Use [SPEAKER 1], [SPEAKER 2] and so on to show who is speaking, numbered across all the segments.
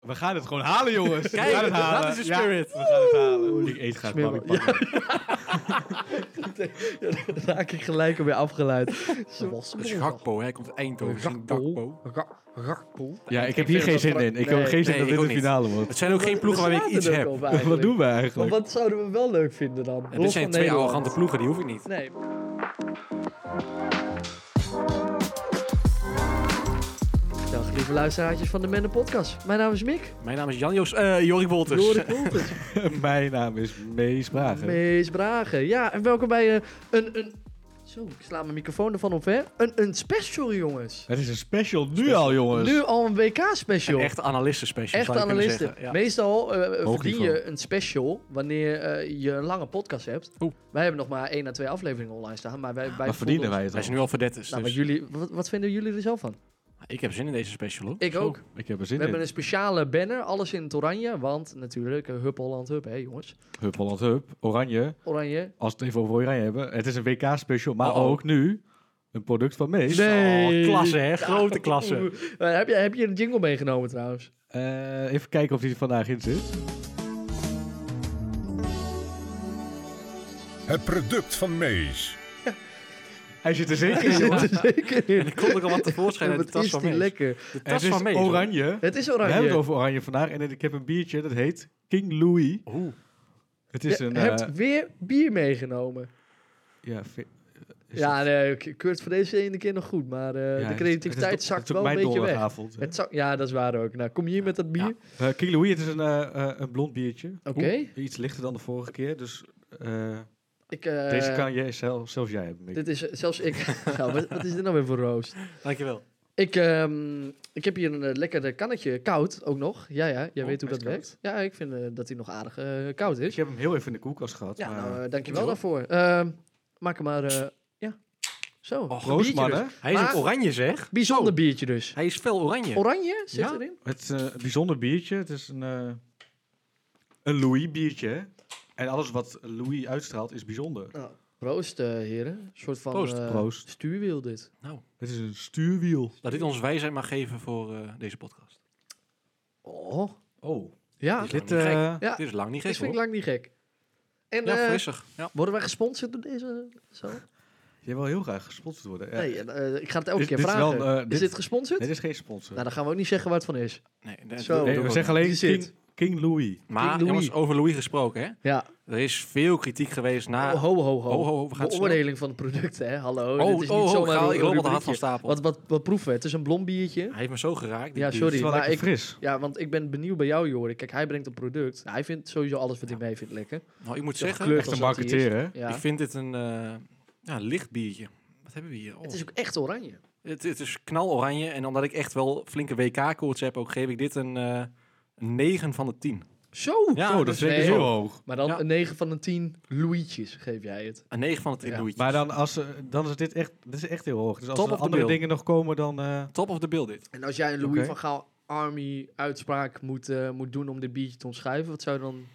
[SPEAKER 1] We gaan het gewoon halen, jongens.
[SPEAKER 2] Kijk,
[SPEAKER 1] we gaan het
[SPEAKER 2] dat
[SPEAKER 1] halen.
[SPEAKER 2] is de spirit.
[SPEAKER 1] Ja, we gaan het halen. Ik eet graag
[SPEAKER 3] Smeerbal.
[SPEAKER 1] papi pakken.
[SPEAKER 3] Ja, dan raak ik gelijk weer afgeleid. Dat was
[SPEAKER 2] Dat is Gakpo, hij komt uit Eindhoven. Misschien Gakpo.
[SPEAKER 3] Ga- Gakpo.
[SPEAKER 1] Ja, ik heb
[SPEAKER 3] vind
[SPEAKER 1] hier geen
[SPEAKER 3] dat
[SPEAKER 1] zin
[SPEAKER 3] pra-
[SPEAKER 1] in. Ik
[SPEAKER 3] Nee.
[SPEAKER 1] heb geen zin
[SPEAKER 2] Nee,
[SPEAKER 1] dat
[SPEAKER 2] ik
[SPEAKER 1] dit
[SPEAKER 2] ook
[SPEAKER 1] de
[SPEAKER 2] niet.
[SPEAKER 1] finale wordt.
[SPEAKER 2] Het zijn ook geen ploegen waarmee ik
[SPEAKER 3] Slaat
[SPEAKER 2] iets
[SPEAKER 3] er ook
[SPEAKER 2] heb.
[SPEAKER 3] op
[SPEAKER 1] Wat
[SPEAKER 3] eigenlijk.
[SPEAKER 1] doen we
[SPEAKER 3] Maar
[SPEAKER 1] eigenlijk?
[SPEAKER 3] wat zouden we wel leuk vinden dan?
[SPEAKER 2] En dit
[SPEAKER 3] Los
[SPEAKER 2] zijn
[SPEAKER 3] van
[SPEAKER 2] twee
[SPEAKER 3] Nederland.
[SPEAKER 2] arrogante ploegen, die hoef ik niet.
[SPEAKER 3] Nee. Dag lieve luisteraartjes van de Menne Podcast. Mijn naam is Mick.
[SPEAKER 2] Mijn naam is Jan-Joos... eh Jorik Wolters.
[SPEAKER 3] Jorik Wolters.
[SPEAKER 1] Mijn naam is Mees Bragen.
[SPEAKER 3] Mees Bragen. Ja, en welkom bij eh, een, een... Zo, ik sla mijn microfoon ervan omver. Een, een special, jongens.
[SPEAKER 1] Het is een special nu al, jongens.
[SPEAKER 3] Nu al een WK-special.
[SPEAKER 2] Een echte analisten special,
[SPEAKER 3] Echt
[SPEAKER 2] zou je kunnen
[SPEAKER 3] analisten.
[SPEAKER 2] zeggen. Ja.
[SPEAKER 3] Meestal eh, verdien
[SPEAKER 1] niveau.
[SPEAKER 3] je een special wanneer eh, je een lange podcast hebt.
[SPEAKER 2] Oeh.
[SPEAKER 3] Wij hebben nog maar één à twee afleveringen online staan. Maar wij, wij
[SPEAKER 1] Maar
[SPEAKER 3] voelden
[SPEAKER 1] verdienen
[SPEAKER 3] ons-
[SPEAKER 1] wij het
[SPEAKER 2] Wij
[SPEAKER 1] al?
[SPEAKER 2] zijn nu al verdettes.
[SPEAKER 3] Nou,
[SPEAKER 2] dus.
[SPEAKER 3] maar jullie, wat, wat vinden jullie er zelf van?
[SPEAKER 2] Ik heb zin in deze special, hoor.
[SPEAKER 3] Ik
[SPEAKER 1] Zo,
[SPEAKER 3] ook.
[SPEAKER 1] Ik heb er
[SPEAKER 3] We
[SPEAKER 1] zin
[SPEAKER 3] hebben
[SPEAKER 1] in.
[SPEAKER 3] een speciale banner, alles in het oranje. Want natuurlijk, eh, hup Holland hup, hè jongens.
[SPEAKER 1] Hup Holland Hup, Oranje.
[SPEAKER 3] Oranje.
[SPEAKER 1] Als we het even over Oranje hebben. Het is een WK-special, maar
[SPEAKER 2] Uh-oh.
[SPEAKER 1] ook nu een product van Mees.
[SPEAKER 3] Nee.
[SPEAKER 2] Oh, klasse, hè? Grote klasse.
[SPEAKER 3] Oeh. Eh, heb, je, heb je een jingle meegenomen trouwens?
[SPEAKER 1] Eh, even kijken of die er vandaag in zit.
[SPEAKER 4] Het product van Mees.
[SPEAKER 1] Hij zit er zeker
[SPEAKER 3] Er
[SPEAKER 1] in, jongen.
[SPEAKER 3] zit er zeker in.
[SPEAKER 2] Er komt ook al wat tevoorschijn
[SPEAKER 3] Ja,
[SPEAKER 2] uit de
[SPEAKER 3] Wat
[SPEAKER 2] tas
[SPEAKER 3] is
[SPEAKER 2] van
[SPEAKER 3] die
[SPEAKER 2] Mees.
[SPEAKER 3] lekker.
[SPEAKER 2] De
[SPEAKER 1] Het
[SPEAKER 2] tas
[SPEAKER 1] is
[SPEAKER 2] van Mees. hoor.
[SPEAKER 1] oranje.
[SPEAKER 3] Het is
[SPEAKER 1] We hebben het
[SPEAKER 3] oranje.
[SPEAKER 1] over oranje vandaag. En ik heb een biertje, dat heet King Louis.
[SPEAKER 2] Oeh.
[SPEAKER 1] Het is
[SPEAKER 3] Je
[SPEAKER 1] een...
[SPEAKER 3] hebt
[SPEAKER 1] eh,
[SPEAKER 3] weer bier meegenomen.
[SPEAKER 1] ja, ve- is
[SPEAKER 3] Ja, nee, ik- ik keur het voor deze ene keer nog goed. Maar eh,
[SPEAKER 1] Ja,
[SPEAKER 3] de
[SPEAKER 1] het-
[SPEAKER 3] creativiteit
[SPEAKER 1] het is-
[SPEAKER 3] zakt
[SPEAKER 1] het is ook
[SPEAKER 3] wel een
[SPEAKER 1] mijn
[SPEAKER 3] beetje weg.
[SPEAKER 1] donderdagavond, hè.
[SPEAKER 3] Het zak, ja, dat is waar ook. Nou, kom je hier met dat bier?
[SPEAKER 2] Ja.
[SPEAKER 1] Eh, King Louis, het is een, eh, eh, een blond biertje.
[SPEAKER 3] Oké.
[SPEAKER 1] Oeh, Iets lichter dan de vorige keer, dus eh,
[SPEAKER 3] Ik, eh,
[SPEAKER 1] deze kan jij zelf, zelfs jij hebben. Mick.
[SPEAKER 3] Dit is eh, zelfs ik. nou, wat, wat is dit nou weer voor roos?
[SPEAKER 2] Dankjewel.
[SPEAKER 3] Ik, ehm, ik heb hier een eh, lekker kannetje koud ook nog. Ja, ja, jij
[SPEAKER 2] Oh,
[SPEAKER 3] weet hoe
[SPEAKER 2] hij
[SPEAKER 3] dat
[SPEAKER 2] is
[SPEAKER 3] werkt. Ja, ik vind eh, dat hij nog aardig eh, koud
[SPEAKER 1] Ik
[SPEAKER 3] is.
[SPEAKER 1] heb hem heel even in de koelkast gehad.
[SPEAKER 3] Ja,
[SPEAKER 1] maar,
[SPEAKER 3] nou, eh,
[SPEAKER 2] dankjewel.
[SPEAKER 3] dankjewel daarvoor. Ehm, maak hem maar, eh, ja. Zo,
[SPEAKER 2] Och,
[SPEAKER 3] Een biertje
[SPEAKER 1] proost, mannen.
[SPEAKER 3] dus.
[SPEAKER 2] Hij is
[SPEAKER 3] Maar-
[SPEAKER 2] ook oranje, zeg.
[SPEAKER 3] Bijzonder
[SPEAKER 2] Zo.
[SPEAKER 3] biertje dus.
[SPEAKER 2] Hij is fel oranje.
[SPEAKER 3] Oranje zit
[SPEAKER 2] Ja.
[SPEAKER 3] erin.
[SPEAKER 1] Het is eh, een bijzonder biertje. Het is een, eh, een Louis biertje. hè. En alles wat Louis uitstraalt is bijzonder.
[SPEAKER 3] Nou, proost, eh, heren. Een soort van
[SPEAKER 2] Proost.
[SPEAKER 3] eh,
[SPEAKER 1] Proost.
[SPEAKER 3] stuurwiel dit.
[SPEAKER 1] Het is een stuurwiel.
[SPEAKER 2] Dat dit ons wijsheid mag geven voor eh, deze podcast.
[SPEAKER 3] Oh,
[SPEAKER 1] Oh.
[SPEAKER 3] ja.
[SPEAKER 2] Dit is
[SPEAKER 1] Dit,
[SPEAKER 2] lang niet
[SPEAKER 1] eh,
[SPEAKER 3] Ah. Ja,
[SPEAKER 2] Dit is lang niet
[SPEAKER 3] dit
[SPEAKER 2] gek,
[SPEAKER 3] vind ik
[SPEAKER 2] hoor.
[SPEAKER 3] lang niet gek. En
[SPEAKER 2] Ja,
[SPEAKER 3] eh,
[SPEAKER 2] frissig. Ja.
[SPEAKER 3] worden wij gesponsord door deze? Zo?
[SPEAKER 1] jij wil heel graag gesponsord worden. Ja.
[SPEAKER 3] Nee, eh, ik ga het elke
[SPEAKER 1] Dit-
[SPEAKER 3] keer
[SPEAKER 1] dit is wel,
[SPEAKER 3] vragen. Is,
[SPEAKER 1] eh, dit-
[SPEAKER 3] dit gesponsord?
[SPEAKER 1] Nee, dit is geen sponsor.
[SPEAKER 3] Nou, dan gaan we ook niet zeggen waar het van is.
[SPEAKER 2] Nee, dat-
[SPEAKER 3] Zo.
[SPEAKER 2] dat-
[SPEAKER 1] Nee,
[SPEAKER 2] dat-
[SPEAKER 1] we
[SPEAKER 3] doe-
[SPEAKER 1] zeggen alleen
[SPEAKER 3] die zit.
[SPEAKER 1] King, King Louis.
[SPEAKER 2] Maar,
[SPEAKER 3] King Louis.
[SPEAKER 2] jongens, over Louis gesproken, hè?
[SPEAKER 3] Ja, Oh,
[SPEAKER 2] Er is veel kritiek geweest na...
[SPEAKER 3] ho, ho, ho.
[SPEAKER 2] Ah. Ho, ho, we gaan snel.
[SPEAKER 3] Beoordeling van de producten, hè?
[SPEAKER 2] Oh,
[SPEAKER 3] Hallo, dit is
[SPEAKER 2] oh,
[SPEAKER 3] niet
[SPEAKER 2] oh,
[SPEAKER 3] zomaar
[SPEAKER 2] Gaal,
[SPEAKER 3] een
[SPEAKER 2] ik loop al de hand
[SPEAKER 3] rubriekje.
[SPEAKER 2] van stapel.
[SPEAKER 3] Wat, wat, wat proeven we? Het is een blond biertje.
[SPEAKER 2] Hij heeft me zo geraakt. die bier.
[SPEAKER 3] Ja,
[SPEAKER 1] Het is
[SPEAKER 3] sorry.
[SPEAKER 1] wel
[SPEAKER 3] Maar
[SPEAKER 1] lekker
[SPEAKER 3] ik,
[SPEAKER 1] fris.
[SPEAKER 3] ja, want ik ben benieuwd bij jou, Jorik. Kijk, hij brengt een product. Nou, hij vindt sowieso alles wat hij mee vindt lekker.
[SPEAKER 2] Nou, ik moet
[SPEAKER 3] Ja,
[SPEAKER 2] zeggen,
[SPEAKER 3] kleur.
[SPEAKER 1] Echt een
[SPEAKER 3] als dat hij is.
[SPEAKER 1] marketeer, hè?
[SPEAKER 3] Ja.
[SPEAKER 2] ik vind dit een eh, ja, licht biertje. Wat hebben we hier? Oh.
[SPEAKER 3] Het is ook echt oranje.
[SPEAKER 2] Het, het is knaloranje. En omdat ik echt wel flinke WK-koorts heb, ook geef ik dit een, eh, een 9 van de 10.
[SPEAKER 3] Zo!
[SPEAKER 2] Ja,
[SPEAKER 1] oh, dat
[SPEAKER 2] dus
[SPEAKER 1] vind ik
[SPEAKER 3] nee.
[SPEAKER 1] heel hoog.
[SPEAKER 3] Maar dan
[SPEAKER 2] Ja.
[SPEAKER 3] een 9 van de 10 Louietjes geef jij het.
[SPEAKER 2] een 9 van de 10
[SPEAKER 3] Ja.
[SPEAKER 2] doe ik.
[SPEAKER 1] Maar dan, als, eh, dan is dit echt, dit is echt heel hoog. Dus als
[SPEAKER 2] Top
[SPEAKER 1] er
[SPEAKER 2] of the
[SPEAKER 1] andere
[SPEAKER 2] bill.
[SPEAKER 1] dingen nog komen, dan... eh,
[SPEAKER 2] Top of the bill dit.
[SPEAKER 3] En als jij een Louis
[SPEAKER 1] Oké.
[SPEAKER 3] van Gaal Army uitspraak moet, eh, moet doen om dit biertje te omschrijven, wat zou je dan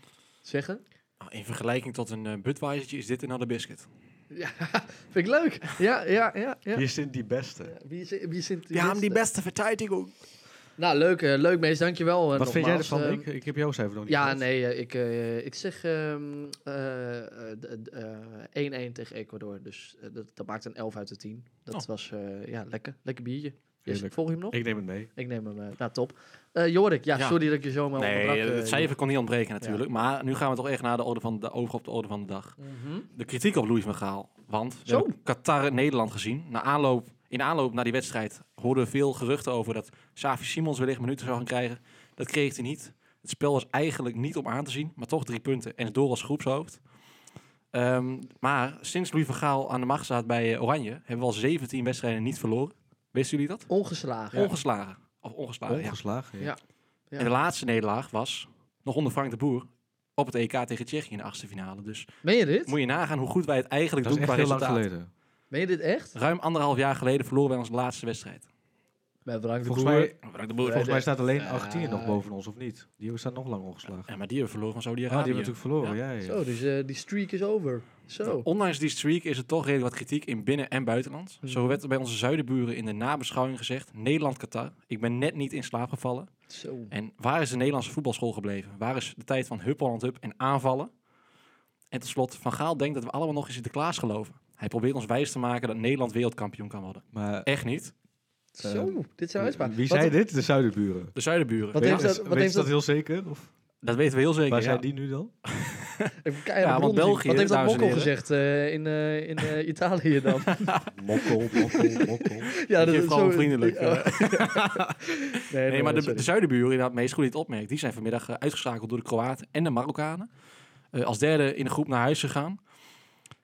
[SPEAKER 3] zeggen?
[SPEAKER 2] Nou, in vergelijking tot een eh Budweisertje is dit een other biscuit.
[SPEAKER 3] Ja, vind ik leuk. Ja, ja, ja. ja.
[SPEAKER 1] Hier zit die beste.
[SPEAKER 3] Wie, is- wie zit
[SPEAKER 2] Ja, maar die beste verteidiging.
[SPEAKER 3] Nou, leuk, eh, leuk mees, dankjewel. eh,
[SPEAKER 1] Wat vind jij
[SPEAKER 3] nogmaals.
[SPEAKER 1] ervan?
[SPEAKER 3] Ehm,
[SPEAKER 1] ik, ik heb jouw cijfer nog niet
[SPEAKER 3] Ja,
[SPEAKER 1] gehoord.
[SPEAKER 3] nee, eh, ik, eh, ik zeg ehm, eh, eh, d- d- eh, 1-1 tegen Ecuador. Dus eh, dat, dat maakt een 11 uit de 10. Dat
[SPEAKER 2] Oh.
[SPEAKER 3] was eh, ja, lekker. Lekker biertje. Is,
[SPEAKER 1] Heerlijk.
[SPEAKER 3] volg je hem nog? Ik,
[SPEAKER 1] Ik neem het mee.
[SPEAKER 3] neem hem. eh nou, top. Eh, Jorik, ja,
[SPEAKER 2] Ja.
[SPEAKER 3] sorry dat ik je zo maar
[SPEAKER 2] Nee,
[SPEAKER 3] onderbrak. eh,
[SPEAKER 2] het cijfer kon niet ontbreken natuurlijk. Maar nu gaan we toch echt naar de orde van de, over op de orde van de dag.
[SPEAKER 3] Mhm.
[SPEAKER 2] De kritiek op Louis van Gaal. Want we
[SPEAKER 3] Zo.
[SPEAKER 2] hebben Qatar en Nederland gezien. Na aanloop, in aanloop naar die wedstrijd hoorden we veel geruchten over dat Savi Simons wellicht minuten zou gaan krijgen. Dat kreeg hij niet. Het spel was eigenlijk niet om aan te zien, maar toch drie punten. En het door als groepshoofd. Ehm, maar sinds Louis van Gaal aan de macht staat bij eh, Oranje, hebben we al 17 wedstrijden niet verloren. Wisten jullie dat?
[SPEAKER 3] Ongeslagen.
[SPEAKER 2] Ongeslagen. Of ongeslagen, ja.
[SPEAKER 1] Ongeslagen.
[SPEAKER 3] Ja. Ja.
[SPEAKER 2] En de laatste nederlaag was, nog onder Frank de Boer, op het EK tegen Tsjechië in de achtste finale. Dus
[SPEAKER 3] Meen je dit?
[SPEAKER 2] moet je nagaan hoe goed wij het eigenlijk
[SPEAKER 1] Dat is
[SPEAKER 2] doen
[SPEAKER 1] echt
[SPEAKER 2] qua
[SPEAKER 1] heel lang
[SPEAKER 2] resultaat.
[SPEAKER 1] geleden.
[SPEAKER 3] Meen je dit echt?
[SPEAKER 2] Ruim anderhalf jaar geleden verloren wij onze laatste wedstrijd.
[SPEAKER 3] Bij Frank de
[SPEAKER 1] Volgens
[SPEAKER 3] Boer.
[SPEAKER 1] mij,
[SPEAKER 2] Frank Oh, de Boer.
[SPEAKER 1] volgens mij staat alleen
[SPEAKER 3] Eh,
[SPEAKER 1] Argentinië nog boven ons, of niet? Die staat nog lang ongeslagen.
[SPEAKER 2] Ja, maar die hebben verloren van
[SPEAKER 1] Ah, die
[SPEAKER 2] Saudi-Arabië.
[SPEAKER 1] hebben natuurlijk verloren, Oh. ja. ja, ja.
[SPEAKER 3] Zo, dus eh, die streak is over. Zo.
[SPEAKER 2] Ondanks die streak is er toch redelijk wat kritiek in binnen- en buitenland.
[SPEAKER 3] Hmm.
[SPEAKER 2] Zo werd er bij onze zuidenburen in de nabeschouwing gezegd... Nederland-Qatar, ik ben net niet in slaap gevallen.
[SPEAKER 3] Zo.
[SPEAKER 2] En waar is de Nederlandse voetbalschool gebleven? Waar is de tijd van Hup Holland Hup en aanvallen? En tot slot, Van Gaal denkt dat we allemaal nog in Sinterklaas geloven. Hij probeert ons wijs te maken dat Nederland wereldkampioen kan worden.
[SPEAKER 1] Maar
[SPEAKER 2] Echt niet. Eh,
[SPEAKER 3] Zo, dit zijn uitspraken.
[SPEAKER 1] wie
[SPEAKER 3] Wat-
[SPEAKER 1] zei dit? De Zuiderburen.
[SPEAKER 2] De zuidenburen.
[SPEAKER 3] Wat
[SPEAKER 2] Ja,
[SPEAKER 1] Weet
[SPEAKER 3] heeft
[SPEAKER 1] je
[SPEAKER 3] dat-
[SPEAKER 1] dat,
[SPEAKER 3] wat
[SPEAKER 1] weet je
[SPEAKER 3] heeft
[SPEAKER 1] dat
[SPEAKER 3] dat-
[SPEAKER 1] heel zeker? Of
[SPEAKER 2] dat weten we heel zeker.
[SPEAKER 1] waar
[SPEAKER 2] ja.
[SPEAKER 1] zijn die nu dan?
[SPEAKER 3] Even kijken,
[SPEAKER 2] Ja, want België,
[SPEAKER 3] Wat heeft dat
[SPEAKER 2] dames en
[SPEAKER 3] Mokkel
[SPEAKER 2] heren.
[SPEAKER 3] gezegd eh, in, eh, in eh, Italië dan?
[SPEAKER 1] Mokkel, mokkel, mokkel.
[SPEAKER 3] ja,
[SPEAKER 2] Die
[SPEAKER 3] is
[SPEAKER 2] heeft gewoon vriendelijk.
[SPEAKER 3] Ja.
[SPEAKER 2] eh.
[SPEAKER 3] nee,
[SPEAKER 2] Nee, maar de, dus
[SPEAKER 3] sorry.
[SPEAKER 2] de zuidenburen, inderdaad, meest goed die het opmerkt, die zijn vanmiddag eh, uitgeschakeld door de Kroaten en de Marokkanen. Eh, als derde in de groep naar huis gegaan.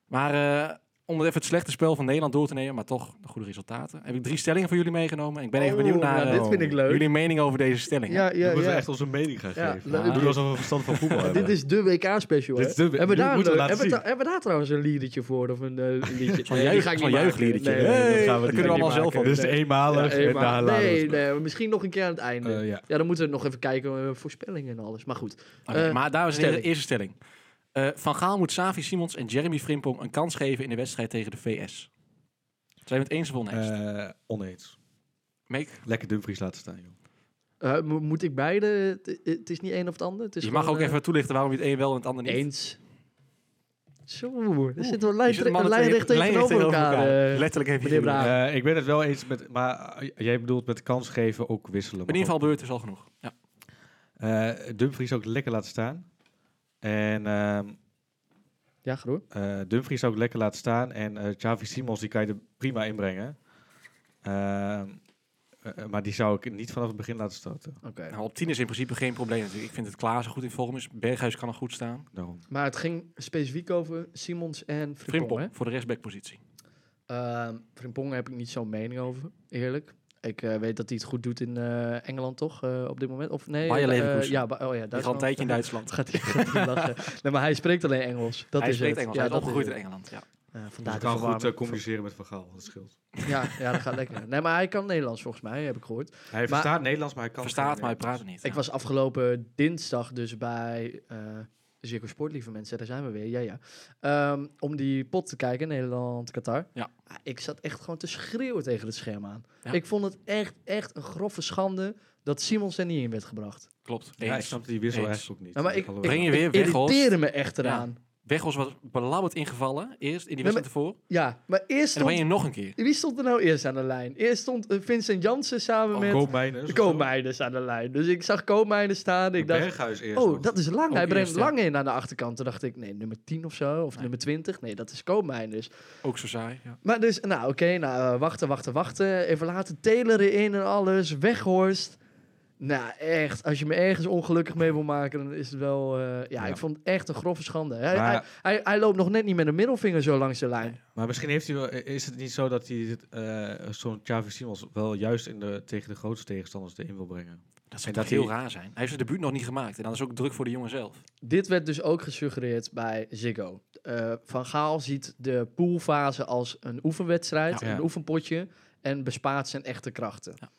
[SPEAKER 2] Maar eh, om het even het slechte spel van Nederland door te nemen, maar toch de goede resultaten, heb ik drie stellingen voor jullie meegenomen. Ik ben even
[SPEAKER 3] Oh,
[SPEAKER 2] benieuwd naar
[SPEAKER 3] nou, dit
[SPEAKER 2] eh,
[SPEAKER 3] vind ik leuk.
[SPEAKER 2] jullie mening over deze stellingen.
[SPEAKER 3] ja, ja,
[SPEAKER 1] we moeten
[SPEAKER 3] ja.
[SPEAKER 1] echt onze mening gaan
[SPEAKER 3] Ja,
[SPEAKER 1] geven.
[SPEAKER 3] leuk.
[SPEAKER 1] We doen alsof we verstand van voetbal hebben.
[SPEAKER 3] Dit is de WK-special.
[SPEAKER 1] Dit is de-
[SPEAKER 3] hebben, we
[SPEAKER 1] dit
[SPEAKER 3] daar
[SPEAKER 1] moeten we
[SPEAKER 3] een-
[SPEAKER 1] laten
[SPEAKER 3] hebben, we
[SPEAKER 1] zien.
[SPEAKER 3] daar- hebben we daar trouwens een liedertje voor? Of een eh, liedje?
[SPEAKER 2] Zo'n
[SPEAKER 3] Nee, die
[SPEAKER 2] juich-
[SPEAKER 3] ga ik
[SPEAKER 2] zo'n
[SPEAKER 3] niet maken.
[SPEAKER 2] juichliedertje.
[SPEAKER 3] Nee,
[SPEAKER 2] Hey, dat
[SPEAKER 3] nee, dat
[SPEAKER 2] kunnen
[SPEAKER 3] gaan
[SPEAKER 2] we
[SPEAKER 3] we niet
[SPEAKER 2] allemaal
[SPEAKER 3] maken.
[SPEAKER 2] zelf al doen.
[SPEAKER 1] Dit is
[SPEAKER 3] Nee.
[SPEAKER 1] eenmalig.
[SPEAKER 3] Ja,
[SPEAKER 1] en
[SPEAKER 3] eenmaal.
[SPEAKER 1] daarna laten we
[SPEAKER 3] nee,
[SPEAKER 1] het-
[SPEAKER 3] nee, maar misschien nog een keer aan het einde.
[SPEAKER 1] Eh, ja.
[SPEAKER 3] Ja, dan moeten we nog even kijken, eh, voorspellingen en alles. Maar goed.
[SPEAKER 2] Oké,
[SPEAKER 3] Eh,
[SPEAKER 2] maar dames en heren,
[SPEAKER 3] stelling.
[SPEAKER 2] eerste stelling. Eh, van Gaal moet Savi Simons en Jeremy Frimpong een kans geven in de wedstrijd tegen de VS. Zijn we het eens of oneens?
[SPEAKER 1] Eh, oneens.
[SPEAKER 2] Meek?
[SPEAKER 1] Lekker Dumfries laten staan, joh.
[SPEAKER 3] Eh, mo- moet ik beide? Het- Het is niet één of het ander. Het is
[SPEAKER 2] Je mag
[SPEAKER 3] gewoon,
[SPEAKER 2] ook
[SPEAKER 3] eh,
[SPEAKER 2] even toelichten waarom je het een wel en het ander niet.
[SPEAKER 3] Eens. Zo, er zit wel
[SPEAKER 2] Je zit
[SPEAKER 3] lijn,
[SPEAKER 2] mannen
[SPEAKER 3] lijn
[SPEAKER 2] tegen-
[SPEAKER 3] recht tegenover elkaar. eh.
[SPEAKER 2] Letterlijk even
[SPEAKER 3] meneer Braak.
[SPEAKER 1] Eh, ik ben het wel eens met... Maar eh, jij bedoelt met kans geven ook wisselen.
[SPEAKER 2] In
[SPEAKER 1] maar
[SPEAKER 2] ieder geval beurt is al genoeg. Ja.
[SPEAKER 1] goed. Eh, Dumfries ook lekker laten staan. En ehm,
[SPEAKER 3] ja, groen.
[SPEAKER 1] eh, Dumfries ook lekker laten staan. En eh Xavi Simons, die kan je er prima inbrengen. Ehm, eh, maar die zou ik niet vanaf het begin laten starten.
[SPEAKER 3] Oké.
[SPEAKER 2] Nou, op 10 is in principe geen probleem natuurlijk. Ik vind dat Klaassen goed in vorm is. Berghuis kan nog goed staan.
[SPEAKER 1] Daarom.
[SPEAKER 3] Maar het ging specifiek over Simons en Frimpong.
[SPEAKER 2] Frimpong
[SPEAKER 3] hè?
[SPEAKER 2] voor de rechtsbackpositie.
[SPEAKER 3] Ehm, Frimpong heb ik niet zo'n mening over, eerlijk. Ik eh, weet dat hij het goed doet in eh, Engeland, toch? eh, op dit moment. Of nee?
[SPEAKER 2] Bayer
[SPEAKER 3] eh,
[SPEAKER 2] Leverkusen.
[SPEAKER 3] ja, ba- oh ja,
[SPEAKER 2] Die gaat een tijdje in Duitsland.
[SPEAKER 3] Gaat hij gaat hij lachen. Nee, maar hij spreekt alleen Engels. Dat
[SPEAKER 2] hij
[SPEAKER 3] is
[SPEAKER 2] spreekt
[SPEAKER 3] het.
[SPEAKER 2] Engels.
[SPEAKER 3] Ja,
[SPEAKER 2] hij is
[SPEAKER 3] dat
[SPEAKER 2] opgegroeid in
[SPEAKER 3] het.
[SPEAKER 2] Engeland. Ja.
[SPEAKER 3] Eh,
[SPEAKER 1] Dus
[SPEAKER 3] vandaar
[SPEAKER 1] ik
[SPEAKER 3] de
[SPEAKER 1] kan goed eh,
[SPEAKER 3] verwarring.
[SPEAKER 1] communiceren met Van Gaal, dat scheelt.
[SPEAKER 3] Ja, ja, dat gaat lekker. Nee, maar hij kan Nederlands volgens mij, heb ik gehoord.
[SPEAKER 1] Hij verstaat Nederlands, maar hij kan
[SPEAKER 2] Verstaat,
[SPEAKER 1] geen
[SPEAKER 2] maar hij
[SPEAKER 1] Nederlands.
[SPEAKER 2] praat er niet.
[SPEAKER 3] Ik
[SPEAKER 2] Ja.
[SPEAKER 3] was afgelopen dinsdag dus bij eh Zirco Sport, lieve mensen. Daar zijn we weer, ja, ja. Ehm, om die pot te kijken, Nederland-Qatar.
[SPEAKER 2] Ja.
[SPEAKER 3] Ah, Ik zat echt gewoon te schreeuwen tegen het scherm aan.
[SPEAKER 2] Ja.
[SPEAKER 3] Ik vond het echt, echt een grove schande dat Simons er niet in werd gebracht.
[SPEAKER 2] Klopt.
[SPEAKER 1] Ja, ik
[SPEAKER 2] Eens.
[SPEAKER 1] snap die wissel
[SPEAKER 2] Eens.
[SPEAKER 1] eigenlijk ook niet.
[SPEAKER 3] Ja, maar ik-
[SPEAKER 1] Allebei.
[SPEAKER 2] Breng je weer
[SPEAKER 3] Ik
[SPEAKER 2] weg, Horst.
[SPEAKER 3] irriteerde me echt eraan.
[SPEAKER 2] Weghorst was belabberd ingevallen. Eerst in die
[SPEAKER 3] Nee,
[SPEAKER 2] wedstrijd ervoor. En
[SPEAKER 3] Ja, maar eerst
[SPEAKER 2] dan ben je
[SPEAKER 3] stond...
[SPEAKER 2] nog een keer.
[SPEAKER 3] Wie stond er nou eerst aan de lijn? Eerst stond eh, Vincent Jansen samen
[SPEAKER 1] Oh,
[SPEAKER 3] met
[SPEAKER 1] Koopmeiners of zo.
[SPEAKER 3] Koopmeijers aan de lijn. Dus ik zag Koopmeijers staan. Ik dacht,
[SPEAKER 1] Berghuis eerst.
[SPEAKER 3] Oh,
[SPEAKER 1] nog.
[SPEAKER 3] dat is lang.
[SPEAKER 2] Ook
[SPEAKER 3] Hij brengt
[SPEAKER 2] eerst, ja.
[SPEAKER 3] lang in aan de achterkant. Toen dacht ik, nee, nummer 10 of zo, of
[SPEAKER 2] Nee.
[SPEAKER 3] nummer 20. Nee, dat is Koopmijn dus.
[SPEAKER 2] Ook zo saai. Ja.
[SPEAKER 3] Maar dus, nou oké, nou, eh, wachten, wachten, wachten. Even laten Taylor erin en alles. Weghorst. Nou, echt. Als je me ergens ongelukkig mee wil maken, dan is het wel... eh, ja,
[SPEAKER 1] Ja.
[SPEAKER 3] ik vond het echt een grove schande. Hij,
[SPEAKER 1] Maar-
[SPEAKER 3] hij, hij, hij loopt nog net niet met een middelvinger zo langs de lijn.
[SPEAKER 1] Maar misschien heeft hij wel, is het niet zo dat hij eh, zo'n Xavi Simons wel juist in de, tegen de grootste tegenstanders erin wil brengen.
[SPEAKER 2] Dat zou
[SPEAKER 1] dat
[SPEAKER 2] toch heel
[SPEAKER 1] hij-
[SPEAKER 2] raar zijn. Hij heeft zijn debuut nog niet gemaakt. En dat is ook druk voor de jongen zelf.
[SPEAKER 3] Dit werd dus ook gesuggereerd bij Ziggo. Eh, Van Gaal ziet de poolfase als een oefenwedstrijd,
[SPEAKER 1] Ja.
[SPEAKER 3] een
[SPEAKER 1] Ja.
[SPEAKER 3] oefenpotje. En bespaart zijn echte krachten.
[SPEAKER 2] Ja.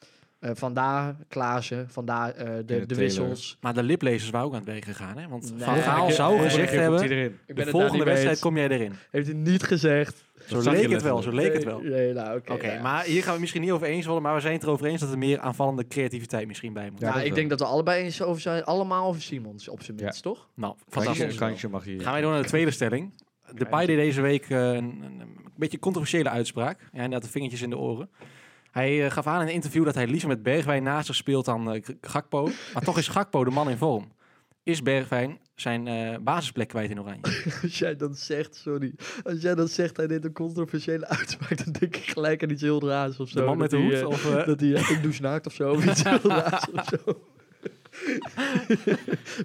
[SPEAKER 3] Eh, vandaar Klaassen, vandaar eh, de, de,
[SPEAKER 1] Taylor.
[SPEAKER 3] wissels.
[SPEAKER 2] Maar de liplezers waren ook aan het wegen gegaan. Hè? Want
[SPEAKER 3] Nee.
[SPEAKER 2] Van Gaal
[SPEAKER 3] Ik-
[SPEAKER 2] zou
[SPEAKER 3] eh,
[SPEAKER 2] gezegd
[SPEAKER 1] Volgende keer komt
[SPEAKER 2] hebben...
[SPEAKER 1] hij erin.
[SPEAKER 3] Ik
[SPEAKER 2] De
[SPEAKER 3] ben het daar
[SPEAKER 2] volgende
[SPEAKER 3] niet
[SPEAKER 2] wedstrijd
[SPEAKER 3] mee
[SPEAKER 2] kom jij erin.
[SPEAKER 3] eens. Heeft hij niet gezegd.
[SPEAKER 2] Zo
[SPEAKER 1] Dat zag je
[SPEAKER 2] leek het wel, zo
[SPEAKER 1] letterlijk.
[SPEAKER 2] leek het
[SPEAKER 3] Nee,
[SPEAKER 2] wel. Oké,
[SPEAKER 3] Nee, nou, oké. nou ja.
[SPEAKER 2] maar hier gaan we het misschien niet over eens worden, maar we zijn het erover eens dat er meer aanvallende creativiteit misschien bij
[SPEAKER 1] Ja.
[SPEAKER 2] moet.
[SPEAKER 3] Nou,
[SPEAKER 1] dat
[SPEAKER 3] ik
[SPEAKER 1] wel.
[SPEAKER 3] denk dat we allebei eens over zijn. Allemaal over Simons, op zijn
[SPEAKER 1] Ja.
[SPEAKER 3] minst, toch?
[SPEAKER 2] Nou,
[SPEAKER 1] Kantje,
[SPEAKER 2] fantastisch.
[SPEAKER 3] Precies.
[SPEAKER 1] kantje mag hier.
[SPEAKER 2] Gaan wij door naar de tweede stelling. De Pai deed deze week eh, een, een, een beetje controversiële uitspraak. Ja, inderdaad, de vingertjes in de oren. Hij eh, gaf aan in een interview dat hij liever met Bergwijn naast zich speelt dan eh, G- Gakpo. Maar toch is Gakpo de man in vorm. Is Bergwijn zijn eh, basisplek kwijt in Oranje?
[SPEAKER 3] Als jij dan zegt, sorry. Als jij dan zegt, hij deed een controversiële uitspraak, dan denk ik gelijk aan iets heel raars of zo.
[SPEAKER 2] De man met de
[SPEAKER 3] Dat
[SPEAKER 2] hoed?
[SPEAKER 3] hij, eh,
[SPEAKER 2] Of, eh,
[SPEAKER 3] Dat hij, eh, ik douche naakt of zo. Of iets heel raars of zo.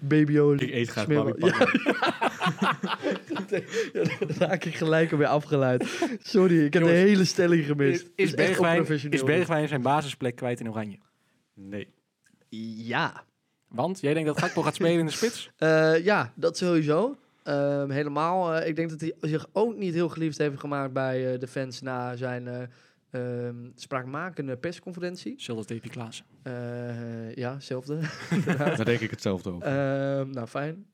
[SPEAKER 3] Babyolie.
[SPEAKER 1] Ik eet graag
[SPEAKER 3] Smeer-
[SPEAKER 1] Bobby
[SPEAKER 3] Ja.
[SPEAKER 1] Pakken.
[SPEAKER 3] Ja, dan raak ik gelijk alweer afgeleid. Sorry, ik heb
[SPEAKER 2] Jongens,
[SPEAKER 3] de hele stelling
[SPEAKER 2] is,
[SPEAKER 3] gemist. Het
[SPEAKER 2] is,
[SPEAKER 3] echt
[SPEAKER 2] Bergwijn,
[SPEAKER 3] onprofessioneel
[SPEAKER 2] is Bergwijn zijn basisplek kwijt in Oranje?
[SPEAKER 1] Nee.
[SPEAKER 3] Ja.
[SPEAKER 2] Want jij denkt dat Gakpo gaat spelen in de spits?
[SPEAKER 3] Eh, ja, dat sowieso. Ehm, helemaal. eh, ik denk dat hij zich ook niet heel geliefd heeft gemaakt bij eh, de fans na zijn eh, ehm, spraakmakende persconferentie.
[SPEAKER 2] Zelfde TP Klaassen.
[SPEAKER 3] Eh, ja, hetzelfde.
[SPEAKER 1] Daar denk ik hetzelfde over.
[SPEAKER 3] Ehm, nou, fijn.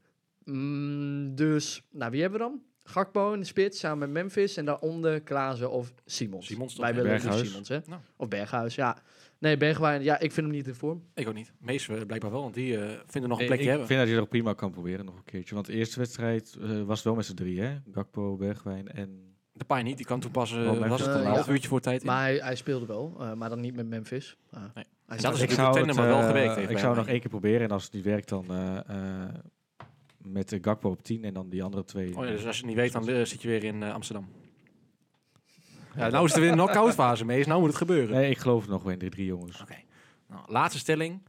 [SPEAKER 3] Mm, dus, nou, wie hebben we dan? Gakpo in de spits samen met Memphis en daaronder Klaassen of Simons.
[SPEAKER 2] Simons toch?
[SPEAKER 3] Wij willen dus
[SPEAKER 1] Berghuis.
[SPEAKER 3] Simons, hè?
[SPEAKER 2] Nou.
[SPEAKER 3] Of Berghuis, ja. Nee, Bergwijn, ja, ik vind hem niet in vorm.
[SPEAKER 2] Ik ook niet. Mees eh, blijkbaar wel, want die eh, vinden nog een
[SPEAKER 1] Ik-
[SPEAKER 2] plekje
[SPEAKER 1] ik
[SPEAKER 2] hebben.
[SPEAKER 1] vind dat je dat prima kan proberen nog een keertje. Want de eerste wedstrijd eh, was wel met z'n drie, hè? Gakpo, Bergwijn en...
[SPEAKER 2] De paai niet, die kan toen pas eh,
[SPEAKER 1] Oh, Memphis
[SPEAKER 2] was het
[SPEAKER 3] toch
[SPEAKER 2] een
[SPEAKER 3] wel.
[SPEAKER 2] half uurtje voor tijd in.
[SPEAKER 3] Maar hij, hij speelde wel, eh, maar dan niet met Memphis. Ah,
[SPEAKER 2] Nee.
[SPEAKER 3] hij
[SPEAKER 2] Dat is
[SPEAKER 3] staat-
[SPEAKER 2] ik doe het tandem,
[SPEAKER 1] eh,
[SPEAKER 2] maar wel gewerkt heeft
[SPEAKER 1] ik
[SPEAKER 2] bij
[SPEAKER 1] zou
[SPEAKER 2] hem.
[SPEAKER 1] nog één keer proberen. En als het niet werkt, dan eh, eh, met eh, Gakpo op 10 en dan die andere twee.
[SPEAKER 2] Oh ja, dus als je het niet weet, dan eh, zit je weer in eh, Amsterdam. Ja, nou is er weer een knock-out fase mee, dus nou moet het gebeuren.
[SPEAKER 1] Nee, ik geloof nog wel in die drie jongens.
[SPEAKER 2] Oké. Nou, laatste stelling.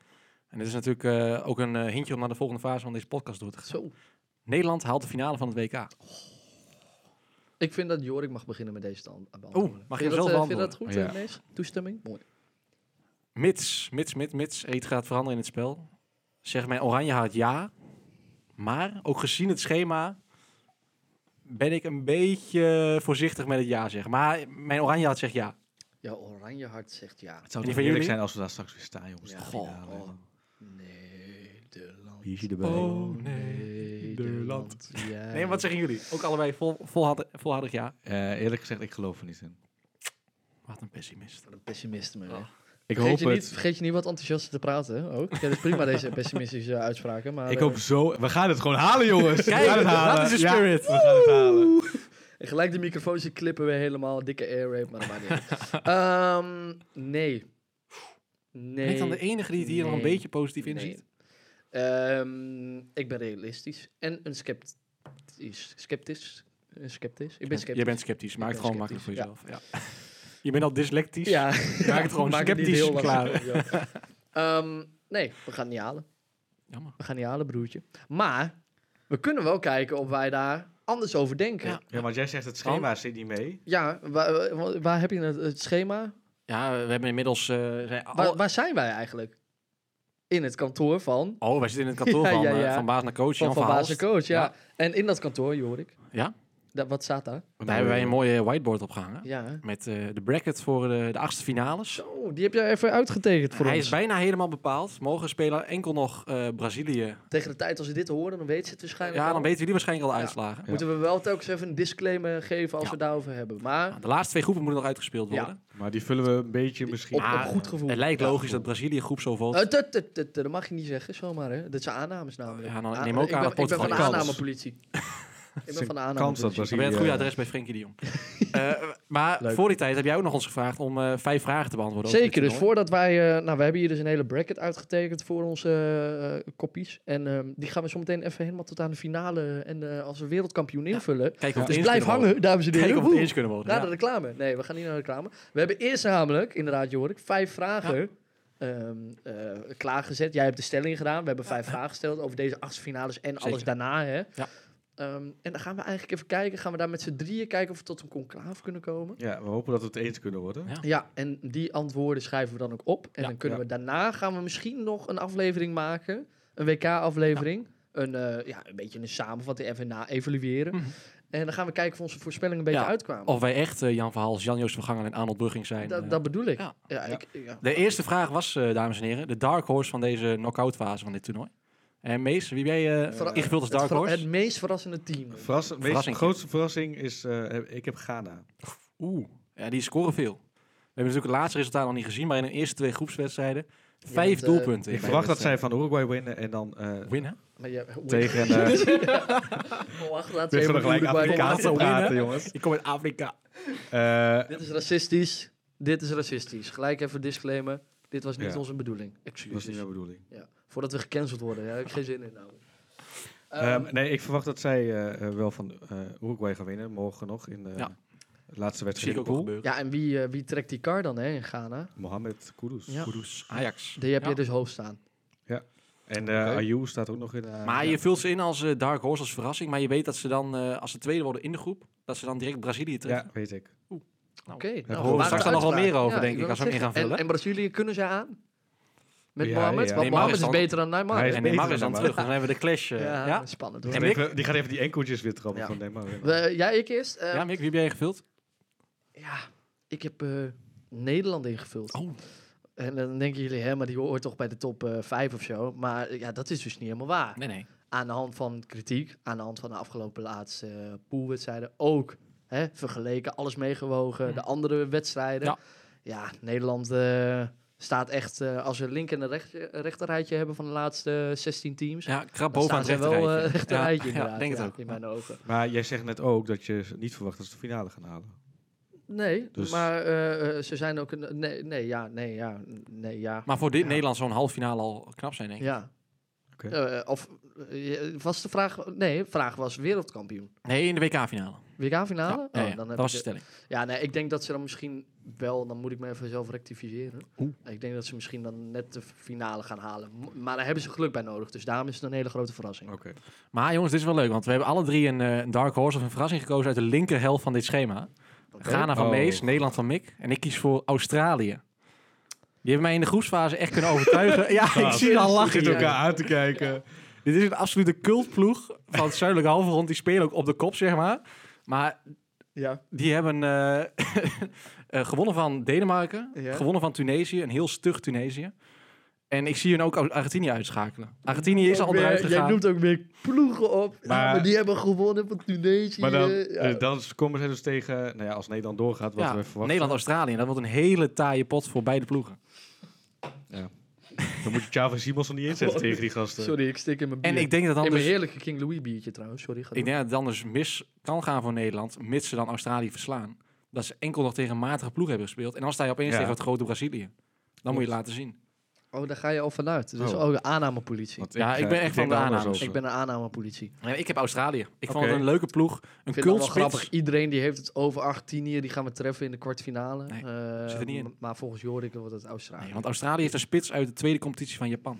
[SPEAKER 2] En dit is natuurlijk eh, ook een eh, hintje om naar de volgende fase van deze podcast door te gaan.
[SPEAKER 3] Zo.
[SPEAKER 2] Nederland haalt de finale van het WK.
[SPEAKER 3] Ik vind dat Jorik mag beginnen met deze stand.
[SPEAKER 2] mag je hem zelf
[SPEAKER 3] Vind je dat goed,
[SPEAKER 1] Ja.
[SPEAKER 3] eh, Mees? Toestemming? Mooi.
[SPEAKER 2] Mits, mits, mits, mits, er iets gaat veranderen in het spel. Zeg mijn oranje hart ja. Maar, ook gezien het schema, ben ik een beetje voorzichtig met het ja zeggen. Maar mijn oranje hart zegt ja.
[SPEAKER 3] Ja, oranje hart zegt ja.
[SPEAKER 1] Het zou
[SPEAKER 2] En
[SPEAKER 1] toch
[SPEAKER 2] die van
[SPEAKER 1] heerlijk
[SPEAKER 2] jullie?
[SPEAKER 1] zijn als we daar straks weer staan, jongens.
[SPEAKER 3] Ja.
[SPEAKER 1] de
[SPEAKER 2] Goh.
[SPEAKER 1] finale.
[SPEAKER 3] Oh. Nederland.
[SPEAKER 1] Hier is hij erbij.
[SPEAKER 3] Oh. Nederland. Ja.
[SPEAKER 2] Oh, Nee, wat zeggen jullie? Ook allebei vol, volhard- volhardig ja.
[SPEAKER 1] Eh, eerlijk gezegd, ik geloof er niet in.
[SPEAKER 2] Wat een pessimist.
[SPEAKER 3] Wat een pessimist me weer.
[SPEAKER 2] Oh.
[SPEAKER 1] Ik
[SPEAKER 3] vergeet,
[SPEAKER 1] hoop
[SPEAKER 3] je niet,
[SPEAKER 1] het.
[SPEAKER 3] vergeet je niet wat enthousiaster te praten hè, ook. Ja, dat is prima deze pessimistische uitspraken. Maar,
[SPEAKER 1] Ik
[SPEAKER 3] eh,
[SPEAKER 1] hoop zo... We gaan het gewoon halen, jongens. we
[SPEAKER 2] Kijk,
[SPEAKER 1] gaan het
[SPEAKER 2] dat
[SPEAKER 1] halen.
[SPEAKER 2] is de
[SPEAKER 1] Ja, we
[SPEAKER 2] spirit.
[SPEAKER 1] gaan het halen.
[SPEAKER 3] en gelijk de microfoons die klippen weer helemaal. Dikke air rape, maar dat maakt niet uit. Ehm, nee. Nee.
[SPEAKER 2] Ben ik dan de enige die het hier nog een
[SPEAKER 3] Nee.
[SPEAKER 2] beetje positief in
[SPEAKER 3] Nee.
[SPEAKER 2] ziet?
[SPEAKER 3] Ehm, ik ben realistisch. En een sceptisch. Sceptisch. Een sceptisch. Ik ben sceptisch.
[SPEAKER 2] Jij bent sceptisch, maak
[SPEAKER 3] Ik
[SPEAKER 2] het
[SPEAKER 3] ben
[SPEAKER 2] gewoon makkelijk voor
[SPEAKER 3] sceptisch,
[SPEAKER 2] jezelf. Ja. Je bent al dyslectisch.
[SPEAKER 3] Ja,
[SPEAKER 2] maak het gewoon
[SPEAKER 3] niet
[SPEAKER 2] sceptisch
[SPEAKER 3] heel
[SPEAKER 2] klaar.
[SPEAKER 3] lastig. Ja. Ehm, nee, we gaan het niet halen.
[SPEAKER 2] Jammer.
[SPEAKER 3] We gaan het niet halen, broertje. Maar we kunnen wel kijken of wij daar anders over denken.
[SPEAKER 2] Ja.
[SPEAKER 3] Ja,
[SPEAKER 1] Ja, want jij zegt het schema zit niet mee.
[SPEAKER 3] waar, waar- waar heb je het, het schema?
[SPEAKER 2] Ja, we hebben inmiddels... eh, zijn al-
[SPEAKER 3] Waar, waar zijn wij eigenlijk? In het kantoor van
[SPEAKER 2] Oh, wij zitten in het kantoor
[SPEAKER 3] Ja,
[SPEAKER 2] van,
[SPEAKER 3] ja,
[SPEAKER 2] eh,
[SPEAKER 3] ja.
[SPEAKER 2] van baas naar coach.
[SPEAKER 3] van,
[SPEAKER 2] Jan
[SPEAKER 3] van
[SPEAKER 2] van
[SPEAKER 3] Baas en
[SPEAKER 2] Haalst.
[SPEAKER 3] Coach. Ja.
[SPEAKER 2] Ja.
[SPEAKER 3] En in dat kantoor, Jorik.
[SPEAKER 2] Ja?
[SPEAKER 3] Dat, wat staat daar?
[SPEAKER 2] Daar hebben wij een mooie whiteboard opgehangen.
[SPEAKER 3] Ja.
[SPEAKER 2] Met eh, de bracket voor de, de achtste finales.
[SPEAKER 3] Zo, die heb jij even uitgetekend voor
[SPEAKER 2] Hij
[SPEAKER 3] ons.
[SPEAKER 2] is bijna helemaal bepaald. Mogen spelen enkel nog eh, Brazilië.
[SPEAKER 3] Tegen de tijd als ze dit horen, dan weten ze het waarschijnlijk.
[SPEAKER 2] Ja,
[SPEAKER 3] al.
[SPEAKER 2] dan weten jullie waarschijnlijk al de
[SPEAKER 3] Ja.
[SPEAKER 2] uitslagen.
[SPEAKER 3] Moeten we wel telkens even een disclaimer geven als
[SPEAKER 2] Ja.
[SPEAKER 3] we daarover hebben. Maar
[SPEAKER 2] Nou, De laatste twee groepen moeten nog uitgespeeld
[SPEAKER 3] Ja.
[SPEAKER 2] worden.
[SPEAKER 1] Maar die vullen we een beetje misschien... Ah,
[SPEAKER 3] op, op
[SPEAKER 2] Maar,
[SPEAKER 3] goed gevoel.
[SPEAKER 2] Het lijkt
[SPEAKER 3] Ja.
[SPEAKER 2] logisch dat Brazilië groep zo valt.
[SPEAKER 3] Eh, dat, dat, dat, dat mag je niet zeggen, zomaar. Hè? Dat zijn aannames namelijk.
[SPEAKER 2] Ja, dan
[SPEAKER 3] Ah,
[SPEAKER 2] neem ook
[SPEAKER 3] ik
[SPEAKER 2] aan
[SPEAKER 3] ben,
[SPEAKER 2] dat
[SPEAKER 3] ik ben van de
[SPEAKER 2] Portugal kans.
[SPEAKER 3] aannamepolitie. ik ben van de
[SPEAKER 1] kans dat
[SPEAKER 3] aannamepolitie.
[SPEAKER 2] Dan ben je het goede
[SPEAKER 1] eh,
[SPEAKER 2] adres bij Frenkie de Jong. Eh, maar
[SPEAKER 3] Leuk.
[SPEAKER 2] voor die tijd heb jij ook nog ons gevraagd om eh, vijf vragen te beantwoorden. over
[SPEAKER 3] Zeker,
[SPEAKER 2] dit
[SPEAKER 3] dus
[SPEAKER 2] toernooi.
[SPEAKER 3] voordat wij... eh, nou, we hebben hier dus een hele bracket uitgetekend voor onze eh, eh, kopies. En ehm, die gaan we zo meteen even helemaal tot aan de finale en eh, als een wereldkampioen invullen.
[SPEAKER 2] Kijken of het
[SPEAKER 3] Dus
[SPEAKER 2] eens
[SPEAKER 3] blijf
[SPEAKER 2] kunnen
[SPEAKER 3] hangen, dames en
[SPEAKER 2] worden.
[SPEAKER 3] heren.
[SPEAKER 2] Kijken of we het
[SPEAKER 3] Woe.
[SPEAKER 2] eens kunnen worden.
[SPEAKER 3] Naar
[SPEAKER 2] ja.
[SPEAKER 3] de reclame. Nee, we gaan niet naar de reclame. We hebben eerst namelijk, inderdaad Jorik, vijf vragen ehm, eh, klaargezet. Jij hebt de stelling gedaan. We hebben vijf vragen gesteld over deze acht finales en alles
[SPEAKER 2] Zeker.
[SPEAKER 3] daarna. Hè.
[SPEAKER 2] Ja.
[SPEAKER 3] Ehm, en dan gaan we eigenlijk even kijken. Gaan we daar met z'n drieën kijken of we tot een conclave kunnen komen.
[SPEAKER 1] Ja, we hopen dat we het eens kunnen worden.
[SPEAKER 2] Ja.
[SPEAKER 3] Ja, en die antwoorden schrijven we dan ook op. En
[SPEAKER 2] Ja.
[SPEAKER 3] dan kunnen
[SPEAKER 1] Ja.
[SPEAKER 3] we daarna gaan we misschien nog een aflevering maken. Een WK-aflevering. Een, eh, ja, een beetje een samenvatting, even na-evalueren.
[SPEAKER 2] Mhm.
[SPEAKER 3] En dan gaan we kijken of onze voorspellingen een beetje
[SPEAKER 2] Ja,
[SPEAKER 3] uitkwamen.
[SPEAKER 2] Of wij echt eh, Jan Verhaals, Jan-Joost van Gangel en Arnold Brugging zijn.
[SPEAKER 3] dat,
[SPEAKER 2] eh.
[SPEAKER 3] dat bedoel ik.
[SPEAKER 2] ja.
[SPEAKER 3] Ja.
[SPEAKER 1] Ja.
[SPEAKER 3] ik ja.
[SPEAKER 2] De eerste vraag was, eh, dames en heren, de dark horse van deze knock-out fase van dit toernooi. En Mees, wie ben je eh,
[SPEAKER 3] Verra-
[SPEAKER 2] ingevuld als
[SPEAKER 3] Het
[SPEAKER 2] dark
[SPEAKER 3] verra-
[SPEAKER 2] horse?
[SPEAKER 3] Het meest verrassende team.
[SPEAKER 1] Verras- meest-
[SPEAKER 2] Verrassing.
[SPEAKER 1] grootste verrassing is, eh, ik heb Ghana.
[SPEAKER 2] Oeh, ja, die scoren veel. We hebben natuurlijk het laatste resultaat nog niet gezien, maar in de eerste twee groepswedstrijden vijf
[SPEAKER 3] bent, eh,
[SPEAKER 2] doelpunten. in
[SPEAKER 1] Ik
[SPEAKER 2] beide
[SPEAKER 1] verwacht dat zij
[SPEAKER 2] wedstrijden.
[SPEAKER 1] van Uruguay winnen en dan eh,
[SPEAKER 2] winnen.
[SPEAKER 3] Maar jij-
[SPEAKER 1] tegen... eh
[SPEAKER 3] Wacht, laten
[SPEAKER 1] dit
[SPEAKER 3] we
[SPEAKER 1] is
[SPEAKER 3] even
[SPEAKER 1] nog gelijk
[SPEAKER 3] Uruguay
[SPEAKER 1] Afrikaans
[SPEAKER 3] praten.
[SPEAKER 2] laten
[SPEAKER 1] praten,
[SPEAKER 2] winnen.
[SPEAKER 1] jongens.
[SPEAKER 2] Ik kom uit Afrika.
[SPEAKER 1] Eh,
[SPEAKER 3] Dit is racistisch. Dit is racistisch. Gelijk even disclaimer. Dit was niet
[SPEAKER 1] Ja.
[SPEAKER 3] onze bedoeling.
[SPEAKER 1] dat was niet
[SPEAKER 3] Excuses.
[SPEAKER 1] mijn bedoeling.
[SPEAKER 3] Ja. Voordat we gecanceld worden. Ja, daar heb ik geen zin in. Nou.
[SPEAKER 1] Ehm,
[SPEAKER 3] Ehm,
[SPEAKER 1] nee, ik verwacht dat zij eh, eh, wel van eh, Uruguay gaan winnen. Morgen nog in de
[SPEAKER 2] Ja.
[SPEAKER 1] laatste
[SPEAKER 2] Dat zie
[SPEAKER 1] wedstrijd.
[SPEAKER 2] ik ook
[SPEAKER 1] in
[SPEAKER 2] wel
[SPEAKER 1] de pool.
[SPEAKER 2] gebeuren.
[SPEAKER 3] ja, en wie, eh, wie trekt die kar dan hè, in Ghana?
[SPEAKER 1] Mohamed Kudus.
[SPEAKER 3] Ja.
[SPEAKER 2] Kudus, Ajax.
[SPEAKER 3] Die heb
[SPEAKER 2] Ja.
[SPEAKER 3] je dus hoog staan.
[SPEAKER 1] En eh
[SPEAKER 3] Oké.
[SPEAKER 1] Ayew staat ook nog in. eh,
[SPEAKER 2] Maar
[SPEAKER 1] ja.
[SPEAKER 2] je vult ze in als eh, dark horse, als verrassing. Maar je weet dat ze dan, eh, als ze tweede worden in de groep, dat ze dan direct Brazilië treffen.
[SPEAKER 1] Ja, weet ik.
[SPEAKER 3] Oké. nou,
[SPEAKER 1] horen we
[SPEAKER 3] gewaagde
[SPEAKER 1] straks
[SPEAKER 2] dan nog wel
[SPEAKER 3] uitspraak.
[SPEAKER 2] meer over, denk
[SPEAKER 3] wil
[SPEAKER 2] ik, als we hem in
[SPEAKER 3] zeggen.
[SPEAKER 2] gaan vullen.
[SPEAKER 3] En, en Brazilië kunnen ze aan? Met
[SPEAKER 1] Ja,
[SPEAKER 3] Mohamed?
[SPEAKER 1] ja.
[SPEAKER 3] Want
[SPEAKER 2] Neymar
[SPEAKER 3] Mohamed
[SPEAKER 2] is
[SPEAKER 3] is
[SPEAKER 2] dan-
[SPEAKER 3] beter dan Neymar.
[SPEAKER 1] Hij is
[SPEAKER 2] En Neymar
[SPEAKER 1] beter
[SPEAKER 2] is dan
[SPEAKER 1] dan
[SPEAKER 2] terug. Dan hebben we de clash. eh,
[SPEAKER 3] ja,
[SPEAKER 2] ja.
[SPEAKER 3] spannend
[SPEAKER 1] Die
[SPEAKER 3] hoor.
[SPEAKER 1] gaat,
[SPEAKER 2] En ik-
[SPEAKER 1] even, die gaat even die enkeltjes weer trappen
[SPEAKER 3] Ja.
[SPEAKER 1] van Neymar.
[SPEAKER 3] We- jij, ik eerst? Eh,
[SPEAKER 2] Ja, Mick, wie ben je gevuld?
[SPEAKER 3] Ja, ik heb eh, Nederland ingevuld.
[SPEAKER 2] Oh,
[SPEAKER 3] En dan denken jullie, hè, maar die hoort toch bij de top eh 5 of zo. Maar eh, ja, dat is dus niet helemaal waar.
[SPEAKER 2] nee, nee.
[SPEAKER 3] Aan de hand van kritiek, aan de hand van de afgelopen laatste eh, poolwedstrijden ook. Hè, vergeleken, alles meegewogen,
[SPEAKER 2] Mhm.
[SPEAKER 3] de andere wedstrijden.
[SPEAKER 2] Ja.
[SPEAKER 3] Ja, Nederland eh, staat echt, eh, als we een linker en een recht, eh, rechterrijtje hebben van de laatste 16 teams.
[SPEAKER 2] Ja, krap
[SPEAKER 3] dan
[SPEAKER 2] boven aan
[SPEAKER 3] staan
[SPEAKER 2] het
[SPEAKER 3] ze
[SPEAKER 2] rechterrijtje.
[SPEAKER 3] wel eh,
[SPEAKER 2] Ja,
[SPEAKER 3] rechterrijtje
[SPEAKER 2] ja,
[SPEAKER 3] inderdaad.
[SPEAKER 2] ik denk
[SPEAKER 3] ja,
[SPEAKER 2] het ook.
[SPEAKER 3] In mijn ogen.
[SPEAKER 1] Maar jij zegt net ook dat je niet verwacht dat ze de finale gaan halen.
[SPEAKER 3] Nee,
[SPEAKER 1] Dus-
[SPEAKER 3] maar eh, eh, ze zijn ook een... Nee, nee, ja, nee, ja, nee, ja.
[SPEAKER 2] Maar voor dit
[SPEAKER 3] Ja.
[SPEAKER 2] Nederland zo'n halve finale al knap zijn, denk ik.
[SPEAKER 3] Ja.
[SPEAKER 1] Oké.
[SPEAKER 3] Eh, of eh, was de vraag... Nee, de vraag was wereldkampioen.
[SPEAKER 2] Nee, in de WK-finale.
[SPEAKER 3] WK-finale?
[SPEAKER 2] Ja, ja, ja.
[SPEAKER 3] Oh, dan
[SPEAKER 2] dat
[SPEAKER 3] heb
[SPEAKER 2] was de
[SPEAKER 3] ik de-
[SPEAKER 2] stelling.
[SPEAKER 3] ja, nee, ik denk dat ze dan misschien wel... Dan moet ik me even zelf rectificeren.
[SPEAKER 2] Oeh.
[SPEAKER 3] Ik denk dat ze misschien dan net de finale gaan halen. M- Maar daar hebben ze geluk bij nodig. Dus daarom is het een hele grote verrassing.
[SPEAKER 1] Oké.
[SPEAKER 2] Maar jongens, dit is wel leuk, want we hebben alle drie een, eh, een dark horse of een verrassing gekozen uit de linkerhelft van dit schema.
[SPEAKER 3] Oké.
[SPEAKER 2] Ghana van
[SPEAKER 1] Oh.
[SPEAKER 2] Mees, Nederland van Mick. En ik kies voor Australië. Die hebben mij in de groepsfase echt kunnen overtuigen. ja, ik
[SPEAKER 1] Gaaf.
[SPEAKER 2] zie je al
[SPEAKER 1] Je zit
[SPEAKER 2] lachen.
[SPEAKER 1] elkaar aan te kijken.
[SPEAKER 2] Dit is een absolute cultploeg van het zuidelijke halfrond. Die spelen ook op de kop, zeg maar. Maar
[SPEAKER 3] Ja.
[SPEAKER 2] die hebben eh, eh, gewonnen van Denemarken.
[SPEAKER 3] Ja.
[SPEAKER 2] Gewonnen van Tunesië. Een heel stug Tunesië. En ik zie hun ook Argentinië uitschakelen. Argentinië is al
[SPEAKER 3] Ook weer-
[SPEAKER 2] onderuit
[SPEAKER 3] Jij
[SPEAKER 2] gegaan.
[SPEAKER 3] noemt ook weer ploegen op. Ja, Maar,
[SPEAKER 1] Maar-
[SPEAKER 3] die hebben gewonnen van Tunesië.
[SPEAKER 1] Maar dan,
[SPEAKER 3] Ja.
[SPEAKER 1] eh, dan komen ze dus tegen, nou ja, als Nederland doorgaat, wat
[SPEAKER 2] Ja,
[SPEAKER 1] we verwachten.
[SPEAKER 2] Nederland-Australië. Dat wordt een hele taaie pot voor beide ploegen.
[SPEAKER 1] Dan moet je Xavi Simons er niet inzetten tegen die gasten.
[SPEAKER 3] Sorry, ik stik in mijn bier.
[SPEAKER 2] En ik denk dat dan
[SPEAKER 3] in mijn
[SPEAKER 2] dus...
[SPEAKER 3] heerlijke King Louis biertje trouwens. Sorry, ga
[SPEAKER 2] Ik denk dat het dan dus mis kan gaan voor Nederland, mits ze dan Australië verslaan. Dat ze enkel nog tegen een matige ploeg hebben gespeeld. En dan sta je opeens
[SPEAKER 1] Ja.
[SPEAKER 2] tegen het grote Brazilië. Dan moet je het laten zien.
[SPEAKER 3] Oh, daar ga je al vanuit. Dus
[SPEAKER 1] Oh.
[SPEAKER 3] oh, de aannamepolitie.
[SPEAKER 1] Want
[SPEAKER 2] Ja, ik
[SPEAKER 1] eh,
[SPEAKER 2] ben echt van
[SPEAKER 1] denk
[SPEAKER 2] de
[SPEAKER 1] er anders
[SPEAKER 2] aannames.
[SPEAKER 1] over.
[SPEAKER 3] Ik ben een aannamepolitie. Ik
[SPEAKER 2] Ja, ik heb Australië. Ik vond
[SPEAKER 1] Oké.
[SPEAKER 2] het een leuke ploeg. Een
[SPEAKER 3] vind het
[SPEAKER 2] cult
[SPEAKER 3] wel
[SPEAKER 2] spits.
[SPEAKER 3] grappig. Iedereen die heeft het over Argentinië, die gaan we treffen in de kwartfinale.
[SPEAKER 2] Nee,
[SPEAKER 3] Eh,
[SPEAKER 2] zit er niet in.
[SPEAKER 3] m- Maar volgens Jorik wordt het Australië.
[SPEAKER 2] Nee, want Australië heeft een spits uit de tweede competitie van Japan.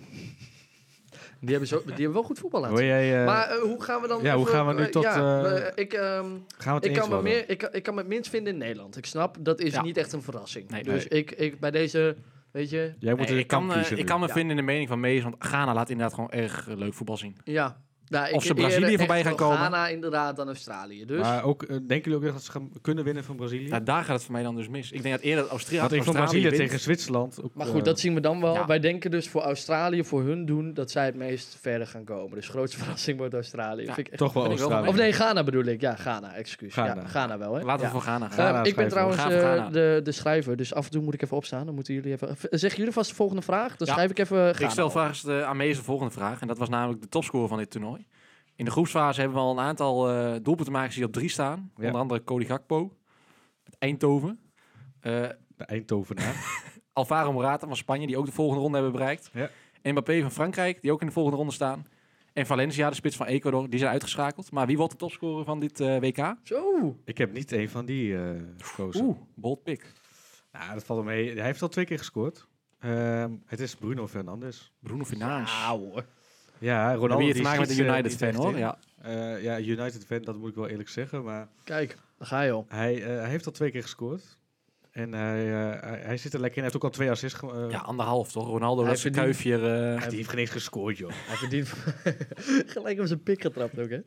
[SPEAKER 3] die, hebben zo, die hebben wel goed voetbal laten
[SPEAKER 1] Wil
[SPEAKER 3] zien.
[SPEAKER 1] jij, eh,
[SPEAKER 3] Maar eh, hoe gaan we dan...
[SPEAKER 1] ja, hoe
[SPEAKER 3] even-
[SPEAKER 1] gaan we nu
[SPEAKER 3] eh,
[SPEAKER 1] tot,
[SPEAKER 3] ja,
[SPEAKER 1] eh,
[SPEAKER 3] eh, ik, ehm,
[SPEAKER 1] gaan we het
[SPEAKER 3] ik,
[SPEAKER 1] eens
[SPEAKER 3] kan me
[SPEAKER 1] worden?
[SPEAKER 3] meer, ik, kan- ik kan me het minst vinden in Nederland. Ik snap, dat is
[SPEAKER 2] Ja.
[SPEAKER 3] niet echt een verrassing.
[SPEAKER 2] Nee,
[SPEAKER 3] dus Ik, ik bij deze, weet je...
[SPEAKER 1] Jij moet
[SPEAKER 2] Nee,
[SPEAKER 1] er
[SPEAKER 2] ik, kan, eh,
[SPEAKER 1] kiezen
[SPEAKER 2] ik
[SPEAKER 1] nu.
[SPEAKER 2] kan me
[SPEAKER 3] Ja.
[SPEAKER 2] vinden in de mening van Mees, want Ghana laat inderdaad gewoon erg eh, leuk voetbal zien.
[SPEAKER 3] Ja. Nou, ik
[SPEAKER 2] Of ze
[SPEAKER 3] eerder
[SPEAKER 2] Brazilië
[SPEAKER 3] echt
[SPEAKER 2] voorbij gaan
[SPEAKER 3] wel
[SPEAKER 2] komen.
[SPEAKER 3] Ghana inderdaad dan Australië. Dus
[SPEAKER 1] Maar ook, eh, denken jullie ook echt dat ze gaan kunnen winnen van Brazilië?
[SPEAKER 2] Nou, daar gaat het voor mij dan dus mis. Ik denk dat eerder dat Australië
[SPEAKER 1] Want ik vond
[SPEAKER 2] Australië
[SPEAKER 1] Brazilië
[SPEAKER 2] wint.
[SPEAKER 1] tegen Zwitserland. ook,
[SPEAKER 3] Maar
[SPEAKER 1] eh,
[SPEAKER 3] goed, dat zien we dan wel.
[SPEAKER 2] ja.
[SPEAKER 3] Wij denken dus voor Australië, voor hun doen, dat zij het meest verder gaan komen. Dus grootste verrassing wordt Australië.
[SPEAKER 2] Ja.
[SPEAKER 3] Vind ik echt...
[SPEAKER 1] toch wel
[SPEAKER 2] ben ik wel
[SPEAKER 1] Australië.
[SPEAKER 3] Of nee, Ghana bedoel ik. Ja, Ghana, excuus.
[SPEAKER 1] Ghana.
[SPEAKER 3] Ja, Ghana wel, hè?
[SPEAKER 2] Laten we
[SPEAKER 3] Ja.
[SPEAKER 2] voor Ghana gaan.
[SPEAKER 1] Ghana
[SPEAKER 3] Ehm, ik ben
[SPEAKER 1] schrijven.
[SPEAKER 3] trouwens
[SPEAKER 2] Ga voor
[SPEAKER 3] eh,
[SPEAKER 2] Ghana.
[SPEAKER 3] de, de schrijver, dus af en toe moet ik even opstaan. Dan moeten jullie even... v- Zeggen jullie vast de volgende vraag? Dan
[SPEAKER 2] Ja.
[SPEAKER 3] schrijf ik even eh, Ghana
[SPEAKER 2] Ik stel
[SPEAKER 3] op.
[SPEAKER 2] vragen de, aan Mees de volgende vraag. En dat was namelijk de topscorer van dit toernooi. In de groepsfase hebben we al een aantal eh, doelpuntenmakers die op drie staan.
[SPEAKER 1] Ja.
[SPEAKER 2] Onder andere Cody Gakpo met Eindhoven. Eh,
[SPEAKER 1] De Eindhovenaar.
[SPEAKER 2] Alvaro Morata van Spanje, die ook de volgende ronde hebben bereikt.
[SPEAKER 1] Ja.
[SPEAKER 2] Mbappé van Frankrijk, die ook in de volgende ronde staan. En Valencia, de spits van Ecuador, die zijn uitgeschakeld. Maar wie wordt de topscorer van dit eh, WK?
[SPEAKER 3] Zo!
[SPEAKER 1] ik heb niet een van die eh, gekozen.
[SPEAKER 2] Oeh, bold pick.
[SPEAKER 1] Nou, dat valt wel mee. Hij heeft al twee keer gescoord. Ehm, het is Bruno Fernandes.
[SPEAKER 2] Bruno Fernandes.
[SPEAKER 3] Ja, hoor.
[SPEAKER 1] Ja, Ronaldo.
[SPEAKER 2] Dan heb je te
[SPEAKER 1] die
[SPEAKER 2] maken met een
[SPEAKER 1] schiet, eh,
[SPEAKER 2] United
[SPEAKER 1] niet
[SPEAKER 2] fan
[SPEAKER 1] echt
[SPEAKER 2] hoor.
[SPEAKER 1] in.
[SPEAKER 2] Ja.
[SPEAKER 1] Eh, ja, United fan, dat moet ik wel eerlijk zeggen. Maar
[SPEAKER 3] Kijk, daar ga je al.
[SPEAKER 1] hij, eh, hij heeft al twee keer gescoord. En hij, eh, hij, hij zit er lekker in. Hij heeft ook al twee assists. ge- eh,
[SPEAKER 2] ja, anderhalf toch? Ronaldo,
[SPEAKER 3] Hij
[SPEAKER 2] dat is een
[SPEAKER 3] verdient-
[SPEAKER 2] kuifje. eh,
[SPEAKER 1] Die heeft geen eens gescoord, joh.
[SPEAKER 3] Hij verdient... Gelijk hem zijn pik getrapt ook, hè?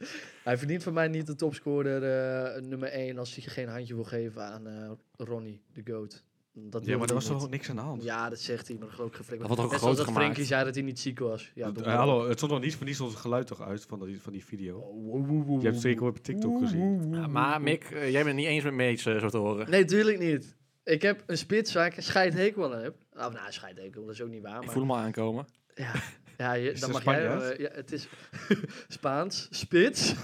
[SPEAKER 3] Hij verdient van mij niet de topscorer eh, nummer 1 als hij geen handje wil geven aan eh, Ronnie, de GOAT. Dat
[SPEAKER 1] Ja,
[SPEAKER 3] wil
[SPEAKER 1] maar er
[SPEAKER 3] hij
[SPEAKER 1] was
[SPEAKER 3] niet.
[SPEAKER 1] toch niks aan de hand?
[SPEAKER 3] Ja, dat zegt hij, maar dat geloof ik geflikt.
[SPEAKER 2] Dat wordt ook
[SPEAKER 3] Net
[SPEAKER 2] groot
[SPEAKER 3] zoals dat
[SPEAKER 2] gemaakt.
[SPEAKER 3] Frenkie zei dat hij niet ziek was. Ja,
[SPEAKER 1] Eh,
[SPEAKER 3] doe maar.
[SPEAKER 1] hallo, het stond nog niet van niets ons geluid toch uit van die, van die video.
[SPEAKER 3] Wow, Oh, wow, wow, wow,
[SPEAKER 1] Je hebt het zeker
[SPEAKER 3] wow.
[SPEAKER 1] op TikTok gezien.
[SPEAKER 2] Ja, maar Mick, eh, jij bent het niet eens met Mees, eh, zo te horen.
[SPEAKER 3] Nee, tuurlijk niet. Ik heb een spits waar ik een scheidhekel aan heb. Of nou, scheidhekel, dat is ook niet waar.
[SPEAKER 2] Ik
[SPEAKER 3] Maar...
[SPEAKER 2] voel hem al aankomen.
[SPEAKER 3] Ja, ja je-
[SPEAKER 1] Is
[SPEAKER 3] dan
[SPEAKER 1] het
[SPEAKER 3] mag jij...
[SPEAKER 1] Spanjaard?
[SPEAKER 3] eh, ja, het is Spaans, spits,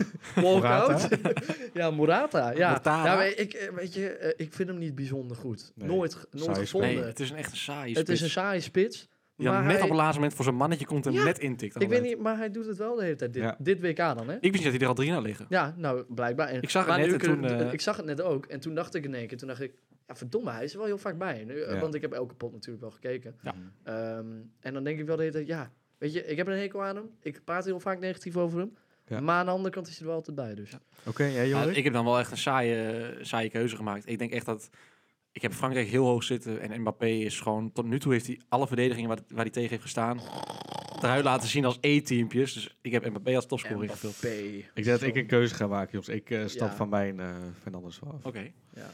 [SPEAKER 3] walkout.
[SPEAKER 1] Morata?
[SPEAKER 3] ja, Morata. Ja,
[SPEAKER 2] Mortara?
[SPEAKER 3] ja maar ik, eh, weet je, eh, ik vind hem niet bijzonder goed.
[SPEAKER 1] Nee.
[SPEAKER 3] Nooit, ge- nooit
[SPEAKER 1] Saaie
[SPEAKER 3] gevonden.
[SPEAKER 2] Nee, het is een echt een saaie
[SPEAKER 3] het
[SPEAKER 2] spits.
[SPEAKER 3] is een saaie spits.
[SPEAKER 2] Die dan
[SPEAKER 3] maar
[SPEAKER 2] net
[SPEAKER 3] hij-
[SPEAKER 2] op het laatste moment voor zijn mannetje komt en
[SPEAKER 3] Ja,
[SPEAKER 2] net intikt.
[SPEAKER 3] ik weet niet, maar hij doet het wel de hele tijd. Dit,
[SPEAKER 1] Ja.
[SPEAKER 3] dit WK dan, hè?
[SPEAKER 2] ik wist niet dat hij er al drie na liggen.
[SPEAKER 3] Ja, nou, blijkbaar. En-
[SPEAKER 2] Ik zag het
[SPEAKER 3] maar
[SPEAKER 2] net
[SPEAKER 3] nu
[SPEAKER 2] en
[SPEAKER 3] kunnen-
[SPEAKER 2] toen, eh,
[SPEAKER 3] Ik zag het net ook. En toen dacht ik in één keer, toen dacht ik... Ja, verdomme, hij is er wel heel vaak bij. Nu, eh,
[SPEAKER 1] Ja.
[SPEAKER 3] Want ik heb elke pot natuurlijk wel gekeken.
[SPEAKER 2] Ja.
[SPEAKER 3] Ehm, en dan denk ik wel de hele tijd, ja... Weet je, ik heb een hekel aan hem. Ik praat heel vaak negatief over hem.
[SPEAKER 1] Ja.
[SPEAKER 3] Maar aan de andere kant is hij er wel altijd bij, dus...
[SPEAKER 1] Oké, jij
[SPEAKER 2] Ja,
[SPEAKER 1] Jorik?
[SPEAKER 2] ik heb dan wel echt een saaie, saaie keuze gemaakt. Ik denk echt dat... Ik heb Frankrijk heel hoog zitten en Mbappé is gewoon... Tot nu toe heeft hij alle verdedigingen waar, waar hij tegen heeft gestaan... eruit laten zien als E-teampjes. Dus ik heb Mbappé als topscorer ingevuld.
[SPEAKER 3] Mbappé.
[SPEAKER 1] Ik denk dat ik een keuze ga maken, jongens. Ik eh, stap
[SPEAKER 3] Ja.
[SPEAKER 1] van mijn eh Fernandes wel af.
[SPEAKER 2] Oké.
[SPEAKER 3] Ja.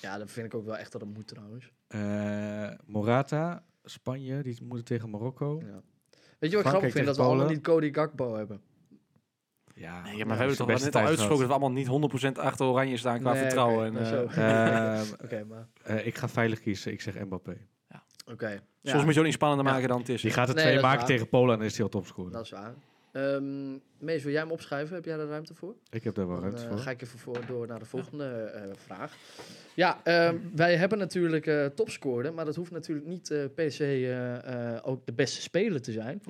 [SPEAKER 3] Ja, dat vind ik ook wel echt dat het moet trouwens.
[SPEAKER 1] Eh, Morata, Spanje, die moeten tegen
[SPEAKER 2] Hm.
[SPEAKER 1] Marokko.
[SPEAKER 3] Ja. Weet je wat
[SPEAKER 1] Frankrijk
[SPEAKER 3] ik grappig vind?
[SPEAKER 1] tegen
[SPEAKER 3] Dat we allemaal
[SPEAKER 1] Polen.
[SPEAKER 3] niet Cody Gakpo hebben.
[SPEAKER 1] Ja,
[SPEAKER 2] Nee,
[SPEAKER 1] ja,
[SPEAKER 2] maar we hebben
[SPEAKER 1] is
[SPEAKER 2] toch
[SPEAKER 1] de
[SPEAKER 2] wel
[SPEAKER 1] beste
[SPEAKER 2] net al
[SPEAKER 1] tijd
[SPEAKER 2] uitgesproken dat
[SPEAKER 1] gehad.
[SPEAKER 2] we allemaal niet 100% achter Oranje staan qua
[SPEAKER 3] Nee, oké,
[SPEAKER 2] vertrouwen. en,
[SPEAKER 3] maar
[SPEAKER 2] eh,
[SPEAKER 3] zo.
[SPEAKER 1] Ehm,
[SPEAKER 3] Oké, maar...
[SPEAKER 1] eh, ik ga veilig kiezen. Ik zeg Mbappé.
[SPEAKER 3] Oké. Ja,
[SPEAKER 2] Soms moet je ook niet spannender
[SPEAKER 3] Ja.
[SPEAKER 2] maken dan het is.
[SPEAKER 1] Die gaat er
[SPEAKER 3] Nee,
[SPEAKER 1] twee
[SPEAKER 3] dat is
[SPEAKER 1] maken
[SPEAKER 3] waar.
[SPEAKER 1] tegen Polen en is hij al topscorer.
[SPEAKER 3] dat is waar. Ehm Mees, wil jij hem opschrijven? Heb jij daar ruimte voor?
[SPEAKER 1] Ik heb daar wel
[SPEAKER 3] Dan
[SPEAKER 1] ruimte
[SPEAKER 3] eh,
[SPEAKER 1] voor.
[SPEAKER 3] ga ik even voor, door naar de volgende eh, vraag. Ja, ehm, wij hebben natuurlijk eh topscorer, maar dat hoeft natuurlijk niet eh, per se eh, eh, ook de beste speler te zijn.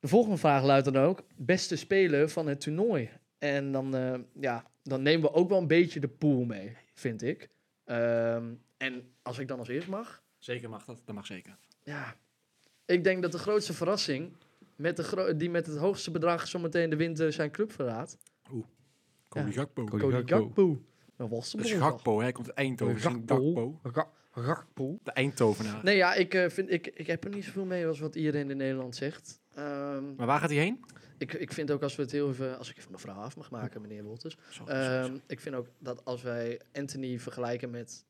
[SPEAKER 3] De volgende vraag luidt dan ook: beste speler van het toernooi. En dan, eh, ja, dan nemen we ook wel een beetje de pool mee, vind ik. Ehm, en als ik dan als eerst mag,
[SPEAKER 2] Zeker mag dat, dat mag zeker.
[SPEAKER 3] ja, ik denk dat de grootste verrassing, met de gro- die met het hoogste bedrag zometeen de winter zijn club verraadt, Cody Ja.
[SPEAKER 2] Gakpo.
[SPEAKER 1] Cody
[SPEAKER 3] Cody
[SPEAKER 1] Gakpo.
[SPEAKER 3] Gakpo. Dat was de
[SPEAKER 2] Dat is
[SPEAKER 3] boel toch?
[SPEAKER 2] Gakpo, hè? hij komt uit Eindhoven. Dus een
[SPEAKER 3] Gakpo.
[SPEAKER 2] Gakpo.
[SPEAKER 3] Ga- Gakpo.
[SPEAKER 2] De Eindhovenaar.
[SPEAKER 3] Nee, ja, ik, eh, vind, ik, ik heb er niet zoveel mee als wat iedereen in Nederland zegt. Ehm,
[SPEAKER 2] Maar waar gaat hij heen?
[SPEAKER 3] ik, ik vind ook als we het heel even, als ik even mijn vraag af mag maken, meneer Wolters.
[SPEAKER 2] Zo, zo, zo.
[SPEAKER 3] Ehm, ik vind ook dat als wij Anthony vergelijken met